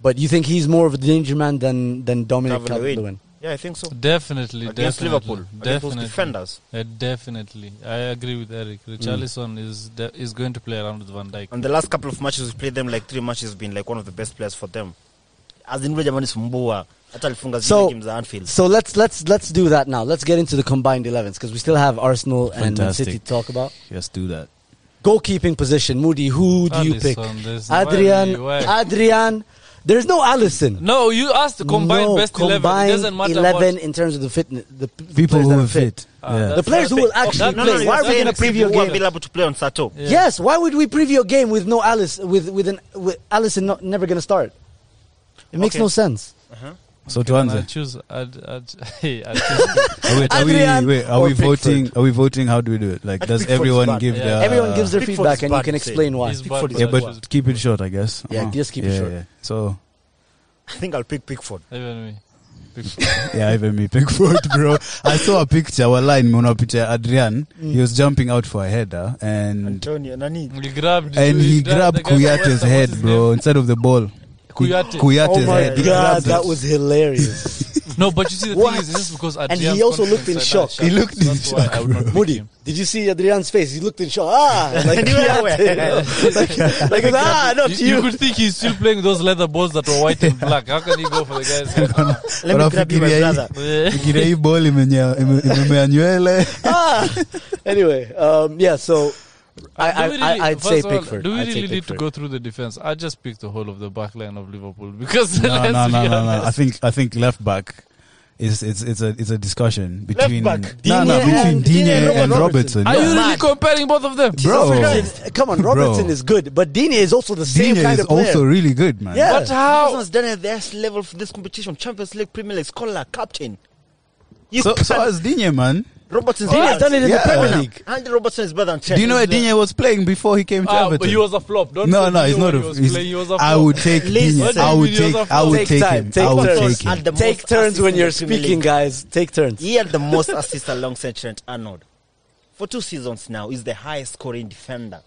[SPEAKER 1] But you think he's more of a danger man than than Dominic
[SPEAKER 3] Calvert-Lewin.
[SPEAKER 1] Calvert-Lewin?
[SPEAKER 3] Yeah, I think so.
[SPEAKER 2] Definitely,
[SPEAKER 3] Against
[SPEAKER 2] definitely,
[SPEAKER 3] Liverpool, against those
[SPEAKER 2] definitely,
[SPEAKER 3] defenders.
[SPEAKER 2] Uh, definitely, I agree with Eric. Richarlison
[SPEAKER 3] Mm.
[SPEAKER 2] is de- is going to play around with Van Dijk.
[SPEAKER 3] And the last couple of matches we played them, like three matches, been like one of the best players for them. azinule jamani sumbua hata alifunga zile
[SPEAKER 1] So-
[SPEAKER 3] games za Anfield.
[SPEAKER 1] So let's let's let's do that now. Let's get into the combined 11s because we still have Arsenal and Man City
[SPEAKER 4] Fantastic.
[SPEAKER 1] to talk about.
[SPEAKER 4] Let's do that.
[SPEAKER 1] Goalkeeping position, Moody. Who do you pick?
[SPEAKER 2] Alisson, there's- why
[SPEAKER 1] Adrian.
[SPEAKER 2] we- why?
[SPEAKER 1] Adrian. There's no Allison.
[SPEAKER 2] No, you asked the combined
[SPEAKER 1] No,
[SPEAKER 2] best eleven. It
[SPEAKER 1] combined
[SPEAKER 2] doesn't matter
[SPEAKER 1] 11
[SPEAKER 2] what.
[SPEAKER 1] in terms of the fitness. The p-
[SPEAKER 4] People
[SPEAKER 1] players
[SPEAKER 4] who
[SPEAKER 1] that
[SPEAKER 4] are
[SPEAKER 2] Ah,
[SPEAKER 4] fit. yeah.
[SPEAKER 1] The
[SPEAKER 2] that's
[SPEAKER 1] players who
[SPEAKER 2] another
[SPEAKER 1] will
[SPEAKER 2] thing. Oh,
[SPEAKER 1] actually
[SPEAKER 2] no,
[SPEAKER 3] No,
[SPEAKER 2] no,
[SPEAKER 3] no,
[SPEAKER 1] play.
[SPEAKER 2] no,
[SPEAKER 1] Why are
[SPEAKER 2] you're
[SPEAKER 1] we
[SPEAKER 3] saying
[SPEAKER 1] going to
[SPEAKER 2] saying
[SPEAKER 1] preview
[SPEAKER 3] people
[SPEAKER 1] a
[SPEAKER 3] who are
[SPEAKER 1] game?
[SPEAKER 3] available to play on Sato.
[SPEAKER 2] Yeah.
[SPEAKER 1] Yes. Why would we preview a game with no Alice with with an with Allison not, never going to start? It makes
[SPEAKER 3] Okay.
[SPEAKER 1] no sense.
[SPEAKER 4] So to
[SPEAKER 2] Can I
[SPEAKER 4] answer,
[SPEAKER 2] choose. I'd, I'd, hey, I'd choose.
[SPEAKER 4] Oh, wait, are we,
[SPEAKER 1] Adrian
[SPEAKER 4] wait, are
[SPEAKER 1] or
[SPEAKER 4] we voting?
[SPEAKER 1] Pickford?
[SPEAKER 4] Are we voting? How do we do it? Like,
[SPEAKER 3] I
[SPEAKER 4] does
[SPEAKER 3] think Pickford's
[SPEAKER 4] everyone
[SPEAKER 3] bad.
[SPEAKER 4] give
[SPEAKER 2] Yeah.
[SPEAKER 4] their
[SPEAKER 1] Everyone gives their
[SPEAKER 3] Pickford is
[SPEAKER 1] feedback, and you
[SPEAKER 3] bad
[SPEAKER 1] can
[SPEAKER 3] to say.
[SPEAKER 1] explain *laughs* why.
[SPEAKER 2] He's bad,
[SPEAKER 3] Pickford is
[SPEAKER 4] Yeah,
[SPEAKER 2] bad.
[SPEAKER 3] Well,
[SPEAKER 4] but keep it short, I guess.
[SPEAKER 1] Yeah,
[SPEAKER 4] Uh-huh.
[SPEAKER 1] just keep it
[SPEAKER 4] Yeah,
[SPEAKER 1] short.
[SPEAKER 4] yeah. So
[SPEAKER 3] I think I'll pick Pickford.
[SPEAKER 2] even me.
[SPEAKER 4] yeah, even me, *laughs* Pickford, bro. I saw a picture. Wallahi, nimeona picture ya Adrian. He was jumping out for a header, and
[SPEAKER 3] Antonio nani?
[SPEAKER 2] He grabbed.
[SPEAKER 4] and he grabbed
[SPEAKER 2] the guy that was-
[SPEAKER 4] Kuyate's
[SPEAKER 2] what's
[SPEAKER 4] head,
[SPEAKER 2] his
[SPEAKER 4] bro, instead of the ball. Ku-
[SPEAKER 2] Kuyate.
[SPEAKER 1] Oh
[SPEAKER 4] Kuyate's
[SPEAKER 1] my
[SPEAKER 4] head. He
[SPEAKER 1] god,
[SPEAKER 4] grabbed
[SPEAKER 1] that
[SPEAKER 4] it.
[SPEAKER 1] was
[SPEAKER 4] *laughs*
[SPEAKER 1] hilarious.
[SPEAKER 2] name? No, but you see, the
[SPEAKER 1] What?
[SPEAKER 2] thing is, this is because
[SPEAKER 1] he
[SPEAKER 2] Adrian's
[SPEAKER 1] also looked in
[SPEAKER 2] confidence
[SPEAKER 1] shock.
[SPEAKER 2] had
[SPEAKER 4] He looked in
[SPEAKER 2] That's why
[SPEAKER 4] shock,
[SPEAKER 2] I would not
[SPEAKER 4] bro.
[SPEAKER 2] pick
[SPEAKER 1] Moody,
[SPEAKER 2] him.
[SPEAKER 1] did you see Adrian's face? He looked in shock. Ah,
[SPEAKER 2] *laughs*
[SPEAKER 1] *laughs* like,
[SPEAKER 3] Yeah.
[SPEAKER 1] like, like ah, not
[SPEAKER 2] You, you
[SPEAKER 1] you.
[SPEAKER 2] could think he's still playing with those leather balls that were white and black. How can he go for the guy's
[SPEAKER 4] *laughs*
[SPEAKER 2] head?
[SPEAKER 3] Let me grab you, my
[SPEAKER 4] Wanafikiria hii-
[SPEAKER 3] brother.
[SPEAKER 2] Yeah.
[SPEAKER 4] fikiria hii ball imenya- ime- imemea nywele.
[SPEAKER 2] *laughs*
[SPEAKER 1] ah. Anyway, um, yeah. So I, I,
[SPEAKER 2] Uh, Do we
[SPEAKER 1] I, I'd
[SPEAKER 2] first
[SPEAKER 1] say
[SPEAKER 2] of all,
[SPEAKER 1] Pickford.
[SPEAKER 2] Do we
[SPEAKER 1] I'd say
[SPEAKER 2] really need to
[SPEAKER 1] Pickford.
[SPEAKER 2] go through the defense? I just picked the whole of the back line of Liverpool *laughs* because
[SPEAKER 4] No,
[SPEAKER 2] let's
[SPEAKER 4] no, no,
[SPEAKER 2] be
[SPEAKER 4] no, no. I
[SPEAKER 2] honest.
[SPEAKER 4] think I think left back is it's it's a it's a discussion between
[SPEAKER 3] back,
[SPEAKER 4] no,
[SPEAKER 1] Digne
[SPEAKER 4] no, between
[SPEAKER 1] and-
[SPEAKER 4] Digne
[SPEAKER 1] Digne and
[SPEAKER 4] and
[SPEAKER 1] Robertson.
[SPEAKER 4] Robertson.
[SPEAKER 2] Are you
[SPEAKER 4] Yeah.
[SPEAKER 2] really
[SPEAKER 1] Man.
[SPEAKER 2] comparing both of them?
[SPEAKER 4] Bro.
[SPEAKER 1] Robertson- come on,
[SPEAKER 4] Bro.
[SPEAKER 1] Robertson is good, but Dini is also the same
[SPEAKER 4] Digne
[SPEAKER 1] kind
[SPEAKER 4] is
[SPEAKER 1] of player.
[SPEAKER 4] also really good, man.
[SPEAKER 1] Yeah.
[SPEAKER 2] But how?
[SPEAKER 3] Arsenal's done at the highest level for this competition. Champions League, Premier League, scholar, captain. You
[SPEAKER 4] So so
[SPEAKER 3] can't-
[SPEAKER 4] as Digne, man.
[SPEAKER 3] Robertson's
[SPEAKER 1] Dini has
[SPEAKER 3] better.
[SPEAKER 1] Oh, done it in
[SPEAKER 4] Yeah.
[SPEAKER 1] the Premier League.
[SPEAKER 3] Andy Robertson is better than Chelsea.
[SPEAKER 4] Do you know where Digne was playing before he came to
[SPEAKER 2] Ah, but
[SPEAKER 4] Everton?
[SPEAKER 2] he was a flop. Don't
[SPEAKER 4] no,
[SPEAKER 2] say
[SPEAKER 4] no,
[SPEAKER 2] you
[SPEAKER 4] he's
[SPEAKER 2] know
[SPEAKER 4] not.
[SPEAKER 2] when
[SPEAKER 4] A,
[SPEAKER 2] he was
[SPEAKER 4] he's-
[SPEAKER 2] playing, he was a flop.
[SPEAKER 4] I would take
[SPEAKER 3] Listen.
[SPEAKER 4] Digne. I would
[SPEAKER 2] He was
[SPEAKER 4] take.
[SPEAKER 2] a
[SPEAKER 4] I would
[SPEAKER 1] Take
[SPEAKER 4] take
[SPEAKER 1] time,
[SPEAKER 4] him.
[SPEAKER 1] take
[SPEAKER 4] I would
[SPEAKER 1] turns.
[SPEAKER 4] take him.
[SPEAKER 3] And the
[SPEAKER 1] Take
[SPEAKER 3] most
[SPEAKER 1] turns when
[SPEAKER 3] assists in
[SPEAKER 1] you're
[SPEAKER 3] the Premier
[SPEAKER 1] speaking,
[SPEAKER 3] League.
[SPEAKER 1] guys. Take turns.
[SPEAKER 3] He had the most assists alongside Trent Arnold. For two seasons now, he's the highest scoring defender.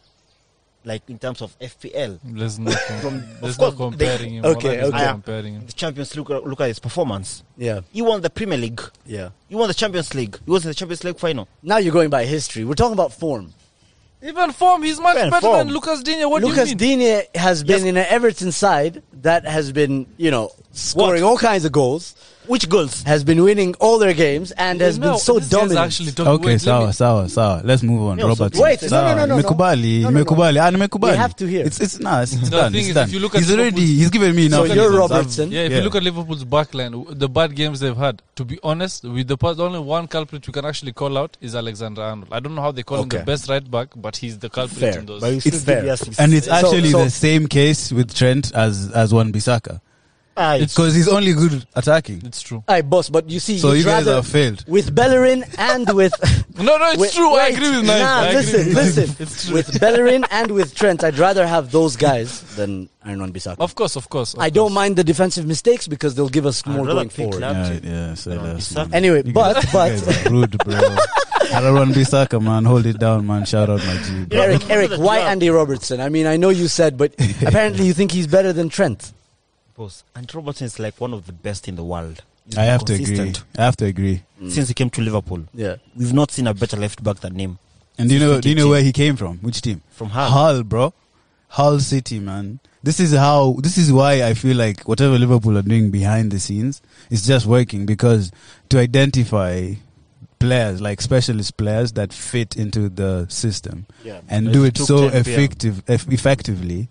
[SPEAKER 3] Like in terms of FPL.
[SPEAKER 2] Let's
[SPEAKER 1] *laughs*
[SPEAKER 2] not, com-
[SPEAKER 3] From- of
[SPEAKER 2] let's not
[SPEAKER 3] course,
[SPEAKER 2] comparing him.
[SPEAKER 1] okay,
[SPEAKER 2] Let's not
[SPEAKER 3] okay.
[SPEAKER 2] comparing him.
[SPEAKER 3] The Champions League, look at his performance.
[SPEAKER 1] Yeah,
[SPEAKER 3] He won the Premier League.
[SPEAKER 1] yeah.
[SPEAKER 3] He won the Champions League. He was in the Champions League final.
[SPEAKER 1] Now you're going by history. We're talking about form.
[SPEAKER 2] Even form, he's much
[SPEAKER 3] Even
[SPEAKER 2] better
[SPEAKER 3] form.
[SPEAKER 2] than Lucas Digne. What
[SPEAKER 1] Lucas
[SPEAKER 2] do you mean?
[SPEAKER 1] Digne has been in an Everton side that has been, you know, scoring all kinds of goals,
[SPEAKER 3] Which goals?
[SPEAKER 1] has been winning all their games, and has
[SPEAKER 2] No,
[SPEAKER 1] been so
[SPEAKER 2] this guy's
[SPEAKER 1] dominant.
[SPEAKER 2] Actually talking,
[SPEAKER 4] Okay,
[SPEAKER 2] wait, let me-
[SPEAKER 4] sawa, sawa, sawa. Let's move on.
[SPEAKER 3] No, so-
[SPEAKER 4] Robertson.
[SPEAKER 1] wait, no,
[SPEAKER 4] Sawa.
[SPEAKER 1] no, no, no, no.
[SPEAKER 4] Nimekubali,
[SPEAKER 1] No, no, no.
[SPEAKER 4] nimekubali. Ah, nimekubali.
[SPEAKER 1] We have to hear.
[SPEAKER 4] It's it's nah, it's, it's
[SPEAKER 2] the
[SPEAKER 4] done.
[SPEAKER 2] thing
[SPEAKER 4] it's
[SPEAKER 2] is,
[SPEAKER 4] done.
[SPEAKER 2] if you look at
[SPEAKER 4] he's already
[SPEAKER 2] Liverpool-
[SPEAKER 4] he's given me
[SPEAKER 1] so
[SPEAKER 4] enough.
[SPEAKER 1] you're
[SPEAKER 4] reasons. I've-
[SPEAKER 1] Robertson.
[SPEAKER 2] Yeah, if
[SPEAKER 4] Yeah.
[SPEAKER 2] you look at Liverpool's back line, w- the bad games they've had, to be honest, with the past, the only one culprit we can actually call out is Alexander Arnold. I don't know how they call him
[SPEAKER 1] Okay.
[SPEAKER 2] the best right back, but he's the culprit
[SPEAKER 1] Fair,
[SPEAKER 2] in those.
[SPEAKER 1] but you
[SPEAKER 4] It's
[SPEAKER 1] should fair.
[SPEAKER 3] Yes, yes.
[SPEAKER 4] And it's
[SPEAKER 1] So-
[SPEAKER 4] actually
[SPEAKER 1] so-
[SPEAKER 4] the same case with Trent as as Wan Bissaka
[SPEAKER 3] Aye.
[SPEAKER 4] because he's only good attacking.
[SPEAKER 2] it's true.
[SPEAKER 1] Aye, boss, but you see,
[SPEAKER 4] So
[SPEAKER 1] you'd
[SPEAKER 4] you guys
[SPEAKER 1] rather-
[SPEAKER 4] have failed.
[SPEAKER 1] with Bellerin and with.
[SPEAKER 2] No, no, *laughs* it's
[SPEAKER 1] with-
[SPEAKER 2] true. I
[SPEAKER 1] wait,
[SPEAKER 2] agree with Nigel.
[SPEAKER 1] Nah,
[SPEAKER 2] I agree
[SPEAKER 1] listen,
[SPEAKER 2] with Nigel.
[SPEAKER 1] listen.
[SPEAKER 2] It's true.
[SPEAKER 1] With Bellerin and with Trent, I'd rather have those guys than Aaron Bissaka.
[SPEAKER 2] Of course, of course. of
[SPEAKER 1] I don't
[SPEAKER 2] course.
[SPEAKER 1] mind the defensive mistakes because they'll give us
[SPEAKER 3] I'd
[SPEAKER 1] more
[SPEAKER 3] rather
[SPEAKER 1] going
[SPEAKER 3] pick
[SPEAKER 1] forward.
[SPEAKER 3] Lam-
[SPEAKER 4] Yeah, yeah, so
[SPEAKER 3] Wan
[SPEAKER 4] that's-
[SPEAKER 3] Bissaka.
[SPEAKER 1] Anyway,
[SPEAKER 4] You
[SPEAKER 1] but
[SPEAKER 4] guys-
[SPEAKER 1] but
[SPEAKER 4] you guys are *laughs* rude, bro. Aaron Bissaka, man, hold it down, man. Shout out my G. Bro.
[SPEAKER 3] Yeah.
[SPEAKER 1] Eric, Eric, why Andy Robertson? I mean, I know you said,
[SPEAKER 4] *laughs*
[SPEAKER 1] but apparently you think he's better than Trent.
[SPEAKER 3] Boss, and Robertson is like one of the best in the world. He's
[SPEAKER 4] I have to agree.
[SPEAKER 3] consistent.
[SPEAKER 4] I have to agree.
[SPEAKER 3] Since he came to Liverpool,
[SPEAKER 1] Yeah.
[SPEAKER 3] we've not seen a better left back than him.
[SPEAKER 4] And do you know do you know
[SPEAKER 3] KG.
[SPEAKER 4] where he came from? Which team?
[SPEAKER 3] From Hull.
[SPEAKER 4] Hull, bro. Hull City, man. This is how this is why I feel like whatever Liverpool are doing behind the scenes is just working because to identify players like specialist players that fit into the system
[SPEAKER 1] Yeah.
[SPEAKER 4] and
[SPEAKER 3] It
[SPEAKER 4] do it
[SPEAKER 3] took
[SPEAKER 4] so
[SPEAKER 3] 10 PM.
[SPEAKER 4] effective eff- effectively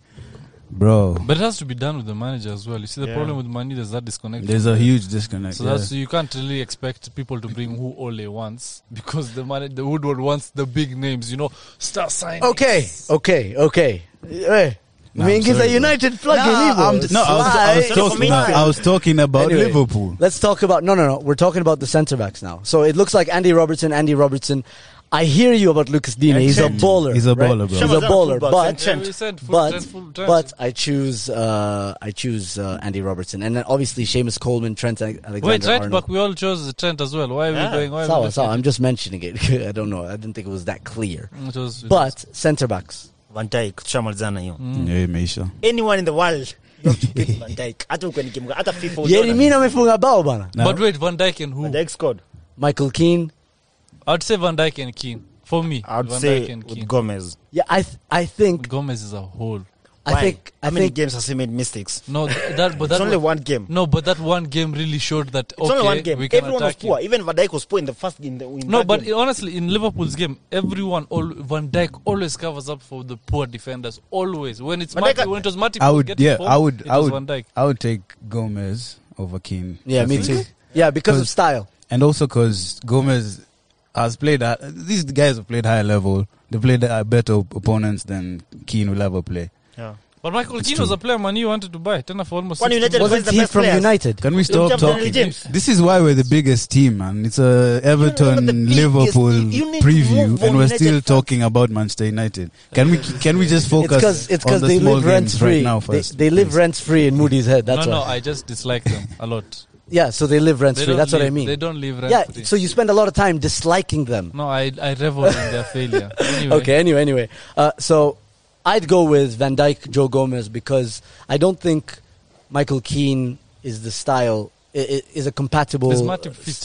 [SPEAKER 4] bro
[SPEAKER 2] But it has to be done with the manager as well. You see, the
[SPEAKER 3] Yeah.
[SPEAKER 2] problem with money there's that disconnect.
[SPEAKER 4] there's a huge disconnect
[SPEAKER 2] So
[SPEAKER 4] yeah.
[SPEAKER 2] that's you can't really expect people to bring who Ole wants *laughs* because the man the Woodward wants the big names, you know, star signing.
[SPEAKER 1] Okay, okay, okay. Eh,
[SPEAKER 4] Nah,
[SPEAKER 1] I mean,
[SPEAKER 4] I'm
[SPEAKER 1] gives a
[SPEAKER 4] sorry, bro.
[SPEAKER 1] United plug
[SPEAKER 4] Nah,
[SPEAKER 1] in
[SPEAKER 4] I'm- no, I was, I was
[SPEAKER 3] Sly.
[SPEAKER 4] talking, no, I was talking about
[SPEAKER 1] Anyway,
[SPEAKER 4] Liverpool.
[SPEAKER 1] Let's talk about no, no, no. We're talking about the centre backs now. So it looks like Andy Robertson. Andy Robertson. I hear you about Lucas Digne.
[SPEAKER 3] And
[SPEAKER 1] He's a
[SPEAKER 3] Trent.
[SPEAKER 1] baller.
[SPEAKER 4] He's a
[SPEAKER 1] right?
[SPEAKER 4] baller, bro.
[SPEAKER 1] He's a
[SPEAKER 3] Shabazz,
[SPEAKER 1] baller,
[SPEAKER 3] fullback,
[SPEAKER 1] but
[SPEAKER 3] and Trent.
[SPEAKER 2] we said full
[SPEAKER 1] but
[SPEAKER 2] Trent, full Trent.
[SPEAKER 1] but I choose uh, I choose uh, Andy Robertson, and then obviously Seamus Coleman, Trent Ale- Alexander
[SPEAKER 2] Wait, right
[SPEAKER 1] Arnold.
[SPEAKER 2] back. We all chose Trent as well. Why are
[SPEAKER 3] Yeah.
[SPEAKER 2] we going? Why are we
[SPEAKER 1] Sawa,
[SPEAKER 2] looking
[SPEAKER 1] sawa.
[SPEAKER 2] at-
[SPEAKER 1] I'm just mentioning it. *laughs* I don't know. I didn't think it was that clear.
[SPEAKER 2] Mm, It was- it was-
[SPEAKER 1] But centre backs.
[SPEAKER 3] Van Dijk, Shamal Zanayo.
[SPEAKER 4] Yeah, imeisha.
[SPEAKER 3] Anyone in the world, you have to
[SPEAKER 4] *laughs*
[SPEAKER 3] pick Van Dijk. Hata ukanikimuka, hata FIFA uliona.
[SPEAKER 1] Yerimina amefunga bao bana.
[SPEAKER 4] Now-
[SPEAKER 2] but wait, Van Dijk and
[SPEAKER 3] Van
[SPEAKER 2] who?
[SPEAKER 3] Dijk scored.
[SPEAKER 1] Michael Keane.
[SPEAKER 2] I'd say Van Dijk and Keane for me.
[SPEAKER 3] I would
[SPEAKER 2] Van
[SPEAKER 3] say
[SPEAKER 2] Dijk and
[SPEAKER 3] with
[SPEAKER 2] Keane.
[SPEAKER 3] Gomez.
[SPEAKER 1] Yeah, I th- I think
[SPEAKER 2] Gomez is a hole.
[SPEAKER 1] I think I
[SPEAKER 3] How many
[SPEAKER 1] think
[SPEAKER 3] games has he made mistakes?
[SPEAKER 2] No, th- that but
[SPEAKER 3] It's
[SPEAKER 2] that
[SPEAKER 3] only
[SPEAKER 2] wa-
[SPEAKER 3] one game.
[SPEAKER 2] No, but that one game really showed that
[SPEAKER 3] It's
[SPEAKER 2] okay,
[SPEAKER 3] only one game.
[SPEAKER 2] we can
[SPEAKER 3] Everyone was
[SPEAKER 2] attack you.
[SPEAKER 3] poor. Even Van Dijk was poor in the first in the in
[SPEAKER 2] No,
[SPEAKER 3] that
[SPEAKER 2] but
[SPEAKER 3] game.
[SPEAKER 2] honestly, in Liverpool's game, everyone, all, Van Dijk always covers up for the poor defenders. Always, when it's
[SPEAKER 3] Van Dijk-
[SPEAKER 2] Matip, when it was Matip,
[SPEAKER 4] I would,
[SPEAKER 2] getting
[SPEAKER 4] yeah,
[SPEAKER 2] form,
[SPEAKER 4] I would,
[SPEAKER 2] It
[SPEAKER 4] I
[SPEAKER 2] was
[SPEAKER 4] would,
[SPEAKER 2] Van Dijk.
[SPEAKER 4] I would take Gomez over Keane.
[SPEAKER 1] yeah,
[SPEAKER 4] I
[SPEAKER 1] me
[SPEAKER 4] think.
[SPEAKER 1] too. Yeah, because of
[SPEAKER 4] Cause-
[SPEAKER 1] style.
[SPEAKER 4] And also because Gomez has played. At, these guys have played higher level. They played uh, better op- opponents than Keane will ever play.
[SPEAKER 3] yeah.
[SPEAKER 2] But Michael
[SPEAKER 4] It's
[SPEAKER 2] Keane
[SPEAKER 4] true.
[SPEAKER 2] was a player man you wanted to buy. Tena for almost.
[SPEAKER 3] One
[SPEAKER 2] 60
[SPEAKER 3] United
[SPEAKER 2] million.
[SPEAKER 3] was-
[SPEAKER 1] Wasn't
[SPEAKER 3] the
[SPEAKER 1] he
[SPEAKER 3] best
[SPEAKER 1] from
[SPEAKER 3] players.
[SPEAKER 1] United?
[SPEAKER 4] Can we
[SPEAKER 3] Don't
[SPEAKER 4] stop
[SPEAKER 3] jump on
[SPEAKER 4] talking?
[SPEAKER 3] the James.
[SPEAKER 4] This is why we're the biggest team, and it's a Everton
[SPEAKER 3] the biggest
[SPEAKER 4] Liverpool
[SPEAKER 3] team. You need to
[SPEAKER 4] preview,
[SPEAKER 3] move
[SPEAKER 4] and
[SPEAKER 3] on,
[SPEAKER 4] we're
[SPEAKER 3] United
[SPEAKER 4] still
[SPEAKER 3] fans.
[SPEAKER 4] talking about Manchester United. Can we can we just
[SPEAKER 1] It's
[SPEAKER 4] focus
[SPEAKER 1] because it's
[SPEAKER 4] on
[SPEAKER 1] because
[SPEAKER 4] the
[SPEAKER 1] they
[SPEAKER 4] small
[SPEAKER 1] live rent
[SPEAKER 4] games
[SPEAKER 1] free.
[SPEAKER 4] right now
[SPEAKER 1] they,
[SPEAKER 4] first?
[SPEAKER 1] they live
[SPEAKER 4] please?
[SPEAKER 1] rent free in Moody's head. That's
[SPEAKER 2] no,
[SPEAKER 1] why.
[SPEAKER 2] no, I just dislike them a lot.
[SPEAKER 1] yeah, so they live rent
[SPEAKER 2] They
[SPEAKER 1] free.
[SPEAKER 2] don't
[SPEAKER 1] That's what I
[SPEAKER 2] live-
[SPEAKER 1] mean.
[SPEAKER 2] They don't live rent
[SPEAKER 1] yeah,
[SPEAKER 2] free.
[SPEAKER 1] so you spend a lot of time disliking them.
[SPEAKER 2] no, I I revel in their failure. Anyway,
[SPEAKER 1] Okay, anyway, anyway. Uh, so I'd go with Van Dyke, Joe Gomez because I don't think Michael Keane is the style i- i- is a compatible
[SPEAKER 2] is Matip fit?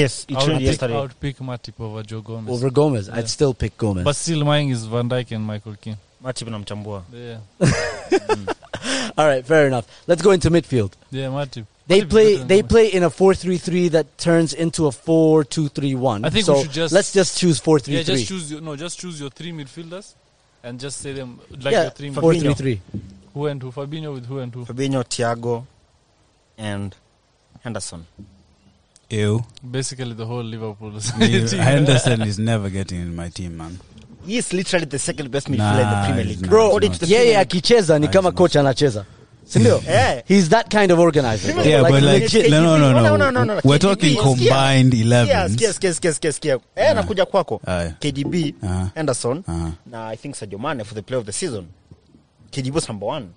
[SPEAKER 3] Yes,
[SPEAKER 2] I
[SPEAKER 3] it
[SPEAKER 2] would,
[SPEAKER 3] showed
[SPEAKER 2] pick, I
[SPEAKER 3] yesterday.
[SPEAKER 2] would pick Matip over Joe Gomez.
[SPEAKER 1] over Gomez.
[SPEAKER 2] Yeah.
[SPEAKER 1] I'd still pick Gomez.
[SPEAKER 2] but still, mine is Van Dijk and Michael Keane.
[SPEAKER 3] Matip na Mchambua.
[SPEAKER 2] Yeah,
[SPEAKER 1] All right, fair enough. Let's go into midfield.
[SPEAKER 2] yeah, Matip.
[SPEAKER 1] They
[SPEAKER 2] Matip is
[SPEAKER 1] play
[SPEAKER 2] better than
[SPEAKER 1] they
[SPEAKER 2] Gomez.
[SPEAKER 1] play in a 4-3-3 that turns into a 4-2-3-1.
[SPEAKER 2] I think
[SPEAKER 1] so
[SPEAKER 2] we should just-
[SPEAKER 1] let's just choose 4-3-3.
[SPEAKER 2] Yeah, just choose your no, just choose your three midfielders, and just say them like
[SPEAKER 1] Yeah,
[SPEAKER 2] your three
[SPEAKER 3] Fabinho.
[SPEAKER 1] 4-3-3.
[SPEAKER 2] who and who Fabinho with who and who
[SPEAKER 3] Fabinho, Thiago, and Henderson. *laughs*
[SPEAKER 4] Ew.
[SPEAKER 2] basically the whole Liverpool *laughs* team.
[SPEAKER 4] Henderson is never getting in my team, man.
[SPEAKER 3] He is literally the second best midfielder in
[SPEAKER 4] Nah,
[SPEAKER 3] the Premier
[SPEAKER 4] he's
[SPEAKER 2] *laughs*
[SPEAKER 3] League.
[SPEAKER 4] not.
[SPEAKER 1] Bro,
[SPEAKER 4] Audit
[SPEAKER 3] the
[SPEAKER 1] yeye
[SPEAKER 3] Premier League.
[SPEAKER 1] akicheza ni
[SPEAKER 4] Ah,
[SPEAKER 1] kama
[SPEAKER 4] it's
[SPEAKER 1] kocha anacheza. Si ndio?
[SPEAKER 3] *laughs* Yeah.
[SPEAKER 1] He's that kind of organizer. bro.
[SPEAKER 4] Yeah, but like,
[SPEAKER 1] legit.
[SPEAKER 4] no, no, no,
[SPEAKER 3] No,
[SPEAKER 4] no,
[SPEAKER 3] no, no, no, no.
[SPEAKER 4] We're
[SPEAKER 3] KDB,
[SPEAKER 4] talking
[SPEAKER 3] yeah.
[SPEAKER 4] combined 11s.
[SPEAKER 3] Yes, yes, yes, yes, yes. Eh, nakuja kwako.
[SPEAKER 4] Aye.
[SPEAKER 3] KDB,
[SPEAKER 4] Uh-huh.
[SPEAKER 3] Henderson,
[SPEAKER 4] Uh-huh.
[SPEAKER 3] na I think Sadio Mane for the play of the season. KDB was number one.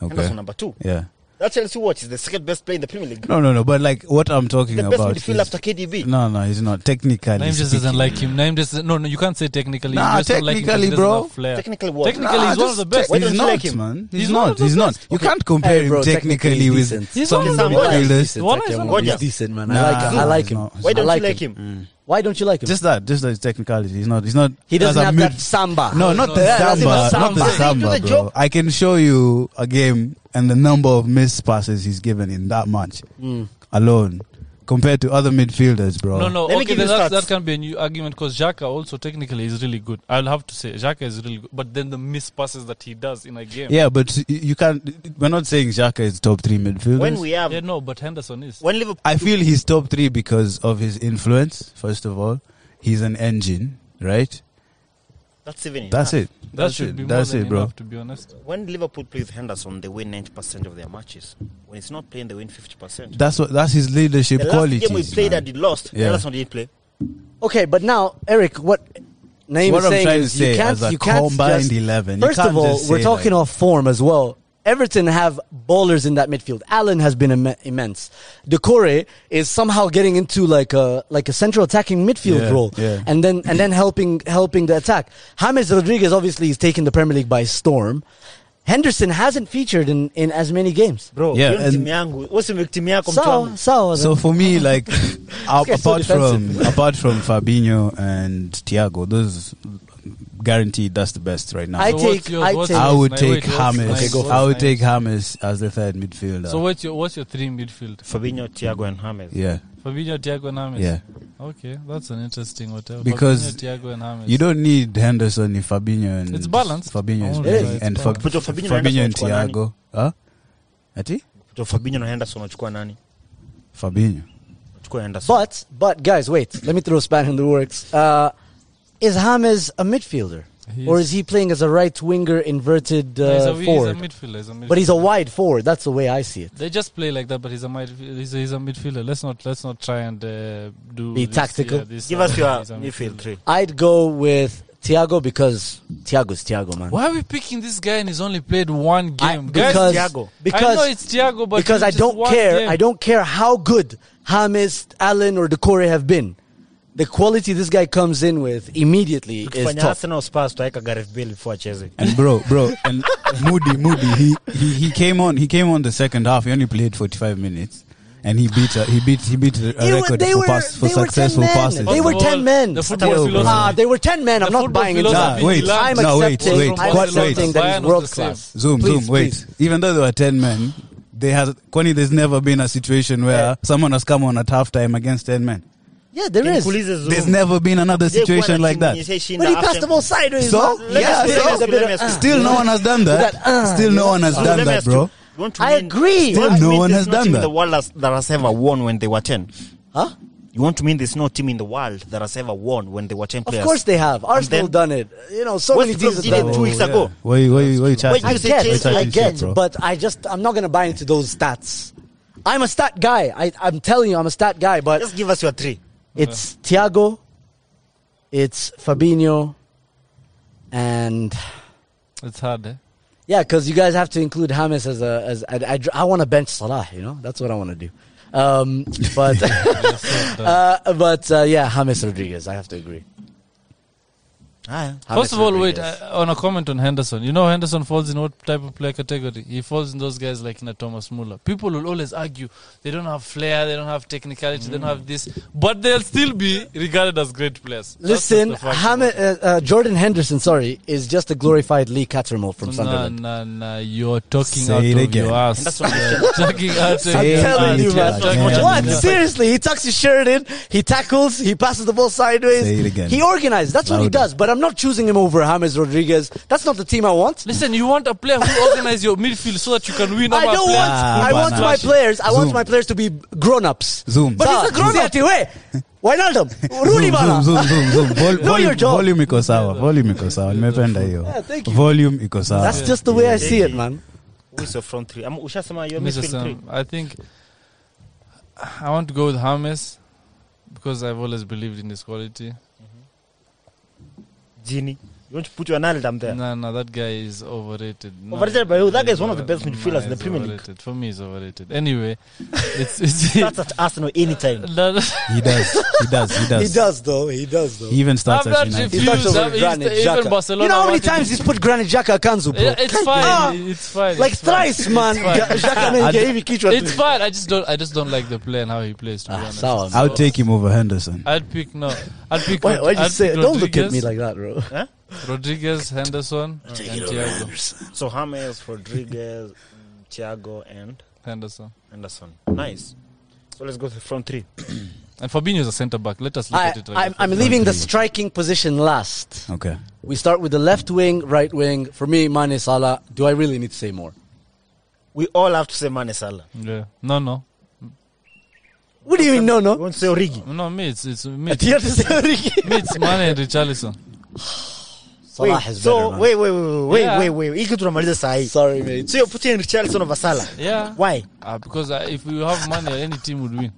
[SPEAKER 4] Okay.
[SPEAKER 3] Henderson number two.
[SPEAKER 4] Yeah.
[SPEAKER 3] That Chelsea watch is the second best player in the Premier League.
[SPEAKER 4] No, no, no. But like, what I'm talking
[SPEAKER 3] The best
[SPEAKER 4] about.
[SPEAKER 3] midfielder
[SPEAKER 4] is-
[SPEAKER 3] after KDB.
[SPEAKER 4] no, no, he's not technically.
[SPEAKER 2] Name just
[SPEAKER 4] speaking.
[SPEAKER 2] doesn't like him. Name just no, no. You can't say technically. You
[SPEAKER 4] Nah,
[SPEAKER 2] just don't like him 'cause he
[SPEAKER 4] technically,
[SPEAKER 2] doesn't
[SPEAKER 4] bro.
[SPEAKER 2] have flair.
[SPEAKER 3] Technically what? Ah,
[SPEAKER 2] Technically, he's one of the best.
[SPEAKER 3] Why
[SPEAKER 4] He's
[SPEAKER 3] don't you
[SPEAKER 4] not,
[SPEAKER 3] like him?
[SPEAKER 4] man. He's,
[SPEAKER 2] He's one
[SPEAKER 4] not.
[SPEAKER 2] of the
[SPEAKER 4] He's not.
[SPEAKER 2] best.
[SPEAKER 4] You
[SPEAKER 1] Okay.
[SPEAKER 4] can't compare
[SPEAKER 1] Hey, bro,
[SPEAKER 4] him technically,
[SPEAKER 1] technically
[SPEAKER 4] with
[SPEAKER 1] decent.
[SPEAKER 2] He's
[SPEAKER 4] some
[SPEAKER 2] one of the
[SPEAKER 4] some
[SPEAKER 2] best.
[SPEAKER 4] midfielders.
[SPEAKER 2] He's One is
[SPEAKER 1] He's
[SPEAKER 3] gorgeous.
[SPEAKER 1] decent, man.
[SPEAKER 4] Nah,
[SPEAKER 1] I like him. I like him.
[SPEAKER 4] he's not.
[SPEAKER 3] Why don't
[SPEAKER 1] I like
[SPEAKER 3] you like
[SPEAKER 1] him?
[SPEAKER 3] him?
[SPEAKER 1] Why don't you like him?
[SPEAKER 4] Just that. Just that. His technicality. He's not. He's not.
[SPEAKER 1] he doesn't
[SPEAKER 4] as a
[SPEAKER 1] have
[SPEAKER 4] mid-
[SPEAKER 1] that samba.
[SPEAKER 4] No, not the
[SPEAKER 1] Yeah, that's
[SPEAKER 4] samba.
[SPEAKER 1] even
[SPEAKER 4] Not the
[SPEAKER 1] samba.
[SPEAKER 4] samba,
[SPEAKER 3] They do the
[SPEAKER 4] bro.
[SPEAKER 3] job.
[SPEAKER 4] I can show you a game and the number of missed passes he's given in that match alone compared to other midfielders, bro.
[SPEAKER 2] No, no.
[SPEAKER 3] Let me
[SPEAKER 2] okay,
[SPEAKER 3] give you
[SPEAKER 2] then that's, that
[SPEAKER 3] stats.
[SPEAKER 2] can be a new argument because Xhaka also technically is really good. I'll have to say Xhaka is really good, but then the missed passes that he does in a game.
[SPEAKER 4] Yeah, but you- you can't. We're not saying Xhaka is top three midfielders.
[SPEAKER 3] When we have
[SPEAKER 2] Yeah, no, but Henderson is.
[SPEAKER 3] when Liverpool
[SPEAKER 4] I feel he's top three because of his influence. First of all, he's an engine, right?
[SPEAKER 3] that's even
[SPEAKER 4] That's
[SPEAKER 3] enough.
[SPEAKER 4] it.
[SPEAKER 2] That
[SPEAKER 4] That's
[SPEAKER 2] should
[SPEAKER 4] it.
[SPEAKER 2] be more
[SPEAKER 4] That's
[SPEAKER 2] than
[SPEAKER 4] it, bro.
[SPEAKER 2] enough, to be honest.
[SPEAKER 3] When Liverpool plays Henderson, they win 90% of their matches. When it's not playing, they win 50%.
[SPEAKER 4] That's what. That's his leadership
[SPEAKER 3] the last
[SPEAKER 4] qualities.
[SPEAKER 3] game we played
[SPEAKER 4] man.
[SPEAKER 3] that and lost,
[SPEAKER 4] Yeah.
[SPEAKER 3] Henderson didn't play.
[SPEAKER 1] Okay, but now Eric, what Naeem
[SPEAKER 4] What
[SPEAKER 1] is
[SPEAKER 4] I'm
[SPEAKER 1] saying
[SPEAKER 4] trying to
[SPEAKER 1] is
[SPEAKER 4] say,
[SPEAKER 1] you can't
[SPEAKER 4] as a
[SPEAKER 1] you can't
[SPEAKER 4] combined
[SPEAKER 1] just,
[SPEAKER 4] 11, you
[SPEAKER 1] First
[SPEAKER 4] can't
[SPEAKER 1] of all,
[SPEAKER 4] just
[SPEAKER 1] we're
[SPEAKER 4] say,
[SPEAKER 1] talking
[SPEAKER 4] like-
[SPEAKER 1] off form as well. Everton have ballers in that midfield. Allen has been Im- immense. Decore is somehow getting into like a like a central attacking midfield
[SPEAKER 4] Yeah,
[SPEAKER 1] role,
[SPEAKER 4] yeah.
[SPEAKER 1] and then and then helping helping the attack. James Rodriguez obviously is taking the Premier League by storm. Henderson hasn't featured in, in as many games.
[SPEAKER 3] Bro,
[SPEAKER 4] Yeah,
[SPEAKER 3] hiyo ni
[SPEAKER 4] and-
[SPEAKER 3] timu yangu. Wewe si timu yako mtu
[SPEAKER 1] Sawa,
[SPEAKER 3] wangu.
[SPEAKER 1] sawa.
[SPEAKER 4] So
[SPEAKER 3] *laughs*
[SPEAKER 4] for me, like a-
[SPEAKER 1] guy's so
[SPEAKER 4] apart from apart from Fabinho and Thiago, those guaranteed that's the best right now.
[SPEAKER 1] I
[SPEAKER 4] I,
[SPEAKER 2] So
[SPEAKER 1] take-
[SPEAKER 2] what's yours?
[SPEAKER 1] I
[SPEAKER 2] What's
[SPEAKER 1] take-
[SPEAKER 2] yours?
[SPEAKER 4] would
[SPEAKER 2] Wait,
[SPEAKER 4] take
[SPEAKER 2] what's mine?
[SPEAKER 4] James.
[SPEAKER 1] Okay, go
[SPEAKER 4] I
[SPEAKER 2] What's
[SPEAKER 4] would
[SPEAKER 2] mine?
[SPEAKER 4] take James as the third midfielder.
[SPEAKER 2] So what's your what's your three midfield?
[SPEAKER 3] Fabinho, Thiago and James.
[SPEAKER 4] yeah,
[SPEAKER 2] Fabinho, Thiago, and James.
[SPEAKER 4] yeah.
[SPEAKER 2] Okay, that's an interesting hotel.
[SPEAKER 4] Because
[SPEAKER 2] Fabinho, Thiago, and James.
[SPEAKER 4] You don't need Henderson if Fabinho and
[SPEAKER 2] It's balanced.
[SPEAKER 4] Fabinho is
[SPEAKER 2] Alright,
[SPEAKER 4] playing
[SPEAKER 2] it's
[SPEAKER 4] and Fab-
[SPEAKER 3] balanced. But your Fabinho and
[SPEAKER 4] Fabinho and
[SPEAKER 3] Henderson wanakuwa
[SPEAKER 4] Thiago. Huh? Ati?
[SPEAKER 3] So Fabinho na Henderson wachukua nani?
[SPEAKER 4] Fabinho.
[SPEAKER 3] Wachukua Henderson.
[SPEAKER 1] But but guys, wait. Let me throw a span in the works. Uh, is James a midfielder,
[SPEAKER 2] He
[SPEAKER 1] or
[SPEAKER 2] is.
[SPEAKER 1] is he playing as a right winger inverted
[SPEAKER 2] No,
[SPEAKER 1] uh,
[SPEAKER 2] he's, a, he's a
[SPEAKER 1] forward?
[SPEAKER 2] midfielder. He's a midfielder.
[SPEAKER 1] but he's a wide forward. That's the way I see it.
[SPEAKER 2] They just play like that, but he's a midfielder. He's a, he's a midfielder. Let's not let's not try and uh, do
[SPEAKER 1] Be
[SPEAKER 2] this,
[SPEAKER 1] tactical.
[SPEAKER 2] yeah, this,
[SPEAKER 3] Give
[SPEAKER 2] uh,
[SPEAKER 3] us your
[SPEAKER 2] he's a
[SPEAKER 3] midfield three.
[SPEAKER 1] I'd go with Thiago because Thiago's Thiago, man.
[SPEAKER 2] Why are we picking this guy and he's only played one game?
[SPEAKER 1] I,
[SPEAKER 2] Guys,
[SPEAKER 1] because
[SPEAKER 3] Thiago.
[SPEAKER 1] because
[SPEAKER 2] I know it's Thiago, but
[SPEAKER 1] because
[SPEAKER 2] it's
[SPEAKER 1] I
[SPEAKER 2] just
[SPEAKER 1] don't
[SPEAKER 2] one
[SPEAKER 1] care.
[SPEAKER 2] game.
[SPEAKER 1] I don't care how good James, Allen, or Decore have been. The quality this guy comes in with immediately is
[SPEAKER 3] Tukifanya
[SPEAKER 1] top.
[SPEAKER 3] Arsenal Spurs tutaweka Gareth Bale before acheze.
[SPEAKER 4] And bro, bro, and Moody, Moody, he, he he came on. He came on the second half. He only played forty five minutes, and he beat a, he beat he beat a
[SPEAKER 1] They were-
[SPEAKER 4] record
[SPEAKER 1] they
[SPEAKER 4] for,
[SPEAKER 1] were-
[SPEAKER 4] pass, for
[SPEAKER 1] they were 10
[SPEAKER 4] successful
[SPEAKER 1] men.
[SPEAKER 4] passes.
[SPEAKER 1] They were
[SPEAKER 2] Football-
[SPEAKER 1] 10 men.
[SPEAKER 2] The football
[SPEAKER 4] Still, bro.
[SPEAKER 1] Ah,
[SPEAKER 2] philosophy.
[SPEAKER 1] they were 10 men. I'm
[SPEAKER 2] The
[SPEAKER 1] not
[SPEAKER 2] football
[SPEAKER 1] buying into that.
[SPEAKER 4] philosophy Nah, wait. is
[SPEAKER 1] I'm
[SPEAKER 4] No, wait,
[SPEAKER 1] accepting,
[SPEAKER 4] wait,
[SPEAKER 1] I'm
[SPEAKER 4] what-
[SPEAKER 1] accepting
[SPEAKER 4] wait.
[SPEAKER 1] that he's
[SPEAKER 2] Bayern was
[SPEAKER 1] world
[SPEAKER 2] the same.
[SPEAKER 1] class.
[SPEAKER 4] Zoom,
[SPEAKER 1] Please,
[SPEAKER 4] zoom, wait.
[SPEAKER 1] please.
[SPEAKER 4] Even though there were 10 men, they has, Kwani, there's never been a situation where someone has come on a tough time against 10 men.
[SPEAKER 1] Yeah, there is. But
[SPEAKER 3] Nikuulize Zoom.
[SPEAKER 4] There's never been another
[SPEAKER 3] Je, kuwa
[SPEAKER 4] situation
[SPEAKER 3] na
[SPEAKER 4] like
[SPEAKER 3] timu
[SPEAKER 4] that.
[SPEAKER 3] yenye
[SPEAKER 1] he
[SPEAKER 3] ishaishinda
[SPEAKER 1] passed
[SPEAKER 3] Afcon.
[SPEAKER 1] the ball sideways.
[SPEAKER 4] So?
[SPEAKER 1] man.
[SPEAKER 3] Let
[SPEAKER 1] yeah,
[SPEAKER 3] me- let me-
[SPEAKER 1] so-
[SPEAKER 3] let me- let me ask
[SPEAKER 4] Still, no one has done that.
[SPEAKER 1] That, uh,
[SPEAKER 4] Still, no one has
[SPEAKER 3] So
[SPEAKER 4] done
[SPEAKER 3] Oh, let me
[SPEAKER 4] that,
[SPEAKER 3] ask you,
[SPEAKER 4] bro.
[SPEAKER 3] you want to
[SPEAKER 1] I
[SPEAKER 3] win-
[SPEAKER 1] agree.
[SPEAKER 3] You want
[SPEAKER 4] Still
[SPEAKER 3] to
[SPEAKER 4] no
[SPEAKER 3] mean
[SPEAKER 4] one
[SPEAKER 3] there's
[SPEAKER 4] has done
[SPEAKER 3] team
[SPEAKER 4] that.
[SPEAKER 3] In the world has- that has ever won when they were ten.
[SPEAKER 1] Huh?
[SPEAKER 3] You want to mean there's no team in the world that has ever won when they were ten
[SPEAKER 1] Of
[SPEAKER 3] players?
[SPEAKER 1] course they have. Arsenal
[SPEAKER 3] then-
[SPEAKER 1] done it. You know, so
[SPEAKER 3] West
[SPEAKER 1] many
[SPEAKER 3] Brom
[SPEAKER 1] teams have
[SPEAKER 3] did it
[SPEAKER 1] done it.
[SPEAKER 3] two weeks
[SPEAKER 4] yeah.
[SPEAKER 3] ago.
[SPEAKER 4] Why, why, why you
[SPEAKER 3] Why
[SPEAKER 4] chatting?
[SPEAKER 3] do
[SPEAKER 1] I
[SPEAKER 3] you say
[SPEAKER 1] get,
[SPEAKER 3] Chelsea?
[SPEAKER 1] I
[SPEAKER 4] Chelsea,
[SPEAKER 1] get,
[SPEAKER 4] bro.
[SPEAKER 1] but I just I'm not gonna buy into those stats. I'm a stat guy. I, I'm telling you, I'm a stat guy. But
[SPEAKER 3] Just give us your three.
[SPEAKER 1] it's Thiago, it's Fabinho, and
[SPEAKER 2] It's hard, eh?
[SPEAKER 1] yeah, because you guys have to include Hamas as a as I, I, want to bench Salah. You know, that's what I want to do. Um, but *laughs* uh, but uh, yeah, Hamas Rodriguez. I have to agree.
[SPEAKER 3] Ah,
[SPEAKER 1] James
[SPEAKER 2] First of all, wait,
[SPEAKER 1] Rodriguez.
[SPEAKER 2] uh, on a comment on Henderson. You know, Henderson falls in what type of player category? He falls in those guys like in a Thomas Muller. People will always argue they don't have flair, they don't have technicality, they don't have this, but they'll still be regarded as great players. That's just
[SPEAKER 1] Listen,
[SPEAKER 2] the fact
[SPEAKER 1] Ham- uh,
[SPEAKER 2] about it.
[SPEAKER 1] uh, Jordan Henderson, sorry, is just a glorified Lee Cattermole from
[SPEAKER 2] Nah,
[SPEAKER 1] Sunderland.
[SPEAKER 2] nah, nah, you're talking
[SPEAKER 4] Say
[SPEAKER 2] out
[SPEAKER 4] it
[SPEAKER 2] of
[SPEAKER 4] again.
[SPEAKER 2] your ass. *laughs* You're talking out of
[SPEAKER 4] Say
[SPEAKER 2] your
[SPEAKER 4] it
[SPEAKER 1] Telling you,
[SPEAKER 4] Yeah,
[SPEAKER 1] man.
[SPEAKER 4] yeah,
[SPEAKER 2] Talking
[SPEAKER 4] yeah.
[SPEAKER 2] out
[SPEAKER 1] What?
[SPEAKER 2] of your-
[SPEAKER 1] Seriously, he tucks his shirt in, he tackles, he passes the ball sideways.
[SPEAKER 4] Say it again.
[SPEAKER 1] He organizes. That's what he
[SPEAKER 4] Louder.
[SPEAKER 1] does. But I'm not choosing him over James Rodriguez. That's not the team I want.
[SPEAKER 2] Listen, you want a player who organize your midfield so that you can win.
[SPEAKER 1] I
[SPEAKER 2] over a
[SPEAKER 1] don't
[SPEAKER 2] player
[SPEAKER 1] want.
[SPEAKER 4] Ah,
[SPEAKER 1] I want
[SPEAKER 4] bana.
[SPEAKER 1] my players. I want
[SPEAKER 4] Zoom.
[SPEAKER 1] my players to be grown-ups.
[SPEAKER 4] Zoom.
[SPEAKER 1] But
[SPEAKER 4] Sawa.
[SPEAKER 1] he's a grown-up.
[SPEAKER 4] *laughs*
[SPEAKER 1] Ziatiwe, Wijnaldum, Rooney
[SPEAKER 4] zoom,
[SPEAKER 1] bana.
[SPEAKER 4] zoom, zoom, zoom. Vol-
[SPEAKER 1] Know your
[SPEAKER 4] volume,
[SPEAKER 1] job.
[SPEAKER 4] volume iko sawa. Volume iko sawa. Nimependa hiyo.
[SPEAKER 1] Yeah, thank you.
[SPEAKER 4] Volume iko sawa.
[SPEAKER 1] That's just the way I see it, man.
[SPEAKER 3] who is your front three? Am- Ushasema your
[SPEAKER 2] Mr.
[SPEAKER 3] midfield three.
[SPEAKER 2] Sam, um, I think I want to go with James because I've always believed in his quality.
[SPEAKER 3] Genie. You want to put your Naldam *laughs* there?
[SPEAKER 2] No, no, that guy is overrated. No,
[SPEAKER 3] Overrated by who? That guy is
[SPEAKER 2] he's
[SPEAKER 3] one of the best
[SPEAKER 2] over-
[SPEAKER 3] midfielders in the
[SPEAKER 2] he's
[SPEAKER 3] Premier League.
[SPEAKER 2] overrated. For me, he's
[SPEAKER 1] *laughs*
[SPEAKER 2] overrated. Anyway, it's it's.
[SPEAKER 3] Starts at Arsenal
[SPEAKER 2] *laughs*
[SPEAKER 3] anytime.
[SPEAKER 2] that-
[SPEAKER 4] He does. He does. He
[SPEAKER 1] *laughs* He
[SPEAKER 4] does.
[SPEAKER 1] does though. He does though.
[SPEAKER 4] He even starts
[SPEAKER 2] I'm
[SPEAKER 4] at
[SPEAKER 2] not
[SPEAKER 4] United.
[SPEAKER 1] He
[SPEAKER 2] Views,
[SPEAKER 1] talks over
[SPEAKER 2] um, he's
[SPEAKER 1] Granit
[SPEAKER 2] the- even
[SPEAKER 1] Xhaka.
[SPEAKER 2] Barcelona
[SPEAKER 1] You know how many
[SPEAKER 2] wanted
[SPEAKER 1] times
[SPEAKER 2] him. *laughs*
[SPEAKER 1] he's put Granit Xhaka Kanzu, bro?
[SPEAKER 2] it's
[SPEAKER 1] Ah,
[SPEAKER 2] fine. It's fine.
[SPEAKER 1] like
[SPEAKER 2] it's fine.
[SPEAKER 1] thrice, man.
[SPEAKER 2] It's fine.
[SPEAKER 1] Xhaka
[SPEAKER 4] *laughs*
[SPEAKER 1] anaingia hivi kichwa tu.
[SPEAKER 2] It's fine. I just don't. I just don't like the play and how he plays. To be
[SPEAKER 1] Ah,
[SPEAKER 2] honest.
[SPEAKER 1] sawa.
[SPEAKER 4] I'll take him over Henderson.
[SPEAKER 2] I'd pick no. I'd pick.
[SPEAKER 1] Why, why'd you
[SPEAKER 2] I'd
[SPEAKER 1] say?
[SPEAKER 2] pick
[SPEAKER 1] Don't look at me
[SPEAKER 2] Rodriguez,
[SPEAKER 1] like that, bro.
[SPEAKER 2] Rodriguez, Henderson, and Thiago.
[SPEAKER 3] So James, Rodriguez, Thiago, and
[SPEAKER 2] Henderson.
[SPEAKER 3] Anderson. Nice. So let's go to the front three.
[SPEAKER 2] And Fabinho is a centre back. Let us look
[SPEAKER 1] I,
[SPEAKER 2] at it. Right
[SPEAKER 1] I'm,
[SPEAKER 2] now.
[SPEAKER 1] I'm leaving the striking position last.
[SPEAKER 4] Okay.
[SPEAKER 1] We start with the left wing, right wing. For me, Mane Salah. Do I really need to say more?
[SPEAKER 3] We all have to say Mane Salah.
[SPEAKER 2] yeah. No, no,
[SPEAKER 1] What do you mean? No,
[SPEAKER 3] You
[SPEAKER 2] *laughs*
[SPEAKER 1] no.
[SPEAKER 3] want to say Origi?
[SPEAKER 2] no. Me, it's it's me.
[SPEAKER 1] Do you have to say *laughs* Origi?
[SPEAKER 2] me, it's Mane and
[SPEAKER 3] *laughs*
[SPEAKER 2] Richarlison.
[SPEAKER 1] Salah
[SPEAKER 3] Wait,
[SPEAKER 1] is
[SPEAKER 3] so
[SPEAKER 1] better. man.
[SPEAKER 3] wait, wait, wait, wait,
[SPEAKER 2] Yeah.
[SPEAKER 3] wait, wait, wait. Hii kitu tunamaliza saa hii.
[SPEAKER 1] Sorry, mate.
[SPEAKER 3] So you're putting Richarlison over Salah.
[SPEAKER 2] Yeah.
[SPEAKER 3] Why?
[SPEAKER 2] Ah, because uh, if we have money, any team would win.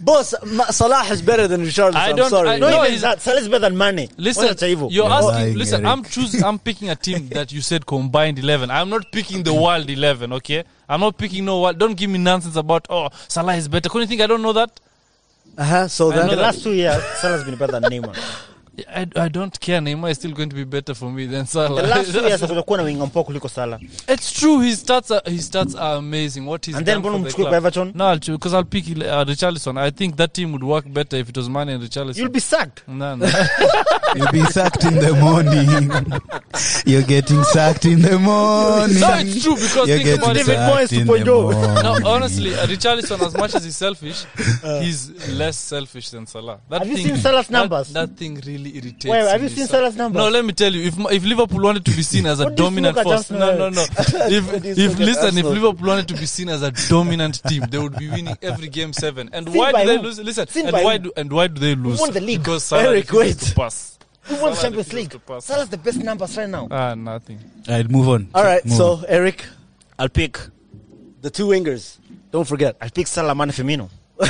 [SPEAKER 1] Boss, Ma- Salah is better than Richard.
[SPEAKER 2] I
[SPEAKER 1] I'm
[SPEAKER 2] don't-
[SPEAKER 1] sorry.
[SPEAKER 2] I
[SPEAKER 3] No,
[SPEAKER 2] No,
[SPEAKER 3] even
[SPEAKER 2] he's-
[SPEAKER 3] that. Salah is better than Mane. Wacha
[SPEAKER 2] Listen,
[SPEAKER 3] cha hivyo.
[SPEAKER 2] you're
[SPEAKER 4] You're
[SPEAKER 2] asking.
[SPEAKER 4] lying,
[SPEAKER 2] listen,
[SPEAKER 4] Eric.
[SPEAKER 2] I'm choosing. I'm picking a team that you said combined eleven. I'm not picking the world eleven. Okay, I'm not picking no world. Don't give me nonsense about oh Salah is better. Couldn't you think I don't know that?
[SPEAKER 1] Uh-huh, so
[SPEAKER 2] I
[SPEAKER 1] then,
[SPEAKER 2] know
[SPEAKER 3] The
[SPEAKER 2] that.
[SPEAKER 3] last two years, Salah's been better than
[SPEAKER 2] *laughs*
[SPEAKER 3] Neymar.
[SPEAKER 2] I, I don't care. Neymar is still going to be better for me than Salah.
[SPEAKER 3] The last two
[SPEAKER 2] *laughs*
[SPEAKER 3] years hakujakuwa na winga mpoa kuliko Salah.
[SPEAKER 2] It's true. His stats are his stats are amazing. What he's
[SPEAKER 3] And then
[SPEAKER 2] done
[SPEAKER 3] mbona
[SPEAKER 2] for the
[SPEAKER 3] umchukue kwa
[SPEAKER 2] club.
[SPEAKER 3] Everton?
[SPEAKER 2] No, I'll because I'll pick uh, Richarlison. I think that team would work better if it was Mane and Richarlison.
[SPEAKER 3] You'll be sacked.
[SPEAKER 2] no, no.
[SPEAKER 4] You'll be sacked in the morning. You're getting sacked in the morning.
[SPEAKER 2] No, it's true, because
[SPEAKER 4] You're
[SPEAKER 2] think
[SPEAKER 4] getting
[SPEAKER 2] about it.
[SPEAKER 4] sacked
[SPEAKER 3] David Moyes
[SPEAKER 4] in the
[SPEAKER 3] 2.0.
[SPEAKER 4] morning.
[SPEAKER 2] no, honestly, uh, Richarlison, as much as he's selfish, he's less selfish than Salah. That
[SPEAKER 3] Have you
[SPEAKER 2] thing,
[SPEAKER 3] seen Salah's
[SPEAKER 2] that-
[SPEAKER 3] numbers?
[SPEAKER 2] That, thing really irritates
[SPEAKER 3] Wait, have you
[SPEAKER 2] me,
[SPEAKER 3] seen
[SPEAKER 2] Salah.
[SPEAKER 3] Salah's numbers?
[SPEAKER 2] No, let me tell you. If if Liverpool wanted to be seen as a
[SPEAKER 3] What do you
[SPEAKER 2] dominant
[SPEAKER 3] smoke at
[SPEAKER 2] force, no,
[SPEAKER 3] Arsenal? *laughs*
[SPEAKER 2] no, no. If
[SPEAKER 1] do you
[SPEAKER 2] if
[SPEAKER 1] smoke at
[SPEAKER 2] listen, if
[SPEAKER 1] Arsenal?
[SPEAKER 2] Liverpool wanted to be seen as a dominant team, they would be winning every game seven. And
[SPEAKER 3] Seen
[SPEAKER 2] why
[SPEAKER 3] by
[SPEAKER 2] do they
[SPEAKER 3] who?
[SPEAKER 2] lose? Listen,
[SPEAKER 3] Seen
[SPEAKER 2] and
[SPEAKER 3] by
[SPEAKER 2] why
[SPEAKER 3] who?
[SPEAKER 2] do and why do they lose?
[SPEAKER 3] won the league?
[SPEAKER 2] Because Salah
[SPEAKER 1] Eric,
[SPEAKER 2] refuses
[SPEAKER 1] wait.
[SPEAKER 2] to pass.
[SPEAKER 3] Who won the
[SPEAKER 2] Salah
[SPEAKER 3] Champions
[SPEAKER 2] refuses to
[SPEAKER 3] League?
[SPEAKER 2] pass.
[SPEAKER 3] Salah's the best numbers right now.
[SPEAKER 2] Ah, nothing.
[SPEAKER 4] Alright, move on.
[SPEAKER 1] all right.
[SPEAKER 4] Move
[SPEAKER 1] So Eric,
[SPEAKER 3] I'll pick.
[SPEAKER 1] the two wingers. Don't forget.
[SPEAKER 3] I'll pick Salah, Mane, Firmino.
[SPEAKER 4] on.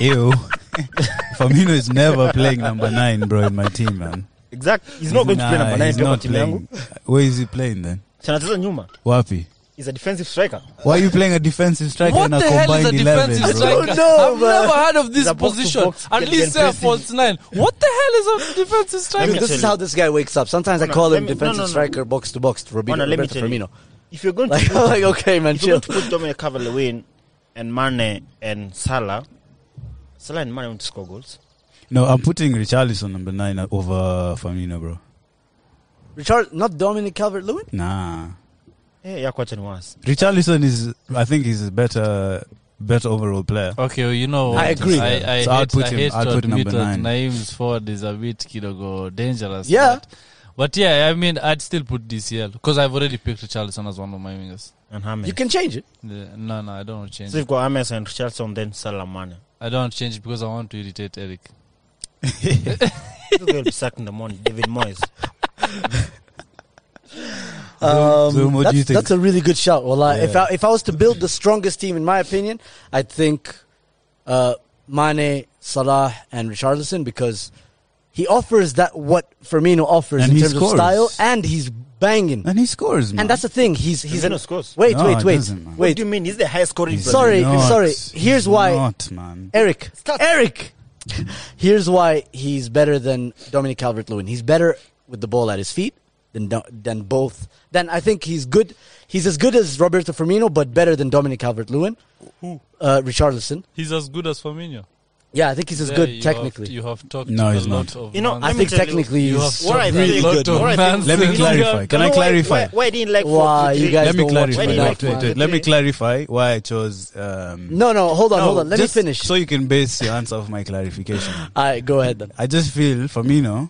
[SPEAKER 4] ew. *laughs* Firmino is never playing number nine, bro, in my team, man.
[SPEAKER 3] Exact. He's not going to play
[SPEAKER 4] Nah,
[SPEAKER 3] number 9
[SPEAKER 4] he's
[SPEAKER 3] pia kwa
[SPEAKER 4] not
[SPEAKER 3] timu yangu.
[SPEAKER 4] playing. Where is he playing then?
[SPEAKER 3] Si anacheza nyuma.
[SPEAKER 4] Wapi?
[SPEAKER 3] He's a defensive striker.
[SPEAKER 4] Why are you playing a defensive striker
[SPEAKER 2] What
[SPEAKER 4] and a
[SPEAKER 2] the hell is
[SPEAKER 4] combined
[SPEAKER 2] a
[SPEAKER 4] 11,
[SPEAKER 2] defensive
[SPEAKER 4] bro?
[SPEAKER 1] I
[SPEAKER 2] striker?
[SPEAKER 1] don't know,
[SPEAKER 2] I've
[SPEAKER 1] man.
[SPEAKER 2] never heard of
[SPEAKER 3] He's
[SPEAKER 2] this
[SPEAKER 3] a box to
[SPEAKER 2] position.
[SPEAKER 3] box,
[SPEAKER 2] At
[SPEAKER 3] get
[SPEAKER 2] least say a
[SPEAKER 3] aggressive.
[SPEAKER 2] false nine. What the hell is a defensive striker?
[SPEAKER 1] Dude,
[SPEAKER 3] me
[SPEAKER 1] this
[SPEAKER 3] tell
[SPEAKER 1] is
[SPEAKER 3] you.
[SPEAKER 1] how this guy wakes up. Sometimes I
[SPEAKER 3] Hold on,
[SPEAKER 1] call
[SPEAKER 3] let
[SPEAKER 1] him
[SPEAKER 3] me- no,
[SPEAKER 1] defensive
[SPEAKER 3] no, no.
[SPEAKER 1] striker, box to box, Roberto,
[SPEAKER 3] Hold on, let me
[SPEAKER 1] Roberto
[SPEAKER 3] tell you.
[SPEAKER 1] Firmino. *laughs*
[SPEAKER 3] If you're going to
[SPEAKER 1] Like, I'm like, okay, man,
[SPEAKER 3] if you're
[SPEAKER 1] chill.
[SPEAKER 3] going to put Dominic Calvert-Lewin and Mane and Salah. Salah and Mane want to score goals.
[SPEAKER 4] No, I'm putting Richarlison number nine over Firmino, bro.
[SPEAKER 1] Richard, not Dominic Calvert Lewin.
[SPEAKER 4] Nah,
[SPEAKER 3] Eh, yeah, quite worse.
[SPEAKER 4] Richarlison is. I think he's a better, better overall player.
[SPEAKER 2] Okay, well, you know,
[SPEAKER 1] I
[SPEAKER 2] what?
[SPEAKER 1] agree.
[SPEAKER 2] I, I
[SPEAKER 4] So I'll
[SPEAKER 2] hate,
[SPEAKER 4] put
[SPEAKER 2] I
[SPEAKER 4] him-
[SPEAKER 2] hate
[SPEAKER 4] I'll
[SPEAKER 2] to
[SPEAKER 4] put
[SPEAKER 2] admit
[SPEAKER 4] number
[SPEAKER 2] that
[SPEAKER 4] nine.
[SPEAKER 2] Naim's forward is a bit kidogo dangerous.
[SPEAKER 1] Yeah.
[SPEAKER 2] But, but yeah, I mean, I'd still put DCL because I've already picked Richarlison as one of my wingers.
[SPEAKER 3] And James.
[SPEAKER 1] You can change it.
[SPEAKER 2] Yeah, no, no, I don't want to change.
[SPEAKER 3] so
[SPEAKER 2] it.
[SPEAKER 3] you've got James and Richardson, then Salah Mane.
[SPEAKER 2] I don't want to change it because I want to irritate Eric.
[SPEAKER 3] They'll be sacked in the morning. David Moyes.
[SPEAKER 1] Um,
[SPEAKER 4] Zoom, what do
[SPEAKER 1] that's,
[SPEAKER 4] you think?
[SPEAKER 1] that's a really good shout. Well, if
[SPEAKER 4] Yeah.
[SPEAKER 1] I if I was to build the strongest team, in my opinion, I think uh, Mane, Salah, and Richarlison because he offers that what Firmino offers
[SPEAKER 4] And
[SPEAKER 1] in
[SPEAKER 4] he
[SPEAKER 1] terms
[SPEAKER 4] scores.
[SPEAKER 1] of style, and he's banging.
[SPEAKER 4] And he scores, man.
[SPEAKER 1] And that's the thing. He's he's
[SPEAKER 3] Firmino scores.
[SPEAKER 1] Wait,
[SPEAKER 4] No,
[SPEAKER 1] wait,
[SPEAKER 4] it
[SPEAKER 1] wait,
[SPEAKER 4] doesn't, man.
[SPEAKER 3] What
[SPEAKER 1] wait.
[SPEAKER 3] do you mean? He's the highest scoring
[SPEAKER 4] He's
[SPEAKER 3] player.
[SPEAKER 1] Sorry,
[SPEAKER 4] not.
[SPEAKER 1] sorry. Here's
[SPEAKER 4] He's
[SPEAKER 1] why-
[SPEAKER 4] Not, man.
[SPEAKER 1] Eric,
[SPEAKER 3] Stop.
[SPEAKER 1] Eric. Here's why he's better than Dominic Calvert-Lewin. He's better with the ball at his feet than Do- than both. Then I think he's good. He's as good as Roberto Firmino, but better than Dominic Calvert-Lewin.
[SPEAKER 2] Who?
[SPEAKER 1] Uh, Richarlison.
[SPEAKER 2] He's as good as Firmino.
[SPEAKER 1] Yeah, I think he's as
[SPEAKER 2] There
[SPEAKER 1] good
[SPEAKER 2] you
[SPEAKER 1] technically.
[SPEAKER 2] Have, you have talked
[SPEAKER 4] No,
[SPEAKER 2] a
[SPEAKER 4] he's
[SPEAKER 2] lot
[SPEAKER 4] not.
[SPEAKER 2] of
[SPEAKER 3] You know,
[SPEAKER 2] nonsense.
[SPEAKER 1] I
[SPEAKER 3] Let me
[SPEAKER 1] think
[SPEAKER 3] tell you,
[SPEAKER 1] technically
[SPEAKER 2] you have
[SPEAKER 1] he's
[SPEAKER 2] talked
[SPEAKER 3] What I
[SPEAKER 2] a
[SPEAKER 3] think-
[SPEAKER 2] lot of
[SPEAKER 3] what I think-
[SPEAKER 2] nonsense.
[SPEAKER 4] Let me
[SPEAKER 2] You
[SPEAKER 4] clarify.
[SPEAKER 2] have-
[SPEAKER 4] Can I
[SPEAKER 3] No, why-
[SPEAKER 4] clarify?
[SPEAKER 3] Why, why I didn't like
[SPEAKER 1] Why you guys
[SPEAKER 3] 4-3-3?
[SPEAKER 4] Let me
[SPEAKER 1] don't watch
[SPEAKER 4] clarify.
[SPEAKER 3] Wait,
[SPEAKER 4] No,
[SPEAKER 3] wait,
[SPEAKER 4] wait,
[SPEAKER 3] wait.
[SPEAKER 4] wait. Let me clarify why I chose. Um,
[SPEAKER 1] No, no, hold on,
[SPEAKER 4] No,
[SPEAKER 1] hold on. Let
[SPEAKER 4] just
[SPEAKER 1] me finish.
[SPEAKER 4] So you can base your answer off my
[SPEAKER 1] *laughs*
[SPEAKER 4] clarification.
[SPEAKER 1] All right, go ahead then.
[SPEAKER 4] I just feel Firmino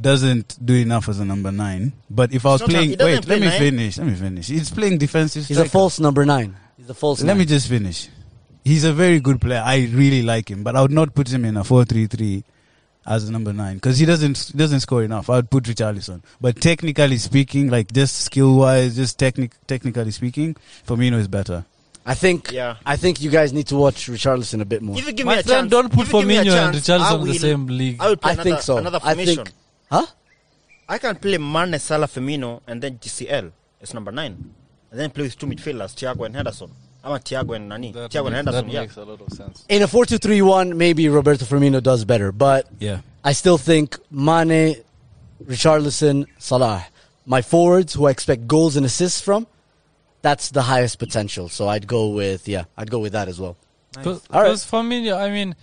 [SPEAKER 4] doesn't do enough as a number nine. But if I
[SPEAKER 3] It's
[SPEAKER 4] was
[SPEAKER 3] not a-
[SPEAKER 4] playing,
[SPEAKER 3] he doesn't
[SPEAKER 4] wait,
[SPEAKER 3] play
[SPEAKER 4] let me
[SPEAKER 3] nine.
[SPEAKER 4] finish. Let me finish. He's playing defensive.
[SPEAKER 1] He's a
[SPEAKER 4] striker.
[SPEAKER 1] false number nine. He's a false.
[SPEAKER 4] Let me
[SPEAKER 1] nine.
[SPEAKER 4] just finish. He's a very good player. I really like him, but I would not put him in a four-three-three as a number nine because he doesn't he doesn't score enough. I would put Richarlison, but technically speaking, like just skill-wise, just technic technically speaking, Firmino is better.
[SPEAKER 1] I think.
[SPEAKER 3] Yeah.
[SPEAKER 1] I think you guys need to watch Richarlison a bit more.
[SPEAKER 3] If you give me
[SPEAKER 2] My
[SPEAKER 3] a
[SPEAKER 2] friend,
[SPEAKER 3] chance,
[SPEAKER 2] don't put
[SPEAKER 3] if you give me a
[SPEAKER 2] Firmino and
[SPEAKER 3] chance, I
[SPEAKER 2] Richarlison in the
[SPEAKER 3] will-
[SPEAKER 2] same league.
[SPEAKER 3] I, will play
[SPEAKER 1] I
[SPEAKER 3] another,
[SPEAKER 1] think so.
[SPEAKER 3] Another
[SPEAKER 1] I
[SPEAKER 3] formation.
[SPEAKER 1] think. Huh?
[SPEAKER 3] I can play Mane, Salah, Firmino, and then GCL as number nine, and then play with two midfielders, Thiago and Henderson. I'm a Thiago and Nani.
[SPEAKER 2] That
[SPEAKER 3] Thiago and
[SPEAKER 2] makes-
[SPEAKER 3] Henderson.
[SPEAKER 2] that
[SPEAKER 3] Yeah.
[SPEAKER 2] makes a lot of sense.
[SPEAKER 1] In a 4 2 3 1, maybe Roberto Firmino does better, but
[SPEAKER 4] Yeah.
[SPEAKER 1] I still think Mane, Richarlison, Salah, my forwards who I expect goals and assists from, that's the highest potential. So I'd go with, yeah, I'd go with that as well.
[SPEAKER 2] Because
[SPEAKER 1] All right.
[SPEAKER 2] Firmino, I mean,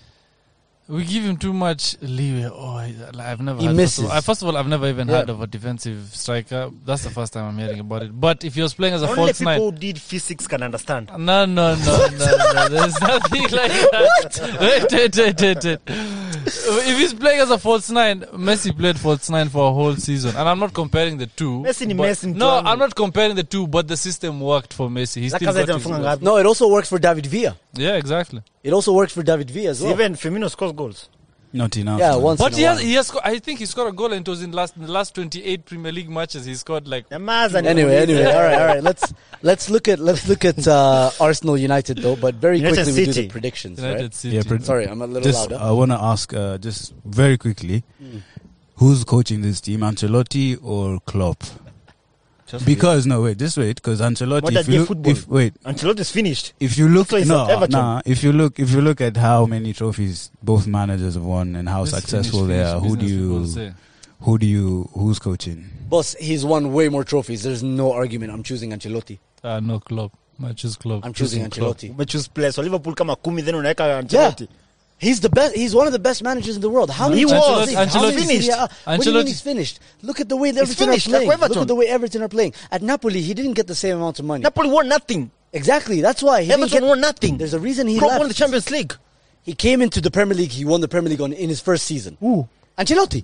[SPEAKER 2] we give him too much leeway. Oh, I- like, I've never.
[SPEAKER 1] He
[SPEAKER 2] heard, First
[SPEAKER 1] misses.
[SPEAKER 2] of, all, I- first of all, I've never even
[SPEAKER 1] Yeah.
[SPEAKER 2] heard of a defensive striker. That's the first time I'm hearing about it. But if he was playing as a
[SPEAKER 3] Only
[SPEAKER 2] false
[SPEAKER 3] people
[SPEAKER 2] nine. Ah,
[SPEAKER 3] who did physics can understand.
[SPEAKER 2] No, no, no,
[SPEAKER 3] *laughs*
[SPEAKER 2] no, no. There's nothing like that. Wait, wait, wait, wait, wait. If he's playing as a false nine, Messi played false nine for a whole season, and I'm not comparing the two.
[SPEAKER 3] Messi ni
[SPEAKER 2] but-
[SPEAKER 3] Messi mtu
[SPEAKER 2] No,
[SPEAKER 3] wangu.
[SPEAKER 2] I'm not comparing the two, but the system worked for Messi. He still got
[SPEAKER 3] Lacazette
[SPEAKER 2] his
[SPEAKER 3] anafunga
[SPEAKER 2] goals.
[SPEAKER 3] ngapi?
[SPEAKER 1] No, it also works for David Villa.
[SPEAKER 2] Yeah, exactly.
[SPEAKER 1] It also works for David Villa as well.
[SPEAKER 3] Even Firmino scores goals.
[SPEAKER 4] Not enough.
[SPEAKER 1] yeah,
[SPEAKER 4] man.
[SPEAKER 1] once.
[SPEAKER 2] But
[SPEAKER 1] in a
[SPEAKER 2] he has,
[SPEAKER 1] while.
[SPEAKER 2] he has sco- I think he scored a goal and it was in last in the last 28 Premier League matches. He sscored like
[SPEAKER 3] Nyamaza ni
[SPEAKER 1] Anyway,
[SPEAKER 3] kuuliza.
[SPEAKER 1] anyway, all right, all
[SPEAKER 2] *laughs*
[SPEAKER 1] right. Let's let's look at let's look at uh, Arsenal United though, but very
[SPEAKER 3] United
[SPEAKER 1] quickly we do
[SPEAKER 3] City.
[SPEAKER 1] the predictions.
[SPEAKER 2] United
[SPEAKER 1] Right?
[SPEAKER 2] City.
[SPEAKER 4] Yeah, pretty-
[SPEAKER 1] Sorry, I'm a little
[SPEAKER 4] just
[SPEAKER 1] louder.
[SPEAKER 4] I want to ask uh, just very quickly, who's coaching this team, Ancelotti or Klopp?
[SPEAKER 3] Just
[SPEAKER 4] Because no, wait, just wait, because
[SPEAKER 3] What
[SPEAKER 4] Ancelotti.
[SPEAKER 3] are
[SPEAKER 4] If you
[SPEAKER 3] they
[SPEAKER 4] look,
[SPEAKER 3] football?
[SPEAKER 4] if, wait,
[SPEAKER 3] Ancelotti's finished.
[SPEAKER 4] if you look,
[SPEAKER 3] So it's not
[SPEAKER 4] no,
[SPEAKER 3] Everton.
[SPEAKER 4] nah, if you look, if you look at how many trophies both managers have won and how
[SPEAKER 2] Let's finish-
[SPEAKER 4] successful they
[SPEAKER 2] finish
[SPEAKER 4] are, who do
[SPEAKER 2] business,
[SPEAKER 4] you,
[SPEAKER 2] people say.
[SPEAKER 4] who do you, who's coaching?
[SPEAKER 1] Boss, he's won way more trophies. There's no argument. I'm choosing Ancelotti.
[SPEAKER 2] Ah, no, Klopp. I choose Klopp.
[SPEAKER 1] I'm choosing
[SPEAKER 2] Klopp.
[SPEAKER 1] Ancelotti.
[SPEAKER 3] Umechoose players wa Liverpool kama kumi then unaweka Ancelotti.
[SPEAKER 1] He's the best. He's one of the best managers in the world. How many
[SPEAKER 3] He
[SPEAKER 1] times
[SPEAKER 3] was.
[SPEAKER 1] is he- how many Serie A- What
[SPEAKER 2] Ancelotti-
[SPEAKER 1] do you mean
[SPEAKER 2] Ancelotti-
[SPEAKER 1] he's finished? Look at the way that Everton
[SPEAKER 3] finished,
[SPEAKER 1] are
[SPEAKER 3] like
[SPEAKER 1] playing. Look
[SPEAKER 3] Everton.
[SPEAKER 1] at the way Everton are playing. At Napoli, he didn't get the same amount of money.
[SPEAKER 3] Napoli won nothing.
[SPEAKER 1] Exactly. That's why he
[SPEAKER 3] Everton
[SPEAKER 1] didn't get,
[SPEAKER 3] won nothing.
[SPEAKER 1] There's a reason he
[SPEAKER 3] Klopp
[SPEAKER 1] left.
[SPEAKER 3] won the Champions League.
[SPEAKER 1] He came into the Premier League. He won the Premier League on, in his first season.
[SPEAKER 3] Ooh.
[SPEAKER 1] Ancelotti.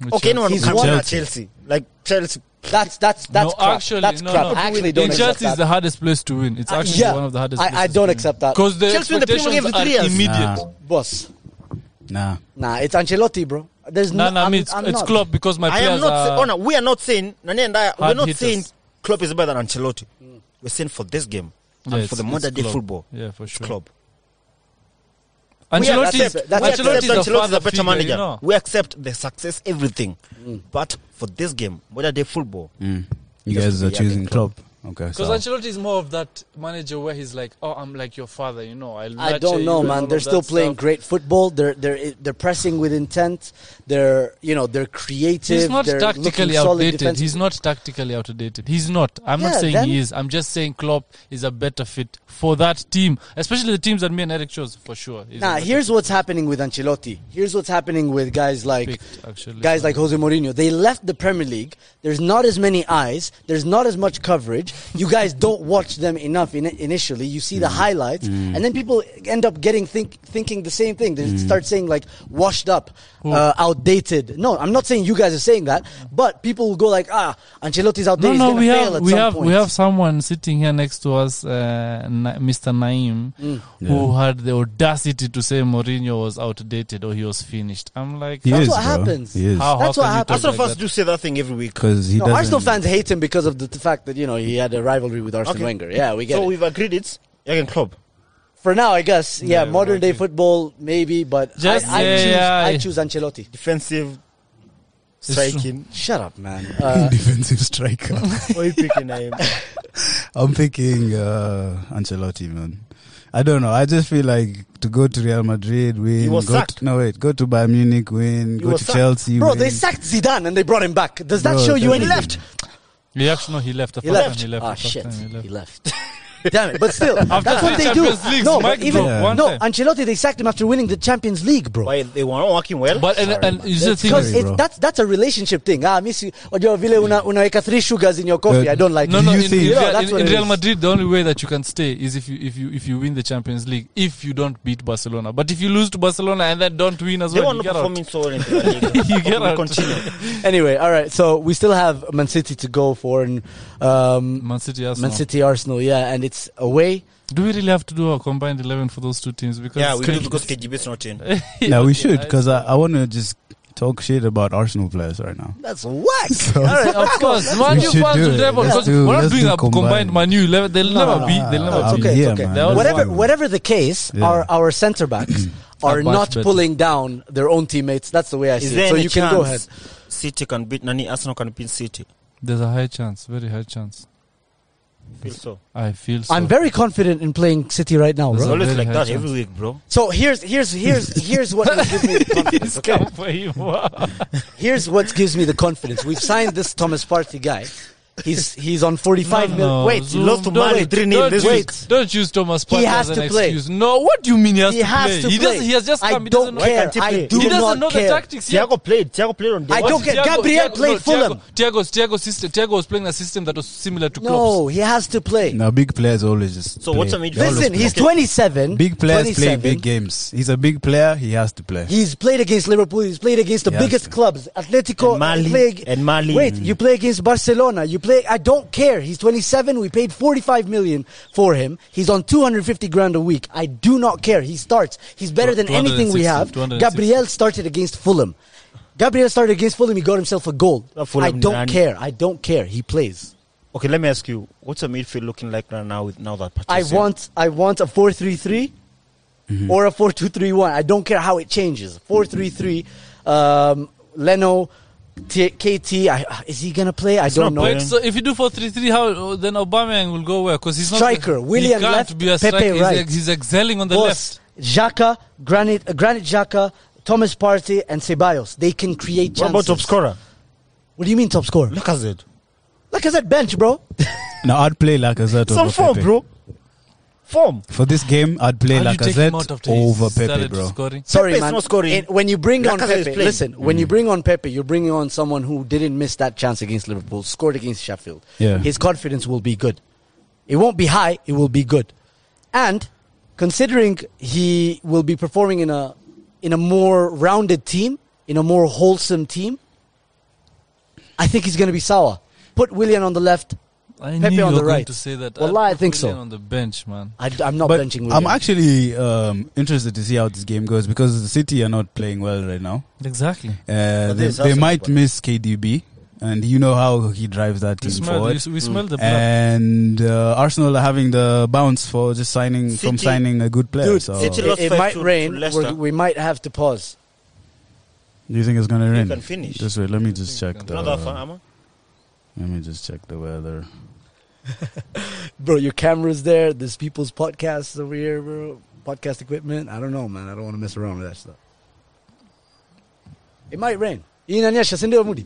[SPEAKER 2] Which
[SPEAKER 3] Okay, no one
[SPEAKER 1] He's
[SPEAKER 3] can
[SPEAKER 1] won.
[SPEAKER 3] win at Chelsea. Like Chelsea.
[SPEAKER 1] That's that's that's
[SPEAKER 2] no,
[SPEAKER 1] crap.
[SPEAKER 2] actually,
[SPEAKER 1] that's
[SPEAKER 2] no,
[SPEAKER 1] crap.
[SPEAKER 2] no.
[SPEAKER 1] I actually don't
[SPEAKER 2] In
[SPEAKER 1] accept
[SPEAKER 2] Chelsea is
[SPEAKER 1] that.
[SPEAKER 2] the hardest place to win. It's
[SPEAKER 1] Uh,
[SPEAKER 2] actually
[SPEAKER 1] yeah.
[SPEAKER 2] one of the hardest.
[SPEAKER 1] I- I
[SPEAKER 2] places
[SPEAKER 1] don't
[SPEAKER 2] to win.
[SPEAKER 1] accept that.
[SPEAKER 2] 'Cause the
[SPEAKER 3] Chelsea win the Premier
[SPEAKER 2] expectations
[SPEAKER 3] League every
[SPEAKER 2] are
[SPEAKER 3] three years.
[SPEAKER 2] immediate.
[SPEAKER 4] Nah,
[SPEAKER 1] Boss.
[SPEAKER 4] nah.
[SPEAKER 1] Nah, it's Ancelotti, bro. There's
[SPEAKER 2] No,
[SPEAKER 1] no.
[SPEAKER 2] no, I
[SPEAKER 1] I'm-
[SPEAKER 2] mean it's,
[SPEAKER 1] I'm
[SPEAKER 2] it's
[SPEAKER 1] not.
[SPEAKER 2] Klopp because my
[SPEAKER 3] I
[SPEAKER 2] players
[SPEAKER 3] am not.
[SPEAKER 2] are.
[SPEAKER 3] say- Ona, we are not saying. Nani and I. We're
[SPEAKER 2] Hard
[SPEAKER 3] not
[SPEAKER 2] hitters.
[SPEAKER 3] saying Klopp is better than Ancelotti. We're saying for this game
[SPEAKER 2] Yeah,
[SPEAKER 3] and
[SPEAKER 2] it's-
[SPEAKER 3] for the
[SPEAKER 2] it's
[SPEAKER 3] modern day
[SPEAKER 2] Klopp.
[SPEAKER 3] football,
[SPEAKER 2] Yeah, for
[SPEAKER 3] it's
[SPEAKER 2] sure.
[SPEAKER 3] Klopp.
[SPEAKER 2] Ancelotti,
[SPEAKER 1] We accept- that's-
[SPEAKER 2] Ancelotti
[SPEAKER 3] Ancelotti
[SPEAKER 2] is a
[SPEAKER 3] Ancelotti is
[SPEAKER 2] father
[SPEAKER 3] a better
[SPEAKER 2] figure,
[SPEAKER 3] manager.
[SPEAKER 2] You know?
[SPEAKER 3] We accept the success, everything. But for this game, modern day football,
[SPEAKER 4] You
[SPEAKER 2] Mm.
[SPEAKER 3] Just
[SPEAKER 4] guys are
[SPEAKER 3] be a big
[SPEAKER 4] choosing Klopp. Okay.
[SPEAKER 2] Because
[SPEAKER 4] sawa.
[SPEAKER 2] Ancelotti is more of that manager where he's like, oh, I'm like your father, you know. I'll
[SPEAKER 1] I
[SPEAKER 2] nurture
[SPEAKER 1] don't
[SPEAKER 2] you
[SPEAKER 1] know,
[SPEAKER 2] and all
[SPEAKER 1] man.
[SPEAKER 2] of
[SPEAKER 1] They're
[SPEAKER 2] that
[SPEAKER 1] still playing
[SPEAKER 2] stuff.
[SPEAKER 1] great football. They're they're they're pressing with intent. They're you know they're creative.
[SPEAKER 2] He's not
[SPEAKER 1] they're looking
[SPEAKER 2] tactically
[SPEAKER 1] solid
[SPEAKER 2] outdated. He's
[SPEAKER 1] defensively.
[SPEAKER 2] not tactically outdated. He's not. I'm
[SPEAKER 1] Yeah,
[SPEAKER 2] not saying
[SPEAKER 1] then-
[SPEAKER 2] he is. I'm just saying Klopp is a better fit for that team, especially the teams that me and Eric chose for sure. He's a
[SPEAKER 1] Nah,
[SPEAKER 2] better
[SPEAKER 1] here's what's happening with Ancelotti. Here's what's happening with guys like
[SPEAKER 2] pick, actually.
[SPEAKER 1] guys like Jose Mourinho. They left the Premier League. There's not as many eyes. There's not as much coverage. You guys don't watch them enough in, initially. You see the
[SPEAKER 2] Mm.
[SPEAKER 1] highlights, and then people end up getting think, thinking the same thing.
[SPEAKER 2] Mm.
[SPEAKER 1] They start saying like washed up, uh, outdated. No, I'm not saying you guys are saying that, but people will go like, ah, Ancelotti's
[SPEAKER 2] no,
[SPEAKER 1] outdated.
[SPEAKER 2] no,
[SPEAKER 1] He's gonna
[SPEAKER 2] we
[SPEAKER 1] fail
[SPEAKER 2] have
[SPEAKER 1] at
[SPEAKER 2] we
[SPEAKER 1] some
[SPEAKER 2] have
[SPEAKER 1] point.
[SPEAKER 2] we have someone sitting here next to us, uh, Na- Mr. Naim,
[SPEAKER 1] Mm.
[SPEAKER 2] who had the audacity to say Mourinho was outdated or he was finished. I'm like,
[SPEAKER 4] He
[SPEAKER 1] That's
[SPEAKER 4] is,
[SPEAKER 1] what
[SPEAKER 4] bro.
[SPEAKER 1] happens.
[SPEAKER 4] He is.
[SPEAKER 2] How-
[SPEAKER 1] That's
[SPEAKER 2] how
[SPEAKER 1] what
[SPEAKER 2] can you
[SPEAKER 1] happened.
[SPEAKER 2] talk
[SPEAKER 3] Arsenal
[SPEAKER 2] like
[SPEAKER 3] fans
[SPEAKER 2] that.
[SPEAKER 3] do say that thing every week.
[SPEAKER 4] Because he
[SPEAKER 1] No,
[SPEAKER 4] doesn't.
[SPEAKER 1] Arsenal fans hate him because of the t- fact that you know he had a rivalry with Arsene
[SPEAKER 3] Okay.
[SPEAKER 1] Wenger. Yeah, we get
[SPEAKER 3] So
[SPEAKER 1] it.
[SPEAKER 3] we've agreed it's Jurgen Klopp.
[SPEAKER 1] For now, I guess. Yeah,
[SPEAKER 2] Yeah,
[SPEAKER 1] modern day
[SPEAKER 2] okay.
[SPEAKER 1] football maybe, but
[SPEAKER 2] Just
[SPEAKER 1] I, I,
[SPEAKER 2] say,
[SPEAKER 1] choose,
[SPEAKER 2] uh,
[SPEAKER 1] I choose Ancelotti.
[SPEAKER 3] Defensive,
[SPEAKER 2] true.
[SPEAKER 3] striking.
[SPEAKER 1] Shut up,
[SPEAKER 2] *laughs*
[SPEAKER 1] man.
[SPEAKER 4] *laughs*
[SPEAKER 1] Uh,
[SPEAKER 4] defensive striker.
[SPEAKER 3] Why you picking *laughs* him?
[SPEAKER 4] I'm thinking uh, Ancelotti, man. I don't know. I just feel like to go to Real Madrid, win.
[SPEAKER 3] He was
[SPEAKER 4] go
[SPEAKER 3] sacked.
[SPEAKER 4] to, no, wait. Go to Bayern Munich, win. go
[SPEAKER 3] was
[SPEAKER 4] to
[SPEAKER 3] sacked.
[SPEAKER 4] Chelsea,
[SPEAKER 1] bro,
[SPEAKER 4] win.
[SPEAKER 1] they sacked Zidane and they brought him back. Does that
[SPEAKER 4] Bro,
[SPEAKER 1] show you
[SPEAKER 4] that
[SPEAKER 1] any
[SPEAKER 4] is-
[SPEAKER 1] left?
[SPEAKER 2] he actually no, he left. The
[SPEAKER 1] He
[SPEAKER 2] first
[SPEAKER 1] left.
[SPEAKER 2] Time he left.
[SPEAKER 1] Ah,
[SPEAKER 2] the first
[SPEAKER 1] shit.
[SPEAKER 2] time he left.
[SPEAKER 1] He left. *laughs* Damn it! But
[SPEAKER 2] *laughs*
[SPEAKER 1] still, that's what
[SPEAKER 2] three
[SPEAKER 1] they do.
[SPEAKER 2] Champions Leagues,
[SPEAKER 1] no,
[SPEAKER 2] mic
[SPEAKER 1] but even
[SPEAKER 2] drop, one
[SPEAKER 1] no.
[SPEAKER 2] time.
[SPEAKER 1] Ancelotti, they sacked him after winning the Champions League, bro.
[SPEAKER 3] Why they were not working well?
[SPEAKER 2] But and, and you just think
[SPEAKER 1] Because
[SPEAKER 4] Sorry,
[SPEAKER 1] it's-
[SPEAKER 4] bro.
[SPEAKER 1] that's that's a relationship thing. Ah, miss you. Ojo vile una unaweka three sugars in your coffee.
[SPEAKER 4] Uh,
[SPEAKER 1] I don't like.
[SPEAKER 2] no,
[SPEAKER 1] it.
[SPEAKER 4] Do
[SPEAKER 2] no.
[SPEAKER 4] you
[SPEAKER 2] In,
[SPEAKER 4] think-
[SPEAKER 2] in
[SPEAKER 1] Yeah,
[SPEAKER 2] Real,
[SPEAKER 1] that's
[SPEAKER 2] in,
[SPEAKER 1] what
[SPEAKER 2] in
[SPEAKER 1] it
[SPEAKER 2] Real
[SPEAKER 1] is.
[SPEAKER 2] Madrid, the only way that you can stay is if you if you if you win the Champions League. If you don't beat Barcelona, but if you lose to Barcelona and then don't win as
[SPEAKER 3] they were
[SPEAKER 2] well, you
[SPEAKER 3] not
[SPEAKER 2] get out.
[SPEAKER 3] performing so well in the league.
[SPEAKER 2] You get
[SPEAKER 3] We
[SPEAKER 2] out.
[SPEAKER 3] Continue.
[SPEAKER 1] Anyway, all right. So we still have Man City to go for, and um,
[SPEAKER 2] Man City, Arsenal.
[SPEAKER 1] Man City, Arsenal. Yeah, and it's away.
[SPEAKER 2] Do we really have to do a combined eleven for those two teams? Because
[SPEAKER 3] yeah, we do
[SPEAKER 2] it's
[SPEAKER 3] because KGB is not in.
[SPEAKER 4] Yeah, we should. Because I, I want to just talk shit about Arsenal players right now.
[SPEAKER 1] That's
[SPEAKER 2] *laughs*
[SPEAKER 1] whack.
[SPEAKER 4] So-
[SPEAKER 1] All right,
[SPEAKER 2] *laughs* Of course, Man
[SPEAKER 4] We
[SPEAKER 2] U
[SPEAKER 4] should
[SPEAKER 2] fans
[SPEAKER 4] do
[SPEAKER 2] will
[SPEAKER 4] it.
[SPEAKER 2] never.
[SPEAKER 4] Let's
[SPEAKER 2] because
[SPEAKER 4] do-
[SPEAKER 2] we're not
[SPEAKER 4] let's
[SPEAKER 2] doing
[SPEAKER 4] do
[SPEAKER 2] a combined
[SPEAKER 4] combined.
[SPEAKER 2] Man U. Eleven, they'll
[SPEAKER 1] No,
[SPEAKER 2] never
[SPEAKER 1] no,
[SPEAKER 2] be.
[SPEAKER 1] no,
[SPEAKER 2] They'll
[SPEAKER 1] no,
[SPEAKER 2] never
[SPEAKER 1] it's
[SPEAKER 4] Uh, I'm
[SPEAKER 2] be.
[SPEAKER 1] okay.
[SPEAKER 4] here,
[SPEAKER 1] it's okay.
[SPEAKER 4] man.
[SPEAKER 2] That was
[SPEAKER 1] Whatever,
[SPEAKER 4] fine.
[SPEAKER 1] whatever the case,
[SPEAKER 4] Yeah.
[SPEAKER 1] our our centre
[SPEAKER 2] *clears throat*
[SPEAKER 1] backs are
[SPEAKER 2] Are much
[SPEAKER 1] not
[SPEAKER 2] better.
[SPEAKER 1] pulling down their own teammates. That's the way I
[SPEAKER 3] Is
[SPEAKER 1] see
[SPEAKER 3] there
[SPEAKER 1] it. So
[SPEAKER 3] any
[SPEAKER 1] you
[SPEAKER 3] chance
[SPEAKER 1] can go ahead.
[SPEAKER 3] City can beat Nani? Arsenal can beat City.
[SPEAKER 2] There's a high chance, very high chance.
[SPEAKER 3] Feel so.
[SPEAKER 2] I feel. So.
[SPEAKER 1] I'm very confident in playing City right now,
[SPEAKER 3] It's
[SPEAKER 1] bro.
[SPEAKER 2] Result.
[SPEAKER 3] always
[SPEAKER 2] Very
[SPEAKER 3] like
[SPEAKER 2] high
[SPEAKER 3] that
[SPEAKER 2] chance.
[SPEAKER 3] every week, bro.
[SPEAKER 1] So here's here's here's here's what will give me the confidence. okay?
[SPEAKER 2] Come *laughs* for him.
[SPEAKER 1] Here's what gives me the confidence. We've signed this Thomas Party guy. He's he's on 45
[SPEAKER 2] No,
[SPEAKER 1] mil.
[SPEAKER 2] no,
[SPEAKER 1] Wait,
[SPEAKER 2] Zoom,
[SPEAKER 3] lost to
[SPEAKER 2] don't-
[SPEAKER 3] Mali 3-0
[SPEAKER 2] don't
[SPEAKER 3] this
[SPEAKER 2] use-
[SPEAKER 3] week.
[SPEAKER 2] Don't use Thomas
[SPEAKER 1] He
[SPEAKER 2] Partey
[SPEAKER 1] has
[SPEAKER 2] as
[SPEAKER 1] to
[SPEAKER 2] an
[SPEAKER 1] play.
[SPEAKER 2] excuse. No, what do you mean he has
[SPEAKER 1] he
[SPEAKER 2] to
[SPEAKER 1] has
[SPEAKER 2] play?
[SPEAKER 1] to
[SPEAKER 2] he
[SPEAKER 1] play.
[SPEAKER 2] doesn't. He has just
[SPEAKER 1] I
[SPEAKER 2] come. He
[SPEAKER 1] don't
[SPEAKER 2] doesn't know.
[SPEAKER 1] care.
[SPEAKER 3] can't he
[SPEAKER 1] I
[SPEAKER 3] play?
[SPEAKER 1] do
[SPEAKER 2] he doesn't
[SPEAKER 1] not
[SPEAKER 2] know
[SPEAKER 1] care.
[SPEAKER 2] the tactics yet.
[SPEAKER 3] Thiago played. Thiago played on day
[SPEAKER 1] I
[SPEAKER 3] one.
[SPEAKER 1] don't get- Gabriel played Fulham.
[SPEAKER 2] Thiago, Thiago, system, Thiago was playing a system that was similar to Klopp's.
[SPEAKER 1] No, he has to play.
[SPEAKER 4] Now, big players always just.
[SPEAKER 3] So
[SPEAKER 4] play.
[SPEAKER 3] what's a midfield?
[SPEAKER 4] They always
[SPEAKER 1] Listen,
[SPEAKER 4] play.
[SPEAKER 1] he's 27.
[SPEAKER 4] Big players play
[SPEAKER 1] 27.
[SPEAKER 4] big games. He's a big player. He has to play.
[SPEAKER 1] He's played against Liverpool. He's played against the
[SPEAKER 4] He has
[SPEAKER 1] biggest
[SPEAKER 4] to.
[SPEAKER 1] clubs, Atletico,
[SPEAKER 3] And Mali,
[SPEAKER 1] you play ag-
[SPEAKER 3] and Mali.
[SPEAKER 1] Wait,
[SPEAKER 3] Mm.
[SPEAKER 1] you play against Barcelona. You play. I don't care. He's 27. We paid 45 million for him. He's on 250 grand a week. I do not care. He starts. He's better than anything we
[SPEAKER 2] 260,
[SPEAKER 1] have.
[SPEAKER 2] 260.
[SPEAKER 1] Gabriel started against Fulham. Gabriel started against Fulham. He got himself a goal.
[SPEAKER 3] Uh, Fulham,
[SPEAKER 1] I don't
[SPEAKER 3] and-
[SPEAKER 1] care. I don't care. He plays.
[SPEAKER 3] Okay, let me ask you, what's a midfield looking like right now with now that
[SPEAKER 1] I
[SPEAKER 3] Patricio-
[SPEAKER 1] want I want a four three three or a four two three one. I don't care how it changes. Four three three, um, Leno, T- KT. I, uh, is he gonna play? I don't
[SPEAKER 3] not
[SPEAKER 1] know.
[SPEAKER 2] Wait, so if you do 4-3-3, how oh, then Aubameyang will go where? Because he's not
[SPEAKER 1] Striker, Willian
[SPEAKER 2] he can't
[SPEAKER 1] left,
[SPEAKER 2] be a
[SPEAKER 1] Pepe
[SPEAKER 2] striker. He's-
[SPEAKER 1] right.
[SPEAKER 2] He's, excelling on the
[SPEAKER 1] Boss, Xhaka, Granite, uh, Granite Xhaka, Thomas Partey, and Ceballos. They can create
[SPEAKER 3] What
[SPEAKER 1] chances.
[SPEAKER 3] about top scorer?
[SPEAKER 1] What do you mean top scorer?
[SPEAKER 3] Lacazette.
[SPEAKER 1] Like I said, bench, bro.
[SPEAKER 4] Now, I'd play Lacazette
[SPEAKER 3] Some
[SPEAKER 4] over
[SPEAKER 3] form,
[SPEAKER 4] Pepe.
[SPEAKER 3] bro. Form.
[SPEAKER 4] For this game, I'd play
[SPEAKER 2] left. How do you take him out
[SPEAKER 4] Lacazette
[SPEAKER 2] after he
[SPEAKER 4] over Pepe,
[SPEAKER 2] started
[SPEAKER 4] bro.
[SPEAKER 2] scoring?
[SPEAKER 1] Sorry,
[SPEAKER 3] Pepe's
[SPEAKER 1] man.
[SPEAKER 3] not scoring.
[SPEAKER 1] And when you bring on
[SPEAKER 3] Lacazette is
[SPEAKER 1] Pepe,
[SPEAKER 3] playing.
[SPEAKER 1] listen. When
[SPEAKER 4] Mm.
[SPEAKER 1] you bring on Pepe, you're bringing on someone who didn't miss that chance against Liverpool, scored against Sheffield.
[SPEAKER 4] Yeah.
[SPEAKER 1] His confidence will be good. It won't be high. It will be good. And considering he will be performing in a in a more rounded team, in a more wholesome team, I think he's going to be sour. Put Willian on the left.
[SPEAKER 2] I
[SPEAKER 1] Pepe
[SPEAKER 2] knew you
[SPEAKER 1] on
[SPEAKER 2] were
[SPEAKER 1] the
[SPEAKER 2] going
[SPEAKER 1] right.
[SPEAKER 2] to say that.
[SPEAKER 1] Wallah, I
[SPEAKER 2] put
[SPEAKER 1] think so.
[SPEAKER 2] Willian on the bench, man.
[SPEAKER 1] I, am not
[SPEAKER 4] But
[SPEAKER 1] benching Willian.
[SPEAKER 4] I'm actually um, interested to see how this game goes because the City are not playing well right now.
[SPEAKER 2] Exactly.
[SPEAKER 4] Uh, they
[SPEAKER 3] there's
[SPEAKER 4] they
[SPEAKER 3] also-
[SPEAKER 4] might miss KDB, and you know how he drives that
[SPEAKER 2] We
[SPEAKER 4] team
[SPEAKER 2] smell,
[SPEAKER 4] forward.
[SPEAKER 2] we, we smell
[SPEAKER 4] Mm.
[SPEAKER 2] the blood.
[SPEAKER 4] And uh, Arsenal are having the bounce for just signing from
[SPEAKER 3] City-
[SPEAKER 4] signing a good player.
[SPEAKER 1] Dude,
[SPEAKER 4] so
[SPEAKER 3] City
[SPEAKER 1] it,
[SPEAKER 3] lost
[SPEAKER 1] it
[SPEAKER 3] 5-2
[SPEAKER 1] might
[SPEAKER 3] to
[SPEAKER 1] rain. We're-
[SPEAKER 3] Leicester.
[SPEAKER 1] we might have to pause.
[SPEAKER 4] do you think it's gonna rain?
[SPEAKER 3] can finish.
[SPEAKER 4] Just wait. Let me just check the.
[SPEAKER 3] Another fan, Amon?
[SPEAKER 4] Let me just check the weather.
[SPEAKER 1] bro, your camera's there. There's people's podcasts over here, bro. Podcast equipment. I don't know, man. I don't want to mess around with that stuff. It might rain. Inanyesha, si ndio Mudi?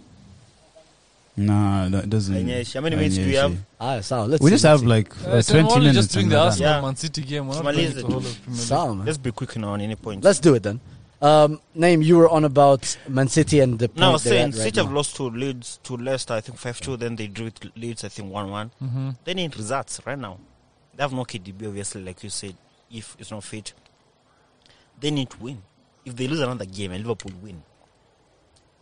[SPEAKER 4] Nah, no, it doesn't.
[SPEAKER 3] Hainyeshi. How many minutes do we have?
[SPEAKER 4] Hainyeshi.
[SPEAKER 1] Ah, sawa. Let's
[SPEAKER 4] We
[SPEAKER 1] see,
[SPEAKER 4] just
[SPEAKER 1] let's
[SPEAKER 4] have like uh,
[SPEAKER 2] so we're
[SPEAKER 4] 20
[SPEAKER 2] only
[SPEAKER 4] minutes.
[SPEAKER 2] just doing
[SPEAKER 4] and
[SPEAKER 2] the
[SPEAKER 4] that's
[SPEAKER 2] Arsenal
[SPEAKER 3] Yeah.
[SPEAKER 2] Man City game. We're not
[SPEAKER 3] Tumalize
[SPEAKER 2] doing the
[SPEAKER 3] it.
[SPEAKER 2] whole of Premier
[SPEAKER 1] see.
[SPEAKER 2] League.
[SPEAKER 1] Sawa, man.
[SPEAKER 3] Let's be quick now on any point.
[SPEAKER 1] Let's do it then. Um, Naim, you were on about Man City and the point
[SPEAKER 3] no, I was
[SPEAKER 1] they're
[SPEAKER 3] saying
[SPEAKER 1] at right
[SPEAKER 3] City have
[SPEAKER 1] now.
[SPEAKER 3] lost to Leeds to Leicester, I think five two. Then they drew with Leeds, I think one one.
[SPEAKER 2] Mhm.
[SPEAKER 3] They need results right now. They have no KDB, obviously, like you said. If it's not fit, they need to win. If they lose another game and Liverpool win,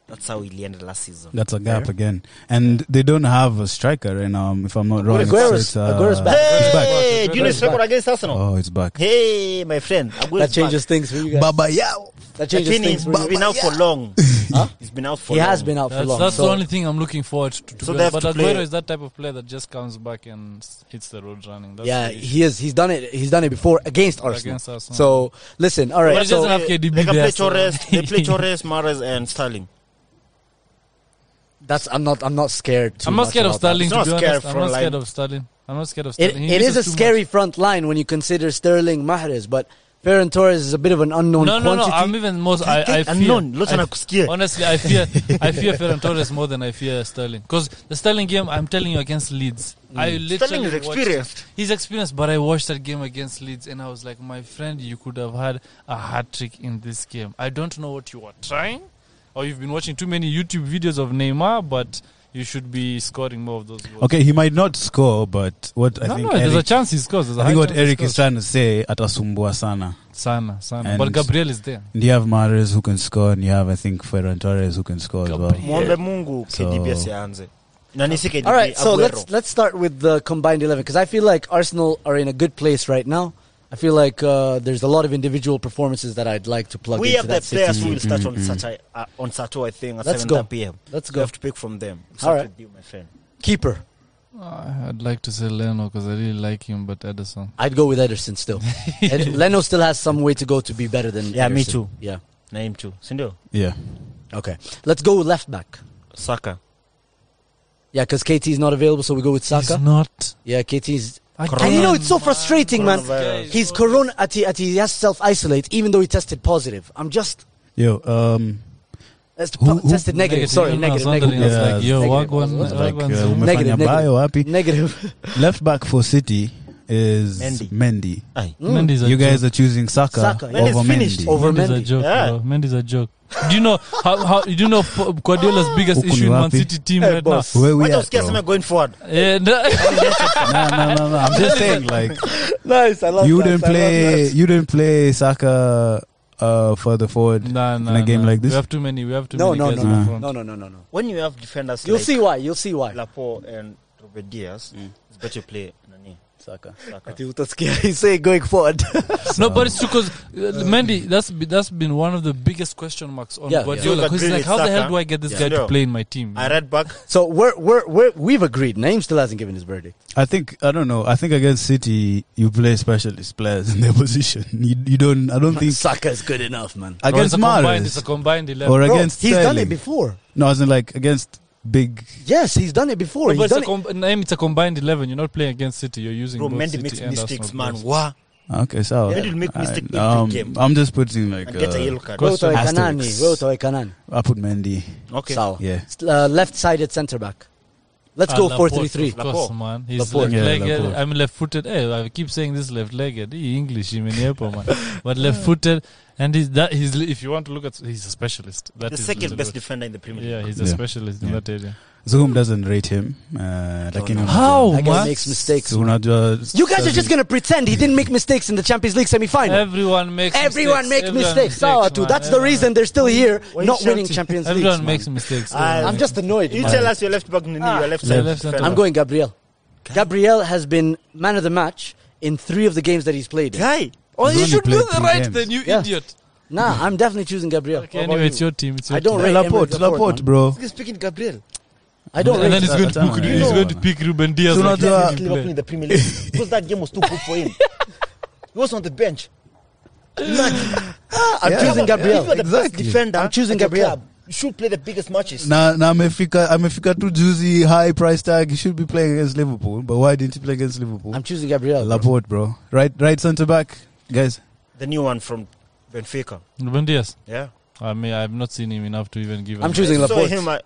[SPEAKER 3] that's how it ended last season.
[SPEAKER 4] That's a gap again, and they don't have a striker right now. um, If I'm not wrong, It's-
[SPEAKER 1] Aguero's-
[SPEAKER 4] it's, uh,
[SPEAKER 1] Aguero's back.
[SPEAKER 3] hey, do you know
[SPEAKER 2] It's
[SPEAKER 3] it's record against Arsenal?
[SPEAKER 4] Oh, it's back.
[SPEAKER 3] Hey, my friend, Aguero's
[SPEAKER 1] That changes
[SPEAKER 3] back.
[SPEAKER 1] things for you guys.
[SPEAKER 4] Baba Yao.
[SPEAKER 1] that
[SPEAKER 3] That
[SPEAKER 1] changes
[SPEAKER 3] thing
[SPEAKER 1] things
[SPEAKER 3] has
[SPEAKER 1] for you.
[SPEAKER 3] been out for long.
[SPEAKER 1] Huh?
[SPEAKER 3] He's been out for
[SPEAKER 1] He
[SPEAKER 3] long.
[SPEAKER 1] has been out for
[SPEAKER 2] That's,
[SPEAKER 1] long.
[SPEAKER 2] that's
[SPEAKER 1] so
[SPEAKER 2] the only thing I'm looking forward to. to
[SPEAKER 3] So
[SPEAKER 2] be
[SPEAKER 3] they have
[SPEAKER 2] honest.
[SPEAKER 3] to
[SPEAKER 2] but
[SPEAKER 3] play-
[SPEAKER 2] Aguero is that type of player that just comes back and s- hits the road running. That's
[SPEAKER 1] yeah,
[SPEAKER 2] the issue.
[SPEAKER 1] he is. He's done it. He's done it before against Arsenal.
[SPEAKER 2] Against Arsenal.
[SPEAKER 1] So listen, all
[SPEAKER 2] But
[SPEAKER 1] right.
[SPEAKER 2] he
[SPEAKER 1] so-
[SPEAKER 2] doesn't have KDB
[SPEAKER 3] They can
[SPEAKER 2] there,
[SPEAKER 3] play
[SPEAKER 2] so-
[SPEAKER 3] Torres.
[SPEAKER 2] *laughs*
[SPEAKER 3] They play Torres, Mares, and Sterling.
[SPEAKER 1] That's I'm not I'm not scared. Too
[SPEAKER 2] I'm not
[SPEAKER 1] much
[SPEAKER 2] scared of
[SPEAKER 1] about that.
[SPEAKER 2] Sterling.
[SPEAKER 3] It's
[SPEAKER 2] To
[SPEAKER 3] not
[SPEAKER 2] be
[SPEAKER 3] scared
[SPEAKER 2] honest, I'm
[SPEAKER 3] front
[SPEAKER 2] not scared
[SPEAKER 3] line.
[SPEAKER 2] of Sterling. I'm not scared of
[SPEAKER 1] It,
[SPEAKER 2] Sterling. He
[SPEAKER 1] it
[SPEAKER 2] uses
[SPEAKER 1] is a
[SPEAKER 2] too
[SPEAKER 1] scary front line when you consider Sterling, Mahrez, but Ferran Torres is a bit of an unknown
[SPEAKER 2] Much. No, no, no.
[SPEAKER 1] quantity.
[SPEAKER 2] I'm even more. I, I fear.
[SPEAKER 3] unknown. Lots
[SPEAKER 2] I- *laughs*
[SPEAKER 3] anakusikia.
[SPEAKER 2] honestly, I fear. I fear Ferran Torres more than I fear Sterling because the Sterling game. I'm telling you against Leeds.
[SPEAKER 1] Mm.
[SPEAKER 2] I literally
[SPEAKER 3] Sterling is
[SPEAKER 2] watched-
[SPEAKER 3] experienced.
[SPEAKER 2] He's experienced, but I watched that game against Leeds and I was like, my friend, you could have had a hat trick in this game. I don't know what you are trying, or you've been watching too many YouTube videos of Neymar, but you should be scoring more of those goals.
[SPEAKER 4] Okay, he might not score, but what I
[SPEAKER 2] no,
[SPEAKER 4] think
[SPEAKER 2] no, there's a
[SPEAKER 4] Eric,
[SPEAKER 2] chance he scores. There's a
[SPEAKER 4] I think
[SPEAKER 2] high
[SPEAKER 4] what
[SPEAKER 2] chance he
[SPEAKER 4] Eric is
[SPEAKER 2] scores.
[SPEAKER 4] trying to say atasumbua sana.
[SPEAKER 2] Sana, sana.
[SPEAKER 4] And-
[SPEAKER 2] But Gabriel is there.
[SPEAKER 4] And you have Mares who can score, and you have I think Ferran Torres who can score as well.
[SPEAKER 2] Gabriel.
[SPEAKER 3] Mwombe Mungu
[SPEAKER 4] So-
[SPEAKER 3] KDB asianze. Na nisi KDB
[SPEAKER 1] All right, so
[SPEAKER 3] Aguero.
[SPEAKER 1] let's let's start with the combined eleven because I feel like Arsenal are in a good place right now. I feel like uh, there's a lot of individual performances that I'd like to plug
[SPEAKER 3] we
[SPEAKER 1] into
[SPEAKER 3] have the
[SPEAKER 1] that City.
[SPEAKER 3] players who will start on Saturday, uh, on Saturday, I think, at
[SPEAKER 1] Let's
[SPEAKER 3] 7
[SPEAKER 1] go.
[SPEAKER 3] p.m.
[SPEAKER 1] Let's
[SPEAKER 3] You
[SPEAKER 1] go
[SPEAKER 3] have to pick from them. Except
[SPEAKER 1] All right.
[SPEAKER 3] with you, my friend.
[SPEAKER 1] keeper.
[SPEAKER 2] Uh, I'd like to say Leno because I really like him, but Edison.
[SPEAKER 1] I'd go with Ederson
[SPEAKER 2] *laughs*
[SPEAKER 1] still. Ed- Leno still has some way to go to be better than.
[SPEAKER 3] Yeah, me
[SPEAKER 1] Ederson.
[SPEAKER 3] too.
[SPEAKER 1] Yeah.
[SPEAKER 3] Naim too. Sindio?
[SPEAKER 4] Yeah,
[SPEAKER 1] Okay. Let's go with left back.
[SPEAKER 3] Saka.
[SPEAKER 1] Yeah, because KT is not available, so we go with
[SPEAKER 2] He's
[SPEAKER 1] Saka.
[SPEAKER 2] not.
[SPEAKER 1] Yeah, KT's.
[SPEAKER 2] Again,
[SPEAKER 1] And you know, it's so frustrating, man.
[SPEAKER 3] Coronavirus.
[SPEAKER 1] He's corona at he, at he has self isolate, even though he tested positive. I'm just
[SPEAKER 4] yo, um,
[SPEAKER 1] that's
[SPEAKER 4] Who- who-
[SPEAKER 1] tested negative. Sorry,
[SPEAKER 2] Even when I was
[SPEAKER 1] negative,
[SPEAKER 2] wondering,
[SPEAKER 1] negative,
[SPEAKER 2] I was like,
[SPEAKER 4] Yeah,
[SPEAKER 2] yo,
[SPEAKER 1] negative.
[SPEAKER 2] Wagwan-
[SPEAKER 1] I was
[SPEAKER 4] like,
[SPEAKER 2] Wagwan's
[SPEAKER 4] uh,
[SPEAKER 2] home.
[SPEAKER 4] umefanya
[SPEAKER 1] Negative,
[SPEAKER 4] bio wapi? *laughs*
[SPEAKER 1] negative.
[SPEAKER 4] Left back for City is
[SPEAKER 3] Mendy.
[SPEAKER 4] Mendy.
[SPEAKER 3] Aye.
[SPEAKER 2] Mendy's a
[SPEAKER 4] You
[SPEAKER 2] joke.
[SPEAKER 4] guys are choosing Saka,
[SPEAKER 1] Saka, yeah.
[SPEAKER 4] over
[SPEAKER 3] Mendy's finished.
[SPEAKER 4] Mendy.
[SPEAKER 1] Over
[SPEAKER 2] Mendy's a
[SPEAKER 1] Mendy.
[SPEAKER 2] joke,
[SPEAKER 3] Yeah.
[SPEAKER 2] bro. Mendy's a joke. Do you know how, how do you know P-
[SPEAKER 1] *laughs*
[SPEAKER 2] Guardiola's biggest
[SPEAKER 4] Huku
[SPEAKER 2] issue
[SPEAKER 4] ni
[SPEAKER 2] in Man
[SPEAKER 4] wapi?
[SPEAKER 2] City team
[SPEAKER 1] Hey,
[SPEAKER 2] right
[SPEAKER 1] boss.
[SPEAKER 4] Where we
[SPEAKER 3] Wacha
[SPEAKER 4] at,
[SPEAKER 3] usikie
[SPEAKER 4] bro?
[SPEAKER 3] aseme going forward.
[SPEAKER 2] now? And, uh,
[SPEAKER 4] no, no, no, no. I'm just saying, like,
[SPEAKER 1] *laughs* nice. I love
[SPEAKER 4] you
[SPEAKER 1] that.
[SPEAKER 4] didn't
[SPEAKER 1] I love
[SPEAKER 4] play,
[SPEAKER 1] that.
[SPEAKER 4] you didn't play Saka uh, further forward
[SPEAKER 2] *laughs* nah, nah,
[SPEAKER 4] in a game
[SPEAKER 2] nah.
[SPEAKER 4] like this.
[SPEAKER 2] we have too many. We have too
[SPEAKER 1] No,
[SPEAKER 2] many
[SPEAKER 1] no, no,
[SPEAKER 2] guys in
[SPEAKER 4] Nah.
[SPEAKER 1] no,
[SPEAKER 2] front.
[SPEAKER 1] no, no, no, no, no.
[SPEAKER 3] When you have defenders
[SPEAKER 1] You'll
[SPEAKER 3] like
[SPEAKER 1] see why. You'll see why.
[SPEAKER 3] Laporte and Ruben Diaz, it's better you play nani?
[SPEAKER 4] Saka.
[SPEAKER 3] Saka.
[SPEAKER 1] Ati utasikia *laughs* he say going forward.
[SPEAKER 2] No, but it's true because uh, Mendy. That's be- that's been one of the biggest question marks on
[SPEAKER 1] Uh, Yeah, yeah.
[SPEAKER 2] Guardiola.
[SPEAKER 3] You'll
[SPEAKER 2] 'cause
[SPEAKER 3] agree
[SPEAKER 2] he's like,
[SPEAKER 3] with
[SPEAKER 2] how the hell
[SPEAKER 3] Saka.
[SPEAKER 2] do I get this
[SPEAKER 3] Yeah.
[SPEAKER 2] guy
[SPEAKER 3] No.
[SPEAKER 2] to play in my team?
[SPEAKER 3] I read back.
[SPEAKER 1] so we're, we're we're we've agreed. Naim still hasn't given his verdict.
[SPEAKER 4] I think I don't know. I think against City, you play specialist players in their *laughs* position. You, you don't. I don't think
[SPEAKER 1] Saka is good enough, man.
[SPEAKER 2] Or it's
[SPEAKER 4] against
[SPEAKER 2] a combined. It's a
[SPEAKER 4] Mahrez
[SPEAKER 2] combined eleven.
[SPEAKER 4] or
[SPEAKER 1] Bro,
[SPEAKER 4] against
[SPEAKER 1] he's done it
[SPEAKER 4] Sterling.
[SPEAKER 1] before.
[SPEAKER 4] No, as in like against big.
[SPEAKER 1] Yes, he's done it before.
[SPEAKER 2] No, but
[SPEAKER 1] he's
[SPEAKER 2] it's a,
[SPEAKER 1] done it.
[SPEAKER 2] com- Naim, it's a combined eleven. You're not playing against City. You're using.
[SPEAKER 3] Bro,
[SPEAKER 2] both
[SPEAKER 3] Mendy
[SPEAKER 2] City
[SPEAKER 3] makes
[SPEAKER 2] and
[SPEAKER 3] mistakes,
[SPEAKER 2] Arsenal
[SPEAKER 3] man.
[SPEAKER 2] players.
[SPEAKER 3] Wah.
[SPEAKER 4] Okay, so
[SPEAKER 3] Mendy will make mistake in
[SPEAKER 4] I, um,
[SPEAKER 3] big game.
[SPEAKER 4] I'm just putting like
[SPEAKER 3] And get
[SPEAKER 4] uh,
[SPEAKER 3] a yellow card.
[SPEAKER 1] Wewe utoe
[SPEAKER 4] Asterix.
[SPEAKER 1] Kanani, wewe utoe Kanani.
[SPEAKER 4] I put Mendy.
[SPEAKER 3] Okay.
[SPEAKER 1] Sawa.
[SPEAKER 4] Yeah.
[SPEAKER 1] S- Uh, left-sided centre back. Let's
[SPEAKER 2] Ah,
[SPEAKER 1] go
[SPEAKER 2] Laporte,
[SPEAKER 1] four three three.
[SPEAKER 2] Of course,
[SPEAKER 3] Laporte.
[SPEAKER 2] man. He's
[SPEAKER 1] Laporte.
[SPEAKER 4] Yeah,
[SPEAKER 2] left-legged.
[SPEAKER 4] Laporte.
[SPEAKER 2] I mean, left-footed. Hey, I keep saying this left-legged. He English, he meniepo,
[SPEAKER 1] *laughs*
[SPEAKER 2] man. But left-footed, and he's that. He's li- if you want to look at, he's a specialist. That
[SPEAKER 3] The
[SPEAKER 2] is
[SPEAKER 3] second
[SPEAKER 2] literally
[SPEAKER 3] best
[SPEAKER 2] what-
[SPEAKER 3] defender in the Premier League.
[SPEAKER 2] Yeah, he's a
[SPEAKER 4] Yeah.
[SPEAKER 2] specialist in
[SPEAKER 4] Yeah.
[SPEAKER 2] that area.
[SPEAKER 4] Zoom doesn't rate him. Uh, lakini
[SPEAKER 3] no.
[SPEAKER 2] How,
[SPEAKER 1] That guy
[SPEAKER 2] man?
[SPEAKER 1] makes mistakes.
[SPEAKER 4] So unajua-
[SPEAKER 1] You guys are just gonna pretend he didn't make mistakes in the Champions League semi-final.
[SPEAKER 2] Everyone makes.
[SPEAKER 1] Everyone
[SPEAKER 2] mistakes.
[SPEAKER 1] make mistakes. Sawa too.
[SPEAKER 2] man.
[SPEAKER 1] That's the
[SPEAKER 2] Everyone-
[SPEAKER 1] reason they're still here,
[SPEAKER 3] Why you
[SPEAKER 1] not winning
[SPEAKER 3] shouting?
[SPEAKER 1] Champions League.
[SPEAKER 2] Everyone makes mistakes. Everyone
[SPEAKER 1] Uh, I'm
[SPEAKER 2] makes-
[SPEAKER 1] just annoyed.
[SPEAKER 3] You
[SPEAKER 1] man.
[SPEAKER 3] tell us your left back, Nini, your left side.
[SPEAKER 2] Left centre
[SPEAKER 3] defender.
[SPEAKER 2] back.
[SPEAKER 1] I'm going Gabriel. Gabriel has been man of the match in three of the games that he's played. in.
[SPEAKER 3] Guy.
[SPEAKER 2] Oh,
[SPEAKER 4] He's
[SPEAKER 2] you
[SPEAKER 4] only
[SPEAKER 2] should do
[SPEAKER 4] played
[SPEAKER 2] the
[SPEAKER 4] two
[SPEAKER 2] right,
[SPEAKER 4] games.
[SPEAKER 2] then you
[SPEAKER 1] Yeah.
[SPEAKER 2] idiot.
[SPEAKER 1] Nah, I'm definitely choosing Gabriel.
[SPEAKER 2] Okay,
[SPEAKER 1] What about
[SPEAKER 2] anyway,
[SPEAKER 1] you?
[SPEAKER 2] it's your team. It's your
[SPEAKER 1] I don't
[SPEAKER 4] Yeah,
[SPEAKER 1] rate
[SPEAKER 4] Laporte,
[SPEAKER 1] Emery
[SPEAKER 4] Laporte,
[SPEAKER 1] man.
[SPEAKER 4] bro.
[SPEAKER 3] This speaking Gabriel.
[SPEAKER 1] I don't
[SPEAKER 2] and
[SPEAKER 1] rate
[SPEAKER 2] then he's
[SPEAKER 1] that.
[SPEAKER 2] going to
[SPEAKER 4] That's
[SPEAKER 2] pick,
[SPEAKER 4] not-
[SPEAKER 2] he's
[SPEAKER 4] yeah.
[SPEAKER 2] going to pick Ruben Diaz.
[SPEAKER 4] So
[SPEAKER 2] and
[SPEAKER 4] now
[SPEAKER 2] let
[SPEAKER 4] do I-
[SPEAKER 2] him play.
[SPEAKER 3] Liverpool in the Premier League *laughs* because that game was too good for him. He was on the bench. Imagine.
[SPEAKER 1] I'm
[SPEAKER 4] Yeah.
[SPEAKER 1] choosing
[SPEAKER 4] Yeah.
[SPEAKER 1] Gabriel.
[SPEAKER 3] Ah, If you are the best
[SPEAKER 4] Exactly.
[SPEAKER 3] defender
[SPEAKER 1] I'm choosing
[SPEAKER 3] at your
[SPEAKER 1] Gabriel.
[SPEAKER 3] club, You should play the biggest matches.
[SPEAKER 4] na na amefika amefika tu juzi high price tag he should be playing against liverpool but why didn't he play against liverpool Oh,
[SPEAKER 1] I'm choosing Gabriel. bro.
[SPEAKER 4] laporte bro right right center back guys
[SPEAKER 3] The new one from Benfica.
[SPEAKER 2] Ruben Diaz.
[SPEAKER 3] Yeah.
[SPEAKER 2] I mean, I've not seen him enough to even give.
[SPEAKER 1] I'm
[SPEAKER 2] a-
[SPEAKER 1] choosing
[SPEAKER 3] I saw
[SPEAKER 1] Laporte.
[SPEAKER 3] him at-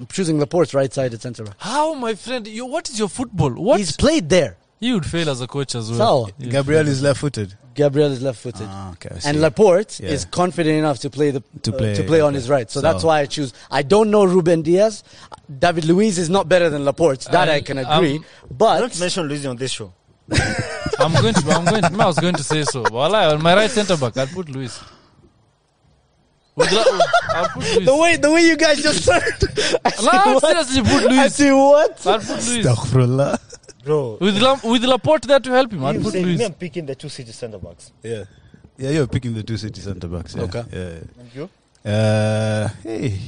[SPEAKER 1] I'm choosing Laporte right sided centre back.
[SPEAKER 2] How, my friend? You, what is your football? What
[SPEAKER 1] He's played there.
[SPEAKER 2] you would fail as a coach as well.
[SPEAKER 1] So
[SPEAKER 2] You'd
[SPEAKER 4] gabriel
[SPEAKER 2] fail.
[SPEAKER 4] is left footed
[SPEAKER 1] Gabriel is left footed.
[SPEAKER 4] ah, okay, I see.
[SPEAKER 1] and Laporte
[SPEAKER 4] Yeah.
[SPEAKER 1] is confident enough to play the
[SPEAKER 4] To
[SPEAKER 1] to play,
[SPEAKER 4] play,
[SPEAKER 1] to play on
[SPEAKER 4] okay.
[SPEAKER 1] his right. So,
[SPEAKER 4] So-
[SPEAKER 1] that's why I choose. I don't know Ruben Diaz. David Luiz is not better than Laporte. That I,
[SPEAKER 2] I-
[SPEAKER 1] can
[SPEAKER 2] I'm-
[SPEAKER 1] agree.
[SPEAKER 3] Don't
[SPEAKER 1] but
[SPEAKER 3] mention Luis on this show.
[SPEAKER 2] *laughs* I'm going to. I'm going. To, I was going to say so. But wallahi, on my right centre back, I'd put Luis. Would la- I'd put Luis.
[SPEAKER 1] the way the way you guys
[SPEAKER 4] *laughs*
[SPEAKER 1] just turned, I
[SPEAKER 2] No,
[SPEAKER 1] see
[SPEAKER 2] I'd
[SPEAKER 1] what?
[SPEAKER 2] seriously
[SPEAKER 1] *laughs*
[SPEAKER 2] put
[SPEAKER 1] I
[SPEAKER 2] Luis.
[SPEAKER 1] see what?
[SPEAKER 2] I'd put Luis.
[SPEAKER 4] Astaghfirullah.
[SPEAKER 3] Bro,
[SPEAKER 2] With La, with Laporte there to help him, I'd
[SPEAKER 3] you
[SPEAKER 2] put
[SPEAKER 3] said me,
[SPEAKER 2] Luis.
[SPEAKER 3] I'm picking the two city centre backs.
[SPEAKER 4] yeah yeah you're picking the two city center backs yeah.
[SPEAKER 1] Okay.
[SPEAKER 4] yeah
[SPEAKER 3] And you?
[SPEAKER 4] Uh, hey.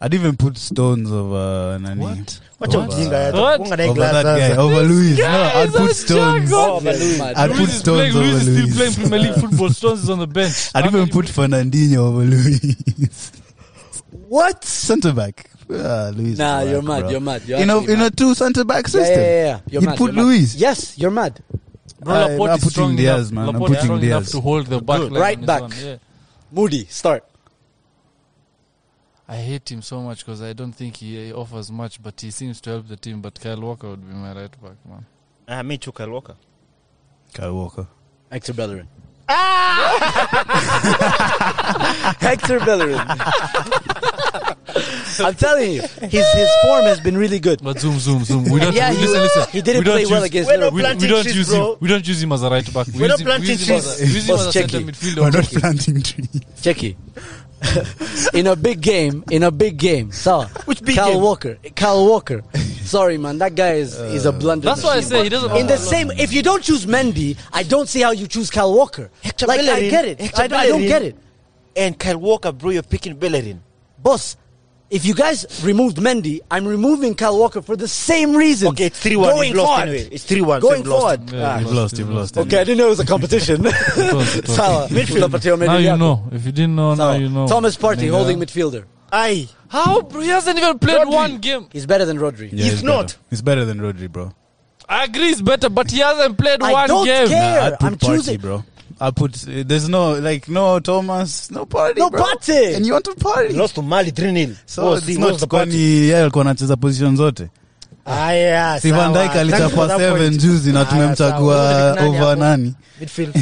[SPEAKER 4] I'd even put stones over Nani.
[SPEAKER 2] What?
[SPEAKER 3] Wacha
[SPEAKER 4] Over-
[SPEAKER 3] ujinga ya-
[SPEAKER 2] What?
[SPEAKER 3] Funga na hii
[SPEAKER 4] Over
[SPEAKER 3] glass
[SPEAKER 4] that
[SPEAKER 3] sasa.
[SPEAKER 4] guy, oh. over Luis. No,
[SPEAKER 2] guy
[SPEAKER 4] I'd
[SPEAKER 2] is a
[SPEAKER 4] put stones.
[SPEAKER 2] jago.
[SPEAKER 3] Oh, but Luis-
[SPEAKER 4] I'd put
[SPEAKER 2] Luis is playing.
[SPEAKER 4] stones over
[SPEAKER 2] Luis is still playing
[SPEAKER 4] Luis.
[SPEAKER 2] Premier League football. Stones is on the bench.
[SPEAKER 4] I'd
[SPEAKER 2] How
[SPEAKER 4] even
[SPEAKER 2] can you
[SPEAKER 4] put Fernandinho *laughs* over Luis.
[SPEAKER 1] What?
[SPEAKER 4] Center back. Ah, Luis.
[SPEAKER 1] Nah,
[SPEAKER 4] is
[SPEAKER 1] you're
[SPEAKER 4] whack,
[SPEAKER 1] mad.
[SPEAKER 4] bro.
[SPEAKER 1] You're mad. You're
[SPEAKER 4] In a,
[SPEAKER 1] actually
[SPEAKER 4] in a
[SPEAKER 1] mad.
[SPEAKER 4] two center back
[SPEAKER 1] yeah,
[SPEAKER 4] system.
[SPEAKER 1] yeah, yeah, yeah. You're
[SPEAKER 4] You'd
[SPEAKER 1] mad.
[SPEAKER 4] put
[SPEAKER 1] you're mad.
[SPEAKER 4] Luis.
[SPEAKER 1] Yes, you're mad.
[SPEAKER 2] Bro,
[SPEAKER 4] I-
[SPEAKER 2] Laporte
[SPEAKER 4] I'm
[SPEAKER 2] is
[SPEAKER 4] putting
[SPEAKER 2] strong
[SPEAKER 4] Diaz,
[SPEAKER 2] enough.
[SPEAKER 4] man. I'm
[SPEAKER 2] Laporte is
[SPEAKER 4] putting
[SPEAKER 2] strong enough
[SPEAKER 4] Diaz.
[SPEAKER 2] to hold the back line
[SPEAKER 1] Right
[SPEAKER 2] on his
[SPEAKER 1] back.
[SPEAKER 2] own, yeah.
[SPEAKER 1] Moody, start.
[SPEAKER 2] I hate him so much because I don't think he uh, offers much, but he seems to help the team. But Kyle Walker would be my right back, man.
[SPEAKER 3] Ah, me too, Kyle Walker.
[SPEAKER 4] Kyle Walker.
[SPEAKER 1] Hector Bellerin. Ah! *laughs* Hector Bellerin. I'm telling you, his his form has been really good.
[SPEAKER 2] But zoom, zoom, zoom. *laughs* We don't
[SPEAKER 1] Yeah,
[SPEAKER 2] we-
[SPEAKER 1] he-
[SPEAKER 2] listen, listen.
[SPEAKER 1] he didn't
[SPEAKER 2] we don't
[SPEAKER 1] play well
[SPEAKER 2] use-
[SPEAKER 1] against
[SPEAKER 3] We're not
[SPEAKER 1] Liverpool.
[SPEAKER 2] We, we
[SPEAKER 3] planting
[SPEAKER 2] don't
[SPEAKER 3] trees,
[SPEAKER 2] use
[SPEAKER 3] bro.
[SPEAKER 2] him. We don't use him as a right back. We
[SPEAKER 3] We're
[SPEAKER 2] use
[SPEAKER 3] not
[SPEAKER 2] him,
[SPEAKER 3] planting
[SPEAKER 2] we use him as a, we use him
[SPEAKER 1] Boss
[SPEAKER 2] as a centre
[SPEAKER 1] Cheki.
[SPEAKER 4] We're
[SPEAKER 2] midfielder.
[SPEAKER 4] not *laughs* planting trees.
[SPEAKER 1] Checky. in a big game, in a big game, so
[SPEAKER 3] Which big
[SPEAKER 1] Kyle
[SPEAKER 3] game?
[SPEAKER 1] Walker, Kyle Walker. Sorry, man, that guy is is a blunder.
[SPEAKER 2] That's why I
[SPEAKER 1] machine.
[SPEAKER 2] say he doesn't.
[SPEAKER 1] In the same, if you don't choose Mendy, I don't see how you choose Kyle Walker.
[SPEAKER 3] Hector
[SPEAKER 1] like I
[SPEAKER 3] Bellerin-
[SPEAKER 1] get it,
[SPEAKER 3] Hector
[SPEAKER 1] I, don't- I don't
[SPEAKER 3] Bellerin-
[SPEAKER 1] get it,
[SPEAKER 3] And Kyle Walker, bro, you're picking Bellerin.
[SPEAKER 1] boss. If you guys removed Mendy, I'm removing Kyle Walker for the same reason.
[SPEAKER 3] Okay, it's 3 1.
[SPEAKER 1] Going
[SPEAKER 3] We've lost
[SPEAKER 1] forward.
[SPEAKER 3] anyway. It's 3
[SPEAKER 1] Going
[SPEAKER 3] 1. so we've lost.
[SPEAKER 1] forward.
[SPEAKER 2] Yeah,
[SPEAKER 4] You've lost, you've lost.
[SPEAKER 1] Okay, I didn't know it was a
[SPEAKER 2] *laughs*
[SPEAKER 1] competition.
[SPEAKER 2] was, it was.
[SPEAKER 1] Salah, midfielder, Pateo
[SPEAKER 2] Now
[SPEAKER 1] Mendy,
[SPEAKER 2] you
[SPEAKER 1] Yakup.
[SPEAKER 2] know. If you didn't know, now
[SPEAKER 1] Salah.
[SPEAKER 2] you know.
[SPEAKER 1] Thomas Partey,
[SPEAKER 2] Nigga.
[SPEAKER 1] holding midfielder.
[SPEAKER 3] Aye.
[SPEAKER 2] How bro? He hasn't even played
[SPEAKER 3] Rodri.
[SPEAKER 2] one game.
[SPEAKER 1] He's better than Rodri.
[SPEAKER 4] Yeah,
[SPEAKER 3] If
[SPEAKER 4] he's
[SPEAKER 3] not-
[SPEAKER 4] better. he's better than Rodri, bro.
[SPEAKER 2] I agree, he's better, but he hasn't played
[SPEAKER 1] I
[SPEAKER 2] one
[SPEAKER 1] don't
[SPEAKER 2] game.
[SPEAKER 1] care.
[SPEAKER 4] I'd put
[SPEAKER 1] I'm
[SPEAKER 4] party,
[SPEAKER 1] choosing-
[SPEAKER 4] bro. I put. Uh, there's no like no Thomas, no party,
[SPEAKER 1] No
[SPEAKER 4] bro.
[SPEAKER 1] party.
[SPEAKER 4] and you want to
[SPEAKER 3] We
[SPEAKER 4] party.
[SPEAKER 3] lost to Mali Oh, 3 0.
[SPEAKER 4] so it's not
[SPEAKER 3] the
[SPEAKER 4] kwani
[SPEAKER 3] party?
[SPEAKER 4] yeye alikuwa anacheza position zote.
[SPEAKER 3] Ah, yeah.
[SPEAKER 4] Si Van Dijk alichapa 7 juzi na tumemchagua over nani?
[SPEAKER 3] Midfield.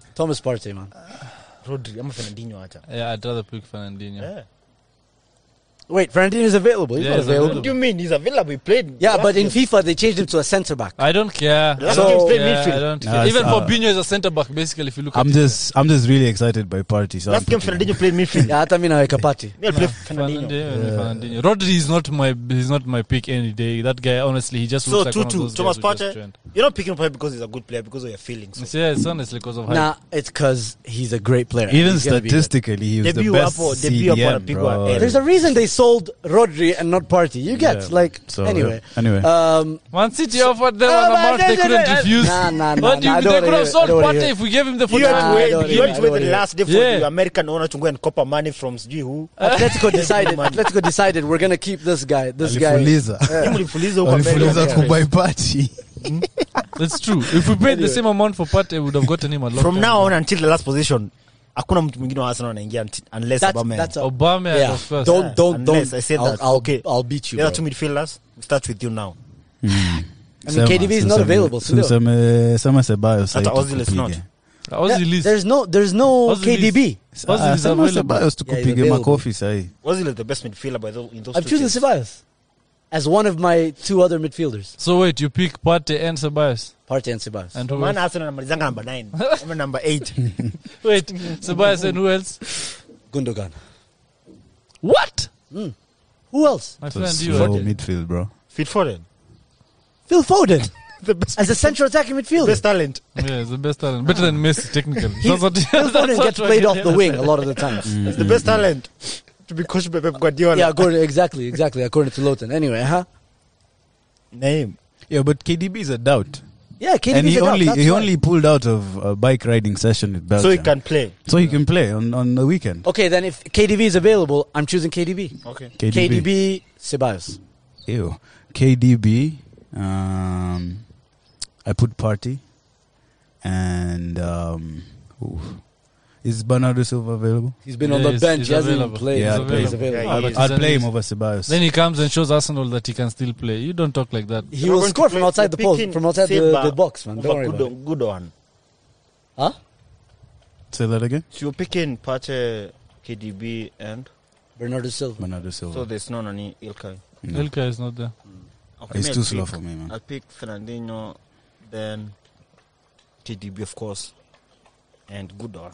[SPEAKER 1] *laughs* Thomas Partey, man.
[SPEAKER 3] Rodri, ama Fernandinho hata. Eh.
[SPEAKER 2] Yeah, I'd rather pick Fernandinho.
[SPEAKER 3] Yeah.
[SPEAKER 1] Wait, Fernandinho is available. He's
[SPEAKER 2] Yeah,
[SPEAKER 1] not
[SPEAKER 2] he's
[SPEAKER 1] available.
[SPEAKER 3] What do you mean? He's available. He played.
[SPEAKER 1] Yeah, but in
[SPEAKER 3] last year.
[SPEAKER 1] FIFA they changed him to a centre back.
[SPEAKER 2] I don't care.
[SPEAKER 3] Last
[SPEAKER 2] I
[SPEAKER 1] game
[SPEAKER 2] don't
[SPEAKER 3] played
[SPEAKER 2] care.
[SPEAKER 3] midfield.
[SPEAKER 2] I don't
[SPEAKER 4] Nah,
[SPEAKER 2] care.
[SPEAKER 4] it's,
[SPEAKER 2] Even
[SPEAKER 4] uh,
[SPEAKER 2] Fabinho is a centre back, basically, if you look
[SPEAKER 4] I'm
[SPEAKER 2] at
[SPEAKER 4] just I'm just really excited by party. So
[SPEAKER 3] Last
[SPEAKER 4] I'm
[SPEAKER 3] game,
[SPEAKER 4] picking-
[SPEAKER 3] Fernandinho played midfield.
[SPEAKER 1] Yeah, hata mimi naweka Partey.
[SPEAKER 3] Me, I'll play
[SPEAKER 2] Fernandinho.
[SPEAKER 3] Fernandinho.
[SPEAKER 2] Fernandinho. Rodri is not my he's not my pick any day. That guy honestly he just
[SPEAKER 3] So
[SPEAKER 2] looks like one
[SPEAKER 3] 2
[SPEAKER 2] of
[SPEAKER 3] 2.
[SPEAKER 2] those
[SPEAKER 3] Thomas
[SPEAKER 2] guys who just
[SPEAKER 3] Partey.
[SPEAKER 2] trend.
[SPEAKER 3] You're not picking Partey because he's a good player, because of your feelings.
[SPEAKER 2] It's, yeah, it's honestly because of hype.
[SPEAKER 1] Nah, it's because he's a great player.
[SPEAKER 4] Even
[SPEAKER 1] He's gonna be good.
[SPEAKER 4] statistically, he was
[SPEAKER 3] Debut
[SPEAKER 4] the best
[SPEAKER 3] hapo- debut hapo
[SPEAKER 4] CDM,
[SPEAKER 3] anapigwa
[SPEAKER 4] bro.
[SPEAKER 3] L.
[SPEAKER 1] There's a reason they sold Rodri and not Partey. You get
[SPEAKER 4] Yeah.
[SPEAKER 1] like
[SPEAKER 4] So,
[SPEAKER 1] anyway.
[SPEAKER 4] yeah. Anyway.
[SPEAKER 1] Um,
[SPEAKER 2] Man City offered them
[SPEAKER 1] Oh,
[SPEAKER 2] an
[SPEAKER 1] man,
[SPEAKER 2] amount they
[SPEAKER 1] yeah,
[SPEAKER 2] couldn't
[SPEAKER 1] yeah, yeah.
[SPEAKER 2] refuse.
[SPEAKER 1] Nah, nah, nah,
[SPEAKER 2] But
[SPEAKER 1] nah, I don't
[SPEAKER 2] if they
[SPEAKER 1] wanna
[SPEAKER 2] could
[SPEAKER 1] hear
[SPEAKER 2] have
[SPEAKER 1] it. I
[SPEAKER 2] sold
[SPEAKER 1] don't wanna
[SPEAKER 2] Partey
[SPEAKER 1] hear
[SPEAKER 2] if we gave him the
[SPEAKER 3] You
[SPEAKER 2] full
[SPEAKER 1] Nah,
[SPEAKER 3] had
[SPEAKER 1] I
[SPEAKER 3] to
[SPEAKER 2] time.
[SPEAKER 3] wait.
[SPEAKER 1] don't
[SPEAKER 3] You
[SPEAKER 1] hear it,
[SPEAKER 3] had to
[SPEAKER 1] I
[SPEAKER 3] wait
[SPEAKER 1] don't
[SPEAKER 3] the
[SPEAKER 1] hear
[SPEAKER 3] last day for
[SPEAKER 2] Yeah.
[SPEAKER 3] the American owner to go and cop a money from sijui who.
[SPEAKER 1] Atletico decided. Atletico decided we're gonna keep this guy. This guy. uh,
[SPEAKER 4] Alifuliza.
[SPEAKER 3] Timu ilifuliza
[SPEAKER 4] *laughs*
[SPEAKER 3] huko
[SPEAKER 4] Alifuliza
[SPEAKER 3] America.
[SPEAKER 1] America.
[SPEAKER 4] kubai party.
[SPEAKER 2] That's true. If we paid the
[SPEAKER 1] Anyway.
[SPEAKER 2] same amount for Partey, we would have gotten him a lot.
[SPEAKER 3] From now on until the last position, hakuna mtu mwingine wa Arsenal anaingia unti- unless
[SPEAKER 1] That's,
[SPEAKER 3] Aubameyang.
[SPEAKER 1] that's a,
[SPEAKER 2] Obama
[SPEAKER 1] yeah.
[SPEAKER 2] of course.
[SPEAKER 1] Don't don't
[SPEAKER 3] Unless
[SPEAKER 1] don't.
[SPEAKER 3] I said
[SPEAKER 1] I'll,
[SPEAKER 3] that.
[SPEAKER 1] I'll,
[SPEAKER 3] Okay.
[SPEAKER 1] I'll beat you.
[SPEAKER 3] The
[SPEAKER 1] bro.
[SPEAKER 3] other two midfielders, we start with you now.
[SPEAKER 1] I mean, KDB is not available. So no.
[SPEAKER 4] Sema sema Sebayo
[SPEAKER 3] Hata Ozil is not.
[SPEAKER 2] I was
[SPEAKER 1] Yeah,
[SPEAKER 2] released.
[SPEAKER 1] There's Uh, no there's no
[SPEAKER 2] Ozil is-
[SPEAKER 1] KDB.
[SPEAKER 2] Ozil is
[SPEAKER 4] Sema
[SPEAKER 2] available.
[SPEAKER 4] Sebayo
[SPEAKER 1] Yeah, he's
[SPEAKER 4] tukupige
[SPEAKER 1] available.
[SPEAKER 4] makofi sahi.
[SPEAKER 3] Ozil is the best midfielder by those, in those
[SPEAKER 1] I'm
[SPEAKER 3] two
[SPEAKER 1] choosing
[SPEAKER 3] teams.
[SPEAKER 1] Ceballos as one of my two other midfielders,
[SPEAKER 2] So wait, you pick Partey and Ceballos.
[SPEAKER 1] Partey and Ceballos.
[SPEAKER 2] And who
[SPEAKER 3] Maana
[SPEAKER 2] else?
[SPEAKER 3] Arsenal anamalizanga number
[SPEAKER 1] *laughs*
[SPEAKER 3] 9 ama number 8.
[SPEAKER 2] Wait, Ceballos and who else?
[SPEAKER 1] Gundogan.
[SPEAKER 2] What?
[SPEAKER 1] Who else?
[SPEAKER 2] My
[SPEAKER 4] So
[SPEAKER 2] friend, you
[SPEAKER 4] slow
[SPEAKER 2] are-
[SPEAKER 4] midfield, bro.
[SPEAKER 3] Fit Foden.
[SPEAKER 1] Phil Foden
[SPEAKER 3] The best
[SPEAKER 1] as a central attacking midfielder.
[SPEAKER 3] best talent.
[SPEAKER 2] Yeah, he's the best talent. Better than Messi, technically.
[SPEAKER 1] He-
[SPEAKER 2] *laughs* That's what,
[SPEAKER 1] Phil Foden gets played off the wing a lot of the times.
[SPEAKER 3] He's the
[SPEAKER 4] Mm-hmm.
[SPEAKER 3] best talent to be coached by Pep Guardiola.
[SPEAKER 1] *laughs* Yeah, according, exactly, exactly. According to Lowton. Anyway, huh?
[SPEAKER 3] Name.
[SPEAKER 4] Yeah, but KDB is a doubt.
[SPEAKER 1] Yeah, KDB
[SPEAKER 4] and
[SPEAKER 1] is
[SPEAKER 4] he
[SPEAKER 1] a dub,
[SPEAKER 4] only
[SPEAKER 1] that's
[SPEAKER 4] he
[SPEAKER 1] why.
[SPEAKER 4] only pulled out of a bike riding session with Belgium.
[SPEAKER 3] So he can play.
[SPEAKER 4] so he can play on, on the weekend.
[SPEAKER 1] Okay, then if KDB is available, I'm choosing KDB.
[SPEAKER 3] Okay.
[SPEAKER 1] KDB, Ceballos.
[SPEAKER 4] Ew. KDB. Um, I put party. And um, oof. is Bernardo Silva available?
[SPEAKER 1] He's been on
[SPEAKER 2] Yeah,
[SPEAKER 1] the
[SPEAKER 2] he's-
[SPEAKER 1] bench.
[SPEAKER 2] he's
[SPEAKER 1] He hasn't even
[SPEAKER 2] available.
[SPEAKER 1] played.
[SPEAKER 4] Yeah,
[SPEAKER 1] He's
[SPEAKER 4] I'd
[SPEAKER 1] available. He's
[SPEAKER 3] play him.
[SPEAKER 1] available.
[SPEAKER 3] Yeah,
[SPEAKER 1] I'd-
[SPEAKER 3] he is.
[SPEAKER 4] I'd play him
[SPEAKER 2] Oh, Then
[SPEAKER 4] over Ceballos.
[SPEAKER 2] Then he comes and shows Arsenal that he can still play. You don't talk like that.
[SPEAKER 1] He will score from outside the post, from outside the,
[SPEAKER 3] uh,
[SPEAKER 1] the box, man. Don't worry
[SPEAKER 3] good,
[SPEAKER 1] about it.
[SPEAKER 3] good one.
[SPEAKER 1] Huh?
[SPEAKER 4] Say that again.
[SPEAKER 3] So you're picking Pache, KDB, and
[SPEAKER 1] Bernardo Silva.
[SPEAKER 4] Bernardo
[SPEAKER 3] so
[SPEAKER 4] Silva.
[SPEAKER 3] there's no Nani Ilkay.
[SPEAKER 4] No.
[SPEAKER 2] Elka is not there.
[SPEAKER 3] Okay,
[SPEAKER 4] He's
[SPEAKER 3] me,
[SPEAKER 4] too
[SPEAKER 3] I'll
[SPEAKER 4] slow
[SPEAKER 3] pick-
[SPEAKER 4] for me, man.
[SPEAKER 3] I'll pick Fernandinho, then KDB, of course, and good one.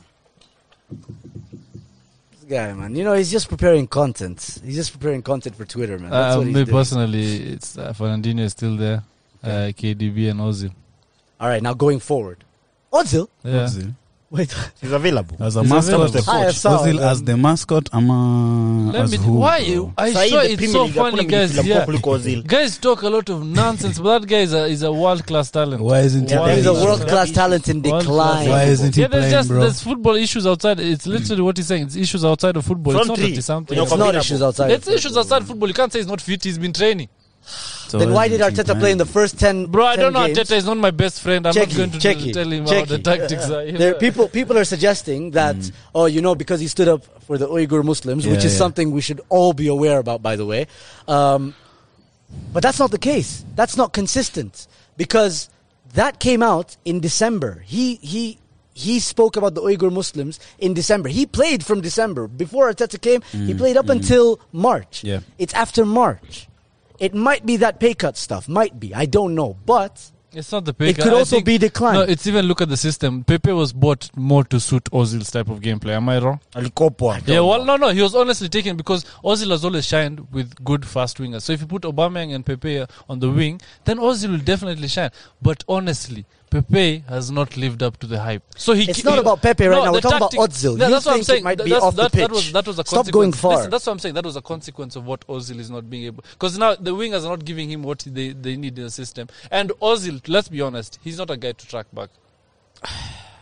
[SPEAKER 1] This guy, man. You know, he's just preparing content. He's just preparing content for Twitter, man. That's
[SPEAKER 2] Uh,
[SPEAKER 4] Um,
[SPEAKER 1] what he's
[SPEAKER 2] me
[SPEAKER 1] doing.
[SPEAKER 2] personally, it's uh, Fernandinho is still there. Uh, KDB and Ozil.
[SPEAKER 1] All right, now going forward. Ozil.
[SPEAKER 2] Yeah.
[SPEAKER 4] Ozil.
[SPEAKER 1] Wait.
[SPEAKER 3] He's available.
[SPEAKER 4] As a
[SPEAKER 2] He's
[SPEAKER 4] mascot of
[SPEAKER 2] available.
[SPEAKER 4] the
[SPEAKER 1] Hi,
[SPEAKER 4] coach.
[SPEAKER 1] Saul,
[SPEAKER 4] Ozil as
[SPEAKER 1] um,
[SPEAKER 4] the mascot, ama
[SPEAKER 2] Let
[SPEAKER 4] as
[SPEAKER 2] me.
[SPEAKER 4] who?
[SPEAKER 2] Why?
[SPEAKER 4] bro?
[SPEAKER 2] I
[SPEAKER 3] Sahi,
[SPEAKER 2] swear
[SPEAKER 3] the
[SPEAKER 2] Ah, it's
[SPEAKER 3] Premier
[SPEAKER 2] so
[SPEAKER 3] League, hakuna
[SPEAKER 2] funny, guys.
[SPEAKER 3] midfielder
[SPEAKER 2] Yeah.
[SPEAKER 3] mkuu kuliko Ozil.
[SPEAKER 2] Guys talk a lot of nonsense, but that guy is a, is a world class talent.
[SPEAKER 4] Why isn't he
[SPEAKER 3] Yeah,
[SPEAKER 1] He's a
[SPEAKER 3] Why-
[SPEAKER 1] world class talent in
[SPEAKER 2] World-class
[SPEAKER 1] decline.
[SPEAKER 4] Why isn't he
[SPEAKER 2] yeah, there's
[SPEAKER 4] playing,
[SPEAKER 2] just
[SPEAKER 4] bro?
[SPEAKER 2] there's football issues outside. It's literally what he's saying. It's issues outside of football.
[SPEAKER 3] Front
[SPEAKER 2] it's not
[SPEAKER 3] three.
[SPEAKER 2] that he's something.
[SPEAKER 3] You
[SPEAKER 1] It's
[SPEAKER 3] know,
[SPEAKER 1] not
[SPEAKER 3] combinable.
[SPEAKER 1] issues outside.
[SPEAKER 2] It's issues outside football. You can't say he's not fit. He's been training,
[SPEAKER 4] So
[SPEAKER 1] Then why
[SPEAKER 4] isn't
[SPEAKER 1] did
[SPEAKER 4] he
[SPEAKER 1] Arteta play in
[SPEAKER 4] playing?
[SPEAKER 1] the first 10
[SPEAKER 2] bro. I
[SPEAKER 1] 10
[SPEAKER 2] don't know.
[SPEAKER 1] games?
[SPEAKER 2] Arteta is not my best friend. I'm
[SPEAKER 1] Checky,
[SPEAKER 2] not going to
[SPEAKER 1] checky,
[SPEAKER 2] tell him how the
[SPEAKER 1] checky. Uh,
[SPEAKER 2] *laughs* tactics are.
[SPEAKER 4] *laughs*
[SPEAKER 2] Yeah.
[SPEAKER 1] There, people people are suggesting that oh you know because he stood up for the Uyghur Muslims, which
[SPEAKER 4] Mm. Yeah,
[SPEAKER 1] is
[SPEAKER 4] yeah.
[SPEAKER 1] something we should all be aware about, by the way. Um, but that's not the case. That's not consistent because that came out in December. He he. He spoke about the Uyghur Muslims in December. He played from December. Before Arteta came, he played up until March.
[SPEAKER 4] Mm, Yeah.
[SPEAKER 1] It's after March. It might be that pay cut stuff. Might be. I don't know. But
[SPEAKER 2] It's not the Pepe.
[SPEAKER 1] could also be declined.
[SPEAKER 2] No, it's even look at the system. Pepe was bought more to suit Ozil's type of gameplay. Am I wrong?
[SPEAKER 3] *laughs* Alikopwa.
[SPEAKER 2] Yeah, well, no, no, he was honestly taken because Ozil has always shined with good fast wingers. So if you put Aubameyang and Pepe on the wing, then Ozil will definitely shine. But honestly, Pepe has not lived up to the hype. So he.
[SPEAKER 1] It's not about Pepe right now. We're talking about Ozil. You
[SPEAKER 2] that's what I'm
[SPEAKER 1] think it
[SPEAKER 2] saying.
[SPEAKER 1] might
[SPEAKER 2] Th-
[SPEAKER 1] be
[SPEAKER 2] that's-
[SPEAKER 1] off the
[SPEAKER 2] that, That
[SPEAKER 1] pitch.
[SPEAKER 2] was, that was a
[SPEAKER 1] Stop
[SPEAKER 2] consequence.
[SPEAKER 1] going far.
[SPEAKER 2] Listen, that's what I'm saying. That was a consequence of what Ozil is not being able. Because now the wingers are not giving him what they, they need in the system. And Ozil, let's be honest, he's not a guy to track back.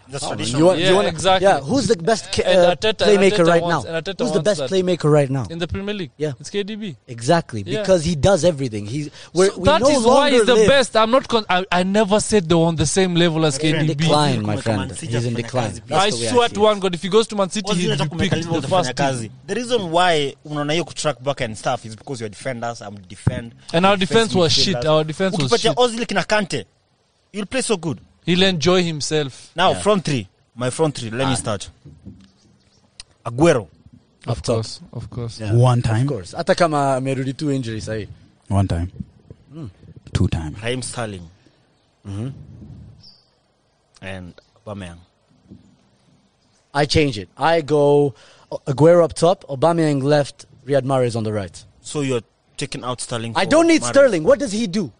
[SPEAKER 3] That's
[SPEAKER 1] You
[SPEAKER 3] traditional.
[SPEAKER 1] want,
[SPEAKER 2] Yeah,
[SPEAKER 1] you want,
[SPEAKER 2] exactly.
[SPEAKER 1] Yeah, who's the best ca-
[SPEAKER 2] And
[SPEAKER 1] uh,
[SPEAKER 2] Arteta-
[SPEAKER 1] playmaker
[SPEAKER 2] Arteta
[SPEAKER 1] right
[SPEAKER 2] wants-
[SPEAKER 1] now?
[SPEAKER 2] and Arteta
[SPEAKER 1] Who's the
[SPEAKER 2] wants
[SPEAKER 1] best
[SPEAKER 2] that.
[SPEAKER 1] playmaker right now?
[SPEAKER 2] In the Premier League,
[SPEAKER 1] Yeah.
[SPEAKER 2] it's KDB.
[SPEAKER 1] Exactly,
[SPEAKER 2] Yeah.
[SPEAKER 1] because he does everything. He's we're,
[SPEAKER 2] So
[SPEAKER 1] we
[SPEAKER 2] that
[SPEAKER 1] no
[SPEAKER 2] is why
[SPEAKER 1] longer
[SPEAKER 2] he's the
[SPEAKER 1] live-
[SPEAKER 2] best. I'm not. Con- I, I never said they're on the same level as
[SPEAKER 1] in
[SPEAKER 3] Trent.
[SPEAKER 2] KDB.
[SPEAKER 1] decline, my
[SPEAKER 3] Kumeka
[SPEAKER 1] friend.
[SPEAKER 3] Man City
[SPEAKER 1] He's in
[SPEAKER 3] afanya
[SPEAKER 1] decline.
[SPEAKER 3] kazi.
[SPEAKER 1] That's
[SPEAKER 2] I
[SPEAKER 1] the way
[SPEAKER 2] swear
[SPEAKER 1] see
[SPEAKER 2] to
[SPEAKER 1] it.
[SPEAKER 2] one God, if he goes to Man City,
[SPEAKER 3] Ozil
[SPEAKER 2] he'll
[SPEAKER 3] hata
[SPEAKER 2] be
[SPEAKER 3] kumeka
[SPEAKER 2] picked
[SPEAKER 3] level
[SPEAKER 2] the
[SPEAKER 3] utafanya
[SPEAKER 2] first team.
[SPEAKER 3] kazi. The reason why unaona hiyo kutrack back and stuff is because you are defenders, I'm defend.
[SPEAKER 2] And our defense was shit.
[SPEAKER 3] midfielders.
[SPEAKER 2] Our defense was
[SPEAKER 3] Ukipatia
[SPEAKER 2] shit.
[SPEAKER 3] Ozil kina Kante, you'll play so good.
[SPEAKER 2] He'll enjoy himself.
[SPEAKER 3] Now front three, my front three. Let me start. Aguero,
[SPEAKER 1] Up
[SPEAKER 2] Of
[SPEAKER 1] top.
[SPEAKER 2] course, of course.
[SPEAKER 1] Yeah.
[SPEAKER 4] One
[SPEAKER 1] Of
[SPEAKER 4] time.
[SPEAKER 1] course, hata kama amerudi tu injury sahi.
[SPEAKER 4] One time.
[SPEAKER 1] Hmm.
[SPEAKER 4] Two time.
[SPEAKER 3] Raheem Sterling,
[SPEAKER 2] Mm-hmm.
[SPEAKER 3] and Aubameyang.
[SPEAKER 1] I change it. I go Aguero up top, Aubameyang left, Riyad Mahrez on the right.
[SPEAKER 3] So you're taking out Sterling.
[SPEAKER 1] I
[SPEAKER 3] for
[SPEAKER 1] don't need
[SPEAKER 3] Oh, Mahrez.
[SPEAKER 1] Sterling. What does he do?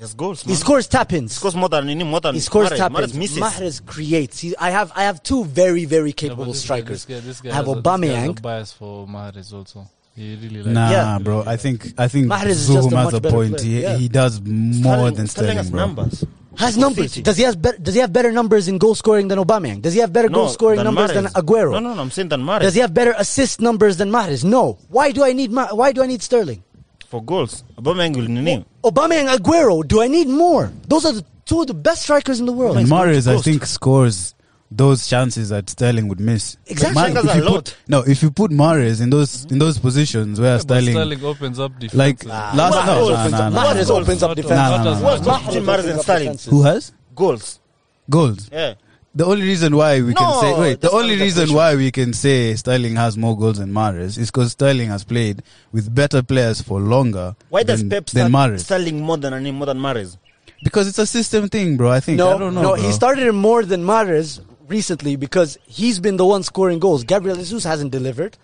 [SPEAKER 3] There's goals.
[SPEAKER 1] He
[SPEAKER 3] man.
[SPEAKER 1] scores tap-ins.
[SPEAKER 3] He scores more than any more than
[SPEAKER 1] He scores
[SPEAKER 3] Mahrez.
[SPEAKER 1] tap
[SPEAKER 3] Mahrez misses.
[SPEAKER 1] Mahrez creates. He, I have I have two very very capable
[SPEAKER 2] this guy-
[SPEAKER 1] strikers.
[SPEAKER 2] this guy- this guy
[SPEAKER 1] I have
[SPEAKER 2] has a- this guy has
[SPEAKER 1] Aubameyang.
[SPEAKER 2] A bias for Mahrez also. He really likes.
[SPEAKER 4] Nah,
[SPEAKER 1] Yeah.
[SPEAKER 4] bro. I think I think
[SPEAKER 1] Mahrez is just a
[SPEAKER 4] Zuhum has
[SPEAKER 1] much
[SPEAKER 4] a
[SPEAKER 1] better
[SPEAKER 4] point.
[SPEAKER 1] player.
[SPEAKER 4] He,
[SPEAKER 1] Yeah.
[SPEAKER 4] he does more
[SPEAKER 3] Sterling-
[SPEAKER 4] than
[SPEAKER 3] Sterling
[SPEAKER 4] Sterling,
[SPEAKER 3] has
[SPEAKER 4] bro.
[SPEAKER 3] numbers.
[SPEAKER 1] Has numbers.
[SPEAKER 3] City.
[SPEAKER 1] Does he have better, does he have better numbers in goal scoring than Aubameyang? Does he have better goal scoring
[SPEAKER 3] than
[SPEAKER 1] numbers than
[SPEAKER 3] Mahrez.
[SPEAKER 1] Aguero?
[SPEAKER 3] No, no, no. I'm saying than Mahrez
[SPEAKER 1] Does he have better assist numbers than Mahrez? No. Why do I need Ma- why do I need Sterling?
[SPEAKER 3] for goals. Aubameyang will nini?
[SPEAKER 1] Aubameyang, Aguero. Do I need more? Those are the two of the best strikers in the world.
[SPEAKER 4] And Mahrez, I
[SPEAKER 3] Coast.
[SPEAKER 4] think, scores those chances that Sterling would miss.
[SPEAKER 1] Exactly.
[SPEAKER 4] Ma-
[SPEAKER 3] Sterling
[SPEAKER 4] if
[SPEAKER 3] has
[SPEAKER 4] you
[SPEAKER 3] a lot.
[SPEAKER 4] put, no, if you put Mahrez in those in those positions where
[SPEAKER 2] But
[SPEAKER 4] Sterling,
[SPEAKER 2] Sterling opens up defense.
[SPEAKER 4] like last
[SPEAKER 3] Mahrez
[SPEAKER 4] no, no,
[SPEAKER 3] opens
[SPEAKER 4] no,
[SPEAKER 3] up-
[SPEAKER 4] no,
[SPEAKER 1] Mahrez
[SPEAKER 4] no.
[SPEAKER 1] opens up
[SPEAKER 2] Not-
[SPEAKER 1] defense.
[SPEAKER 4] No, no, no, no.
[SPEAKER 3] What's goals between Mahrez and Sterling?
[SPEAKER 4] Who has
[SPEAKER 3] Goals.
[SPEAKER 4] goals?
[SPEAKER 3] Yeah.
[SPEAKER 4] The only reason why we
[SPEAKER 3] No,
[SPEAKER 4] can say wait, the
[SPEAKER 3] that's
[SPEAKER 4] only
[SPEAKER 3] not the
[SPEAKER 4] reason
[SPEAKER 3] question.
[SPEAKER 4] why we can say Sterling has more goals than Mahrez is because Sterling has played with better players for longer
[SPEAKER 3] Why does
[SPEAKER 4] than,
[SPEAKER 3] Pep
[SPEAKER 4] than
[SPEAKER 3] start
[SPEAKER 4] Mahrez.
[SPEAKER 3] Sterling more than any more than Mahrez?
[SPEAKER 4] Because it's a system thing, bro. I think
[SPEAKER 1] No,
[SPEAKER 4] I don't know.
[SPEAKER 1] no,
[SPEAKER 4] bro.
[SPEAKER 1] he started him more than Mahrez recently because he's been the one scoring goals. Gabriel Jesus hasn't delivered.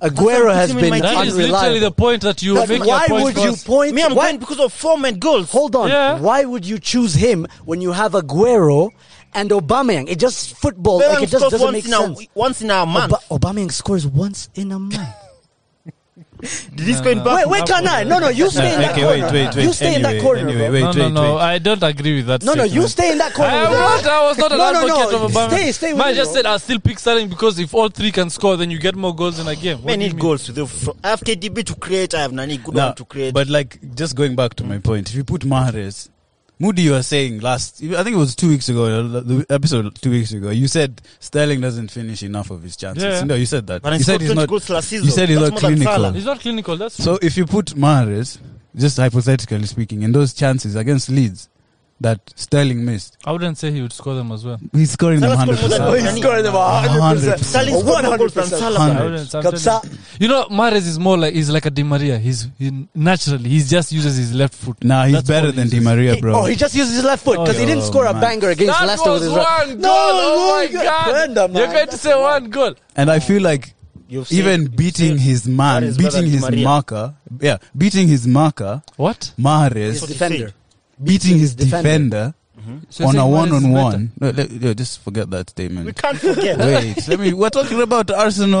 [SPEAKER 1] Aguero
[SPEAKER 3] That's
[SPEAKER 1] has
[SPEAKER 3] him in
[SPEAKER 1] been
[SPEAKER 3] my team.
[SPEAKER 2] that is literally the
[SPEAKER 1] unreliable.
[SPEAKER 2] point that you
[SPEAKER 1] But
[SPEAKER 2] make.
[SPEAKER 1] why
[SPEAKER 2] a point
[SPEAKER 1] would
[SPEAKER 2] for
[SPEAKER 1] you
[SPEAKER 2] us.
[SPEAKER 1] point?
[SPEAKER 3] Me, I'm
[SPEAKER 1] why-
[SPEAKER 3] going because of form and goals.
[SPEAKER 1] Hold on.
[SPEAKER 2] Yeah.
[SPEAKER 1] Why would you choose him when you have Aguero and Aubameyang? It just football.
[SPEAKER 3] Bellingham
[SPEAKER 1] Like it just
[SPEAKER 3] scores
[SPEAKER 1] doesn't
[SPEAKER 3] once
[SPEAKER 1] make
[SPEAKER 3] in a-
[SPEAKER 1] sense.
[SPEAKER 3] once in a month.
[SPEAKER 1] Oba- Aubameyang scores once in a month.
[SPEAKER 3] Did this
[SPEAKER 2] No,
[SPEAKER 3] go in
[SPEAKER 2] no.
[SPEAKER 3] back?
[SPEAKER 2] Wait,
[SPEAKER 5] Wait, wait, Kana. No, no, you stay in that
[SPEAKER 4] okay,
[SPEAKER 5] corner.
[SPEAKER 4] wait, wait, wait.
[SPEAKER 5] You stay in that
[SPEAKER 4] Anyway,
[SPEAKER 5] corner.
[SPEAKER 4] anyway,
[SPEAKER 5] bro.
[SPEAKER 4] wait,
[SPEAKER 2] no,
[SPEAKER 4] wait,
[SPEAKER 2] no, no.
[SPEAKER 4] wait.
[SPEAKER 2] I don't agree with that.
[SPEAKER 5] No, no, you
[SPEAKER 2] statement.
[SPEAKER 5] stay in that
[SPEAKER 1] Oh.
[SPEAKER 5] corner.
[SPEAKER 2] I am
[SPEAKER 5] with him.
[SPEAKER 2] not. I was not an
[SPEAKER 5] No, no,
[SPEAKER 2] advocate
[SPEAKER 5] no.
[SPEAKER 2] of Aubameyang.
[SPEAKER 5] Stay- stay with
[SPEAKER 2] Man, I
[SPEAKER 5] him,
[SPEAKER 2] just
[SPEAKER 5] bro.
[SPEAKER 2] said I'll still pick Sterling because if all three can score, then you get more goals in a game. What
[SPEAKER 3] Man,
[SPEAKER 2] do you
[SPEAKER 3] need
[SPEAKER 2] mean?
[SPEAKER 3] goals with you. Fro- I have KDB to create. I have Nani good
[SPEAKER 4] Nah,
[SPEAKER 3] one to create.
[SPEAKER 4] But like, just going back to my point, if you put Mahrez, Moody, you were saying last, I think it was two weeks ago, uh, the episode two weeks ago, you said Sterling doesn't finish enough of his chances.
[SPEAKER 2] Yeah.
[SPEAKER 4] No, you said that.
[SPEAKER 3] but
[SPEAKER 4] you
[SPEAKER 3] he scored
[SPEAKER 4] said he's
[SPEAKER 3] 20
[SPEAKER 4] not.
[SPEAKER 3] goals last season.
[SPEAKER 4] you said he's
[SPEAKER 3] That's
[SPEAKER 4] not
[SPEAKER 3] more than
[SPEAKER 4] clinical.
[SPEAKER 3] Salah.
[SPEAKER 2] He's not clinical. That's
[SPEAKER 4] So if you put Mahrez, just hypothetically speaking, in those chances against Leeds that Sterling missed,
[SPEAKER 2] I wouldn't say he would score them as well.
[SPEAKER 4] he's scoring them
[SPEAKER 3] Salah's got
[SPEAKER 4] hundred
[SPEAKER 3] more than
[SPEAKER 1] Oh,
[SPEAKER 4] percent.
[SPEAKER 1] he's scoring them 100%.
[SPEAKER 4] 100%.
[SPEAKER 3] Sterling scored more goals than
[SPEAKER 1] 100%.
[SPEAKER 3] Salah.
[SPEAKER 2] I
[SPEAKER 4] Hundred.
[SPEAKER 2] wouldn't, I'm
[SPEAKER 1] Kabsa.
[SPEAKER 2] telling you. you know, Mares is more like he's like a Di Maria. He's he, naturally he just uses his left foot.
[SPEAKER 4] Nah, he's
[SPEAKER 2] That's
[SPEAKER 4] better
[SPEAKER 2] all he
[SPEAKER 4] than Di
[SPEAKER 2] uses.
[SPEAKER 4] Maria,
[SPEAKER 1] He-
[SPEAKER 4] bro.
[SPEAKER 1] oh, he just uses his left foot because he
[SPEAKER 4] Oh,
[SPEAKER 1] didn't score a
[SPEAKER 4] man.
[SPEAKER 1] banger against
[SPEAKER 2] That
[SPEAKER 1] Leicester with
[SPEAKER 2] was
[SPEAKER 1] his
[SPEAKER 2] one
[SPEAKER 1] right.
[SPEAKER 2] goal.
[SPEAKER 1] No,
[SPEAKER 2] oh
[SPEAKER 1] no,
[SPEAKER 2] my
[SPEAKER 1] you-
[SPEAKER 2] god!
[SPEAKER 1] Brenda, man,
[SPEAKER 2] You're going to
[SPEAKER 1] that's
[SPEAKER 2] say
[SPEAKER 1] a
[SPEAKER 2] one goal.
[SPEAKER 4] and I feel like
[SPEAKER 3] You've seen-
[SPEAKER 4] even
[SPEAKER 3] you've
[SPEAKER 4] beating
[SPEAKER 3] seen
[SPEAKER 4] his
[SPEAKER 3] Mahrez
[SPEAKER 4] man,
[SPEAKER 3] better than
[SPEAKER 4] beating
[SPEAKER 3] Di
[SPEAKER 4] his
[SPEAKER 3] Maria.
[SPEAKER 4] marker, yeah, beating his marker,
[SPEAKER 2] What?
[SPEAKER 1] His
[SPEAKER 4] Mahrez
[SPEAKER 3] Yes.
[SPEAKER 1] defender.
[SPEAKER 4] beating his
[SPEAKER 1] defender.
[SPEAKER 4] defender,
[SPEAKER 2] So you're
[SPEAKER 4] on a
[SPEAKER 2] saying Mahrez is
[SPEAKER 4] one-on-one. No, let- yeah, just forget that statement.
[SPEAKER 3] We can't forget.
[SPEAKER 4] Wait, let me. We're talking about Arsenal,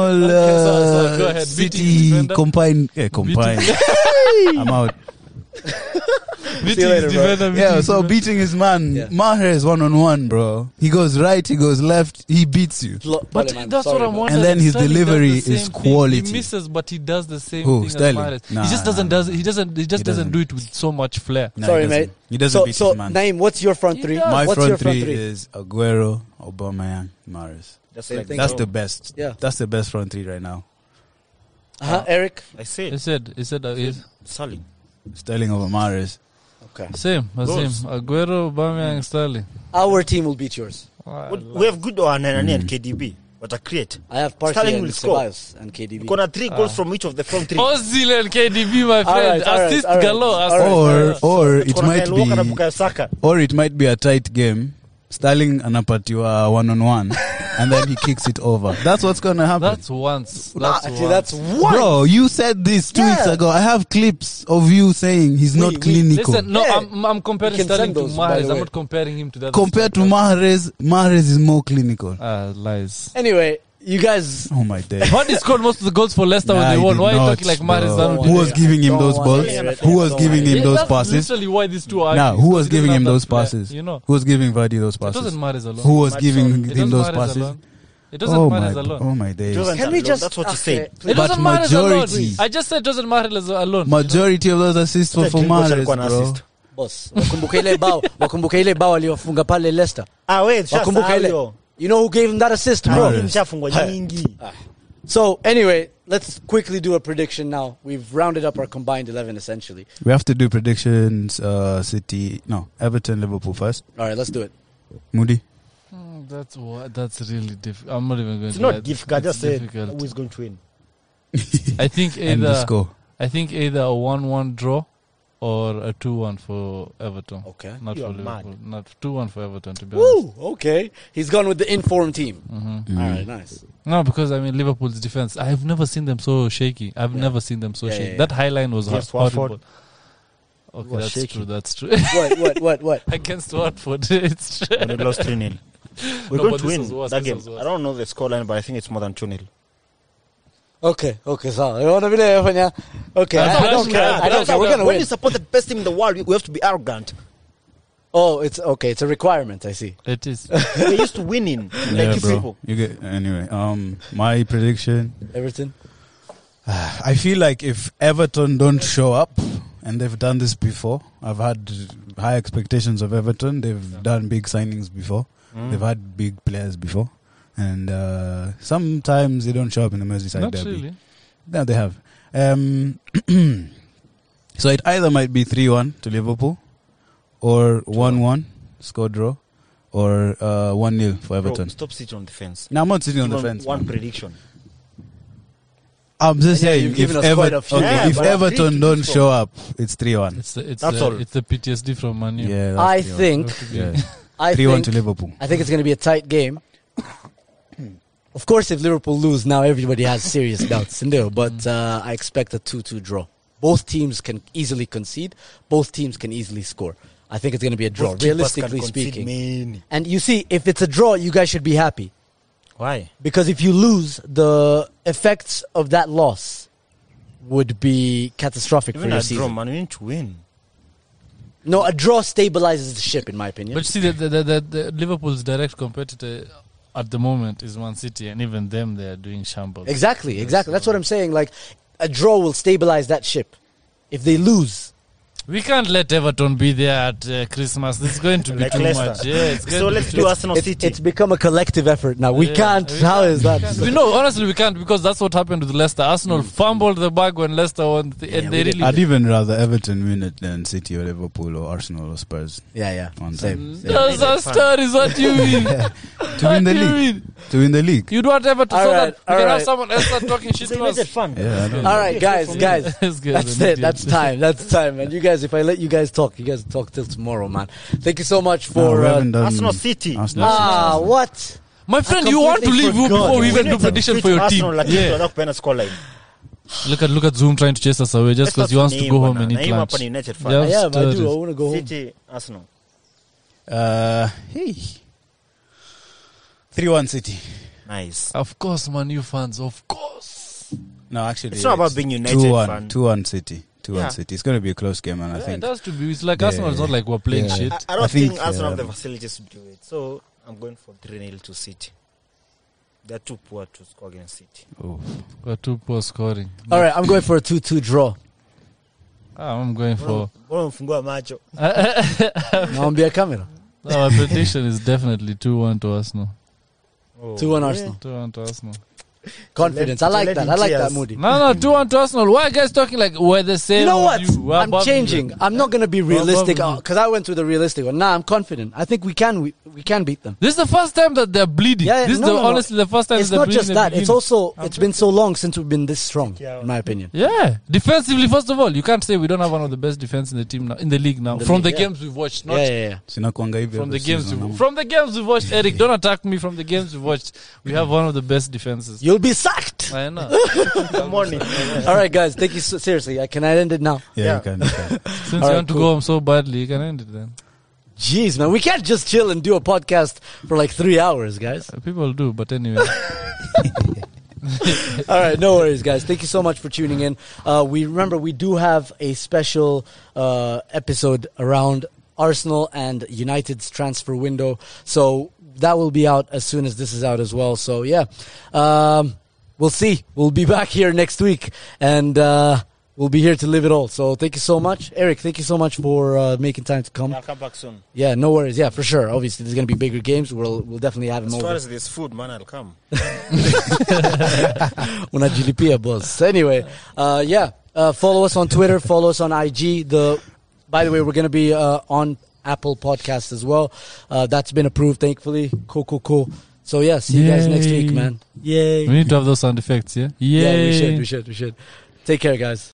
[SPEAKER 2] *laughs* Okay,
[SPEAKER 4] uh,
[SPEAKER 2] so- so go ahead. Beating
[SPEAKER 4] City
[SPEAKER 2] defender.
[SPEAKER 4] combined. Yeah,
[SPEAKER 2] *laughs*
[SPEAKER 4] combined. I'm out.
[SPEAKER 2] better? Beating
[SPEAKER 1] later,
[SPEAKER 2] his
[SPEAKER 1] bro.
[SPEAKER 2] defender, beating
[SPEAKER 4] Yeah,
[SPEAKER 2] his
[SPEAKER 4] so
[SPEAKER 2] defender.
[SPEAKER 4] beating his man,
[SPEAKER 1] Yeah.
[SPEAKER 4] Mahrez one on one, bro. He goes right, he goes left, he beats you.
[SPEAKER 1] Lo-
[SPEAKER 2] But
[SPEAKER 1] Sorry, man.
[SPEAKER 2] that's
[SPEAKER 1] Sorry,
[SPEAKER 2] what I'm
[SPEAKER 1] bro.
[SPEAKER 2] wondering.
[SPEAKER 4] And then his
[SPEAKER 2] Sterling does
[SPEAKER 4] delivery
[SPEAKER 2] the same
[SPEAKER 4] is
[SPEAKER 2] thing.
[SPEAKER 4] quality.
[SPEAKER 2] He misses, but he does the same
[SPEAKER 4] Who,
[SPEAKER 2] thing
[SPEAKER 4] Sterling?
[SPEAKER 2] as Mahrez.
[SPEAKER 4] Nah,
[SPEAKER 2] he just
[SPEAKER 4] nah,
[SPEAKER 2] doesn't
[SPEAKER 4] nah.
[SPEAKER 2] does he doesn't he just
[SPEAKER 4] He doesn't.
[SPEAKER 2] doesn't do it with so much flair.
[SPEAKER 4] No,
[SPEAKER 1] Sorry,
[SPEAKER 4] he doesn't.
[SPEAKER 1] mate.
[SPEAKER 4] He doesn't
[SPEAKER 1] so,
[SPEAKER 4] beat
[SPEAKER 1] so
[SPEAKER 4] his man.
[SPEAKER 1] Naeem, what's your front
[SPEAKER 2] He
[SPEAKER 1] three?
[SPEAKER 2] does.
[SPEAKER 4] My
[SPEAKER 1] what's
[SPEAKER 4] front,
[SPEAKER 1] your front
[SPEAKER 4] three,
[SPEAKER 1] three?
[SPEAKER 4] is Aguero, Aubameyang, Mahrez.
[SPEAKER 3] That's
[SPEAKER 1] Same
[SPEAKER 3] like-
[SPEAKER 1] thing.
[SPEAKER 4] That's
[SPEAKER 1] so.
[SPEAKER 4] the best.
[SPEAKER 1] Yeah.
[SPEAKER 4] That's the best front three right now.
[SPEAKER 1] uh-huh, Eric.
[SPEAKER 3] I
[SPEAKER 2] He
[SPEAKER 3] said
[SPEAKER 2] said he said uh, he's-
[SPEAKER 3] Salim.
[SPEAKER 4] Sterling over Mahrez.
[SPEAKER 1] Okay.
[SPEAKER 2] same as
[SPEAKER 3] Goals.
[SPEAKER 2] him. Aguero, Aubameyang, Sterling.
[SPEAKER 1] Our team will beat yours.
[SPEAKER 3] What- We have good on Nani
[SPEAKER 4] Mm.
[SPEAKER 3] and KDB. What a create.
[SPEAKER 1] I have Partey
[SPEAKER 3] Sterling
[SPEAKER 1] and
[SPEAKER 3] will score.
[SPEAKER 1] Ceballos and
[SPEAKER 4] Mm.
[SPEAKER 1] KDB.
[SPEAKER 3] Gonna three
[SPEAKER 4] Ah.
[SPEAKER 3] goals from each of the front three.
[SPEAKER 4] Oh,
[SPEAKER 2] Ozil and KDB, my
[SPEAKER 1] All
[SPEAKER 2] friend.
[SPEAKER 1] right, all right,
[SPEAKER 2] Assist
[SPEAKER 1] all right,
[SPEAKER 2] galore.
[SPEAKER 1] all
[SPEAKER 2] Assist
[SPEAKER 1] right.
[SPEAKER 4] Or
[SPEAKER 2] galore.
[SPEAKER 4] or
[SPEAKER 3] It's
[SPEAKER 4] it
[SPEAKER 3] gonna
[SPEAKER 4] might
[SPEAKER 3] Kyle Walker na
[SPEAKER 4] be
[SPEAKER 3] Bukayo Saka.
[SPEAKER 4] or it might be a tight game. Sterling anapatiwa one on
[SPEAKER 2] *laughs*
[SPEAKER 4] one, and then he kicks it over. That's what's gonna happen.
[SPEAKER 2] That's once. That's
[SPEAKER 1] Actually,
[SPEAKER 2] once.
[SPEAKER 1] that's one.
[SPEAKER 4] Bro, you said this two
[SPEAKER 1] Yeah.
[SPEAKER 4] weeks ago. I have clips of you saying he's
[SPEAKER 1] we-
[SPEAKER 4] not clinical.
[SPEAKER 2] Listen, no,
[SPEAKER 1] Yeah.
[SPEAKER 2] I'm, I'm comparing
[SPEAKER 1] You can
[SPEAKER 2] Sterling
[SPEAKER 1] send those,
[SPEAKER 2] to
[SPEAKER 1] by the
[SPEAKER 2] Mahrez.
[SPEAKER 1] way.
[SPEAKER 2] I'm not comparing him to that.
[SPEAKER 4] Compared to Mahrez, Mahrez is more clinical.
[SPEAKER 2] Ah, lies.
[SPEAKER 1] Anyway, you guys.
[SPEAKER 4] Oh my day.
[SPEAKER 2] Vardy scored most of the goals for Leicester
[SPEAKER 4] Nah,
[SPEAKER 2] when they
[SPEAKER 4] he
[SPEAKER 2] won.
[SPEAKER 4] did
[SPEAKER 2] Why are
[SPEAKER 4] not,
[SPEAKER 2] you talking like Mahrez?
[SPEAKER 4] bro.
[SPEAKER 2] done with
[SPEAKER 4] Who
[SPEAKER 2] it?
[SPEAKER 4] was giving him
[SPEAKER 1] Don't
[SPEAKER 4] those
[SPEAKER 1] wanna
[SPEAKER 4] balls?
[SPEAKER 1] hear it.
[SPEAKER 4] Who was
[SPEAKER 1] Don't
[SPEAKER 4] giving
[SPEAKER 1] wanna
[SPEAKER 4] him
[SPEAKER 2] Yeah,
[SPEAKER 4] those
[SPEAKER 2] that's
[SPEAKER 4] passes?
[SPEAKER 2] Literally, why these two are.
[SPEAKER 4] Now,
[SPEAKER 2] arguing,
[SPEAKER 4] who
[SPEAKER 2] because
[SPEAKER 4] was
[SPEAKER 2] he didn't
[SPEAKER 4] giving him
[SPEAKER 2] have
[SPEAKER 4] those
[SPEAKER 2] that player,
[SPEAKER 4] passes?
[SPEAKER 2] You know,
[SPEAKER 4] Who was giving Vardy those
[SPEAKER 2] it doesn't
[SPEAKER 4] passes?
[SPEAKER 2] Mahrez alone.
[SPEAKER 4] Who was
[SPEAKER 3] Mahrez
[SPEAKER 4] giving
[SPEAKER 3] alone.
[SPEAKER 2] it
[SPEAKER 4] him
[SPEAKER 2] doesn't
[SPEAKER 4] those
[SPEAKER 2] Mahrez
[SPEAKER 4] passes?
[SPEAKER 2] alone. It doesn't
[SPEAKER 4] Oh my,
[SPEAKER 2] Mahrez alone.
[SPEAKER 4] oh my days.
[SPEAKER 3] Doesn't-
[SPEAKER 1] Can we
[SPEAKER 3] Alone,
[SPEAKER 1] just?
[SPEAKER 3] that's what he
[SPEAKER 1] okay,
[SPEAKER 3] said.
[SPEAKER 2] It
[SPEAKER 1] please.
[SPEAKER 4] But
[SPEAKER 2] doesn't matter alone.
[SPEAKER 4] majority-
[SPEAKER 2] I just said it doesn't matter alone.
[SPEAKER 4] Majority of those assists were
[SPEAKER 3] Like
[SPEAKER 4] for
[SPEAKER 3] Gilmore
[SPEAKER 4] Mahrez,
[SPEAKER 3] alikuwa na
[SPEAKER 4] bro.
[SPEAKER 3] assist.
[SPEAKER 1] Boss, wakumbuke ile bao, wakumbuke ile bao aliyofunga pale Leicester.
[SPEAKER 3] Ah, wait,
[SPEAKER 1] Wakumbuke
[SPEAKER 3] shasahau
[SPEAKER 1] ile.
[SPEAKER 3] hiyo.
[SPEAKER 1] You know who gave him that assist, bro?
[SPEAKER 3] Ah, Nishafungwa
[SPEAKER 1] Hey. Ah.
[SPEAKER 3] nyingi.
[SPEAKER 1] So anyway, let's quickly do a prediction now. We've rounded up our combined eleven essentially.
[SPEAKER 4] We have to do predictions. Uh, City, no, Everton, Liverpool first.
[SPEAKER 1] All right, let's do it.
[SPEAKER 4] Moody.
[SPEAKER 2] Mm, That's what. That's really difficult. I'm not even going
[SPEAKER 3] It's
[SPEAKER 2] to. lie.
[SPEAKER 3] not difficult. I
[SPEAKER 2] It's
[SPEAKER 3] just said
[SPEAKER 2] difficult.
[SPEAKER 4] *laughs*
[SPEAKER 3] who's going to win.
[SPEAKER 2] I think
[SPEAKER 4] And the
[SPEAKER 2] either
[SPEAKER 4] score.
[SPEAKER 2] I think either a one-one draw or a two-one for Everton.
[SPEAKER 1] Okay.
[SPEAKER 2] Not
[SPEAKER 3] You
[SPEAKER 2] for
[SPEAKER 3] are mad.
[SPEAKER 2] Liverpool. Not two-one for Everton. To be honest.
[SPEAKER 1] Woo! Okay, he's gone with the informed team. All right, nice.
[SPEAKER 2] No, because I mean Liverpool's defense. I've never seen them so shaky. I've never seen them so
[SPEAKER 1] Yeah,
[SPEAKER 2] shaky.
[SPEAKER 1] yeah,
[SPEAKER 2] That high line was
[SPEAKER 3] Yes,
[SPEAKER 2] horrible.
[SPEAKER 3] Watford.
[SPEAKER 2] Okay,
[SPEAKER 3] was
[SPEAKER 2] that's
[SPEAKER 3] shaky.
[SPEAKER 2] true. That's true. *laughs*
[SPEAKER 1] What? What? What? What?
[SPEAKER 2] Against Watford, *laughs* it's true.
[SPEAKER 3] And we lost 3 0. We're
[SPEAKER 2] No,
[SPEAKER 3] going
[SPEAKER 2] but this
[SPEAKER 3] to
[SPEAKER 2] was
[SPEAKER 3] win
[SPEAKER 2] worse,
[SPEAKER 3] that
[SPEAKER 2] this
[SPEAKER 3] game.
[SPEAKER 2] was worse.
[SPEAKER 3] I don't know the scoreline, but I think it's more than 2 0.
[SPEAKER 1] *laughs* Okay, okay, sawa. Unaona vile yafanya? Okay,
[SPEAKER 2] That's
[SPEAKER 1] I, I
[SPEAKER 2] what
[SPEAKER 1] don't
[SPEAKER 2] I'm
[SPEAKER 1] care.
[SPEAKER 2] saying.
[SPEAKER 1] I don't
[SPEAKER 2] That's
[SPEAKER 1] care. We're
[SPEAKER 2] what
[SPEAKER 1] gonna
[SPEAKER 3] When
[SPEAKER 1] win.
[SPEAKER 3] you support the best team in the world, we have to be arrogant.
[SPEAKER 1] Oh, it's okay. It's a requirement. I see.
[SPEAKER 2] It is.
[SPEAKER 3] We're used to winning.
[SPEAKER 4] Yeah,
[SPEAKER 3] Like
[SPEAKER 4] bro.
[SPEAKER 3] people.
[SPEAKER 4] You get anyway. Um, my prediction.
[SPEAKER 1] Everton.
[SPEAKER 4] *sighs* I feel like if Everton don't show up, and they've done this before, I've had high expectations of Everton. They've done big signings before. They've had big players before, and uh, sometimes they don't show up in the Merseyside
[SPEAKER 2] Not
[SPEAKER 4] derby.
[SPEAKER 2] really.
[SPEAKER 4] No, they have. Um, *clears throat* so it either might be three-one to Liverpool, or one-one score draw, or one-nil for
[SPEAKER 3] Bro,
[SPEAKER 4] Everton.
[SPEAKER 3] stop sitting on the fence.
[SPEAKER 4] Now I'm not sitting on the
[SPEAKER 3] One-
[SPEAKER 4] fence.
[SPEAKER 3] One
[SPEAKER 4] man.
[SPEAKER 3] prediction.
[SPEAKER 4] I'm just
[SPEAKER 1] Yeah,
[SPEAKER 4] saying,
[SPEAKER 1] you've
[SPEAKER 4] if,
[SPEAKER 1] given us quite
[SPEAKER 4] Ever-
[SPEAKER 1] a few.
[SPEAKER 4] okay,
[SPEAKER 3] Yeah,
[SPEAKER 4] if
[SPEAKER 3] but I think
[SPEAKER 4] Everton
[SPEAKER 3] it's
[SPEAKER 4] don't
[SPEAKER 3] so.
[SPEAKER 4] show up, it's 3 1.
[SPEAKER 2] It's the, it's
[SPEAKER 3] That's
[SPEAKER 2] the,
[SPEAKER 3] all.
[SPEAKER 2] It's the PTSD from Manu.
[SPEAKER 4] Yeah,
[SPEAKER 1] I think. I
[SPEAKER 4] 3 1
[SPEAKER 1] think.
[SPEAKER 4] to Liverpool.
[SPEAKER 1] I think it's gonna be a tight game. Of course, if Liverpool lose now, everybody has serious *laughs* doubts, Sindio,
[SPEAKER 3] Mm.
[SPEAKER 1] but uh, I expect a 2 2 draw. Both teams can easily concede, both teams can easily score. I think it's going to be a draw,
[SPEAKER 3] Both keepers
[SPEAKER 1] realistically
[SPEAKER 3] can concede
[SPEAKER 1] speaking.
[SPEAKER 3] many.
[SPEAKER 1] And you see, if it's a draw, you guys should be happy.
[SPEAKER 3] Why?
[SPEAKER 1] Because if you lose, the effects of that loss would be catastrophic for
[SPEAKER 3] Even
[SPEAKER 1] your
[SPEAKER 3] a
[SPEAKER 1] season.
[SPEAKER 3] draw, man, we need to win.
[SPEAKER 1] No, a draw stabilizes the ship, in my opinion.
[SPEAKER 2] But you see, the, the, the, the, the Liverpool's direct competitor at the moment is Man City, and even them, they are doing shambles.
[SPEAKER 1] exactly, exactly. That's what I'm saying. Like, a draw will stabilize that ship. If they lose,
[SPEAKER 2] We can't let Everton be there at uh, Christmas. It's going to be
[SPEAKER 3] Like
[SPEAKER 2] too
[SPEAKER 3] Leicester.
[SPEAKER 2] much. Yeah, it's going
[SPEAKER 3] So
[SPEAKER 2] to
[SPEAKER 3] let's
[SPEAKER 2] be
[SPEAKER 3] do Arsenal
[SPEAKER 1] it's,
[SPEAKER 3] City.
[SPEAKER 1] it's become a collective effort now. We
[SPEAKER 2] Yeah,
[SPEAKER 1] can't.
[SPEAKER 2] we
[SPEAKER 1] How
[SPEAKER 2] can't-
[SPEAKER 1] is that?
[SPEAKER 2] We- no, honestly, we can't because that's what happened with Leicester. Arsenal fumbled the bag when Leicester won, the,
[SPEAKER 1] Yeah,
[SPEAKER 2] and they
[SPEAKER 1] we
[SPEAKER 2] really.
[SPEAKER 4] I'd even rather Everton win it than City or Liverpool or Arsenal or Spurs
[SPEAKER 1] Yeah, yeah.
[SPEAKER 4] On
[SPEAKER 1] Same. same.
[SPEAKER 2] That's
[SPEAKER 3] Yeah.
[SPEAKER 2] our story. is
[SPEAKER 1] *laughs*
[SPEAKER 2] What you mean?
[SPEAKER 4] to
[SPEAKER 2] What
[SPEAKER 4] win the
[SPEAKER 2] do you
[SPEAKER 4] league.
[SPEAKER 2] mean?
[SPEAKER 4] To win the league.
[SPEAKER 2] You'd want Everton
[SPEAKER 1] All
[SPEAKER 2] so
[SPEAKER 1] right,
[SPEAKER 2] that we
[SPEAKER 1] all
[SPEAKER 2] can
[SPEAKER 1] right.
[SPEAKER 2] have someone else start
[SPEAKER 1] *laughs*
[SPEAKER 2] talking shit
[SPEAKER 3] so you
[SPEAKER 2] to
[SPEAKER 3] made it
[SPEAKER 2] us.
[SPEAKER 3] fun.
[SPEAKER 4] Yeah, I know.
[SPEAKER 1] All right, guys,
[SPEAKER 2] *laughs*
[SPEAKER 1] guys.
[SPEAKER 2] Let's go,
[SPEAKER 1] That's
[SPEAKER 2] then,
[SPEAKER 1] it. That's
[SPEAKER 2] idiot.
[SPEAKER 1] time. That's time. And you guys, if I let you guys talk, you guys talk till tomorrow, man. Thank you so much
[SPEAKER 4] No,
[SPEAKER 1] for.
[SPEAKER 4] we
[SPEAKER 1] uh,
[SPEAKER 4] haven't done
[SPEAKER 3] Arsenal City.
[SPEAKER 4] Um, Arsenal
[SPEAKER 1] ah, what?
[SPEAKER 2] *laughs* My friend, you want to
[SPEAKER 1] completely
[SPEAKER 2] leave you
[SPEAKER 1] forgot.
[SPEAKER 2] before we
[SPEAKER 1] We
[SPEAKER 2] even
[SPEAKER 3] need
[SPEAKER 2] do
[SPEAKER 3] to
[SPEAKER 2] prediction
[SPEAKER 3] beat
[SPEAKER 2] for your
[SPEAKER 3] Arsenal
[SPEAKER 2] team.
[SPEAKER 3] Lakini
[SPEAKER 2] yeah.
[SPEAKER 3] wanakupeana scoreline.
[SPEAKER 2] Look at look at Zoom trying to chase us away just because
[SPEAKER 3] Let's
[SPEAKER 2] he
[SPEAKER 3] not
[SPEAKER 2] wants to
[SPEAKER 3] name
[SPEAKER 2] go
[SPEAKER 3] one,
[SPEAKER 2] home and
[SPEAKER 3] na-
[SPEAKER 2] eat
[SPEAKER 3] name
[SPEAKER 2] lunch.
[SPEAKER 3] hapa ni United fan.
[SPEAKER 1] I
[SPEAKER 2] Yeah,
[SPEAKER 1] am. I do. I
[SPEAKER 2] stories.
[SPEAKER 1] want to go home.
[SPEAKER 3] City, Arsenal.
[SPEAKER 4] Uh, hey. 3 1 City.
[SPEAKER 3] Nice.
[SPEAKER 2] Of course, man, you fans. Of course.
[SPEAKER 4] No, actually.
[SPEAKER 3] It's not about being United
[SPEAKER 4] 2
[SPEAKER 3] fan.
[SPEAKER 4] 1. 2 1 City. 2
[SPEAKER 3] Yeah.
[SPEAKER 4] 1 City. It's going to be a close game, and I
[SPEAKER 2] Yeah, it
[SPEAKER 4] think.
[SPEAKER 2] has to be. It's like
[SPEAKER 4] Yeah,
[SPEAKER 2] Arsenal. It's not like we're playing
[SPEAKER 4] yeah.
[SPEAKER 2] shit.
[SPEAKER 3] I,
[SPEAKER 4] I-
[SPEAKER 3] I don't
[SPEAKER 4] think,
[SPEAKER 3] think, Arsenal have the
[SPEAKER 4] um,
[SPEAKER 3] facilities to do it. So I'm going for 3 0 to City. They're too poor to score against City.
[SPEAKER 4] Oof.
[SPEAKER 2] We're too poor scoring.
[SPEAKER 1] All right, I'm going for a two-two draw.
[SPEAKER 2] Ah, I'm going for.
[SPEAKER 3] Mbona umefungua macho?
[SPEAKER 1] *laughs* Naombia camera.
[SPEAKER 2] No, our prediction is definitely 2 1 to Arsenal.
[SPEAKER 3] Oh.
[SPEAKER 1] Two-one Arsenal.
[SPEAKER 2] 2 1 to Arsenal.
[SPEAKER 1] Confidence. I
[SPEAKER 3] Let-
[SPEAKER 1] like
[SPEAKER 3] let
[SPEAKER 1] that.
[SPEAKER 3] him
[SPEAKER 1] I like
[SPEAKER 3] cheer
[SPEAKER 1] that,
[SPEAKER 3] us.
[SPEAKER 1] Moody.
[SPEAKER 2] No, no, 2 1 to Arsenal. Why are guys talking like we're the same?
[SPEAKER 1] You know
[SPEAKER 2] of
[SPEAKER 1] what?
[SPEAKER 2] You? We're
[SPEAKER 1] I'm
[SPEAKER 2] above you.
[SPEAKER 1] changing. I'm not gonna be
[SPEAKER 2] We're above
[SPEAKER 1] realistic
[SPEAKER 2] you.
[SPEAKER 1] because I went through the realistic one. Nah, I'm confident. I think we can. We, we can beat them.
[SPEAKER 2] This is the first time that they're bleeding.
[SPEAKER 1] Yeah, yeah,
[SPEAKER 2] this
[SPEAKER 1] no,
[SPEAKER 2] is the,
[SPEAKER 1] no, no.
[SPEAKER 2] honestly the first time
[SPEAKER 1] It's
[SPEAKER 2] they're
[SPEAKER 1] not
[SPEAKER 2] bleeding
[SPEAKER 1] just
[SPEAKER 2] at
[SPEAKER 1] that.
[SPEAKER 2] the
[SPEAKER 1] It's
[SPEAKER 2] beginning.
[SPEAKER 1] also it's been so long since we've been this strong, in my opinion.
[SPEAKER 2] Yeah, defensively, first of all, you can't say we don't have one of the best defense in the team now, in the league now.
[SPEAKER 1] the league,
[SPEAKER 2] from the
[SPEAKER 1] yeah.
[SPEAKER 2] games we've watched, not
[SPEAKER 1] Yeah, yeah, yeah.
[SPEAKER 4] Sinakuanga hivi
[SPEAKER 2] from the
[SPEAKER 4] every
[SPEAKER 2] games
[SPEAKER 4] season,
[SPEAKER 2] we've,
[SPEAKER 4] no?
[SPEAKER 2] from the games we've watched. Eric, don't attack me. From the games we've watched, we have one of the
[SPEAKER 1] *laughs*
[SPEAKER 2] best defenses.
[SPEAKER 1] You'll be sacked.
[SPEAKER 2] I know.
[SPEAKER 3] Good morning. *laughs*
[SPEAKER 1] All right, guys. Thank you so, seriously. I can I end it now?
[SPEAKER 4] Yeah,
[SPEAKER 3] Yeah.
[SPEAKER 4] you can. You can.
[SPEAKER 2] Since you
[SPEAKER 1] Alright,
[SPEAKER 2] want to
[SPEAKER 1] cool.
[SPEAKER 2] go home so badly, you can end it then.
[SPEAKER 1] Jeez, man, we can't just chill and do a podcast for like three hours, guys.
[SPEAKER 2] People do, but anyway.
[SPEAKER 1] All right, no worries, guys. Thank you so much for tuning in. Uh, we remember we do have a special uh, episode around Arsenal and United's transfer window, so that will be out as soon as this is out as well. So yeah, um, we'll see. We'll be *laughs* back here next week, and uh, we'll be here to live it all. So thank you so much, Eric. Thank you so much for uh, making time to come.
[SPEAKER 3] I'll come back soon.
[SPEAKER 1] Yeah, no worries. Yeah, for sure. Obviously, there's gonna be bigger games. We'll we'll definitely have them
[SPEAKER 3] As far
[SPEAKER 1] over.
[SPEAKER 3] as this food, man, I'll come.
[SPEAKER 1] Unajilipia boss. So anyway, uh, yeah, uh, follow us on Twitter. Follow us on IG. The by the way, we're gonna be uh, on Apple Podcast as well. Uh, that's been approved, thankfully. Cool, cool, cool. So yeah, see you guys next
[SPEAKER 2] Yay.
[SPEAKER 1] week, man. Yay!
[SPEAKER 2] we need to have those sound effects, yeah?
[SPEAKER 1] Yeah, we should, we should, we should. Take care, guys.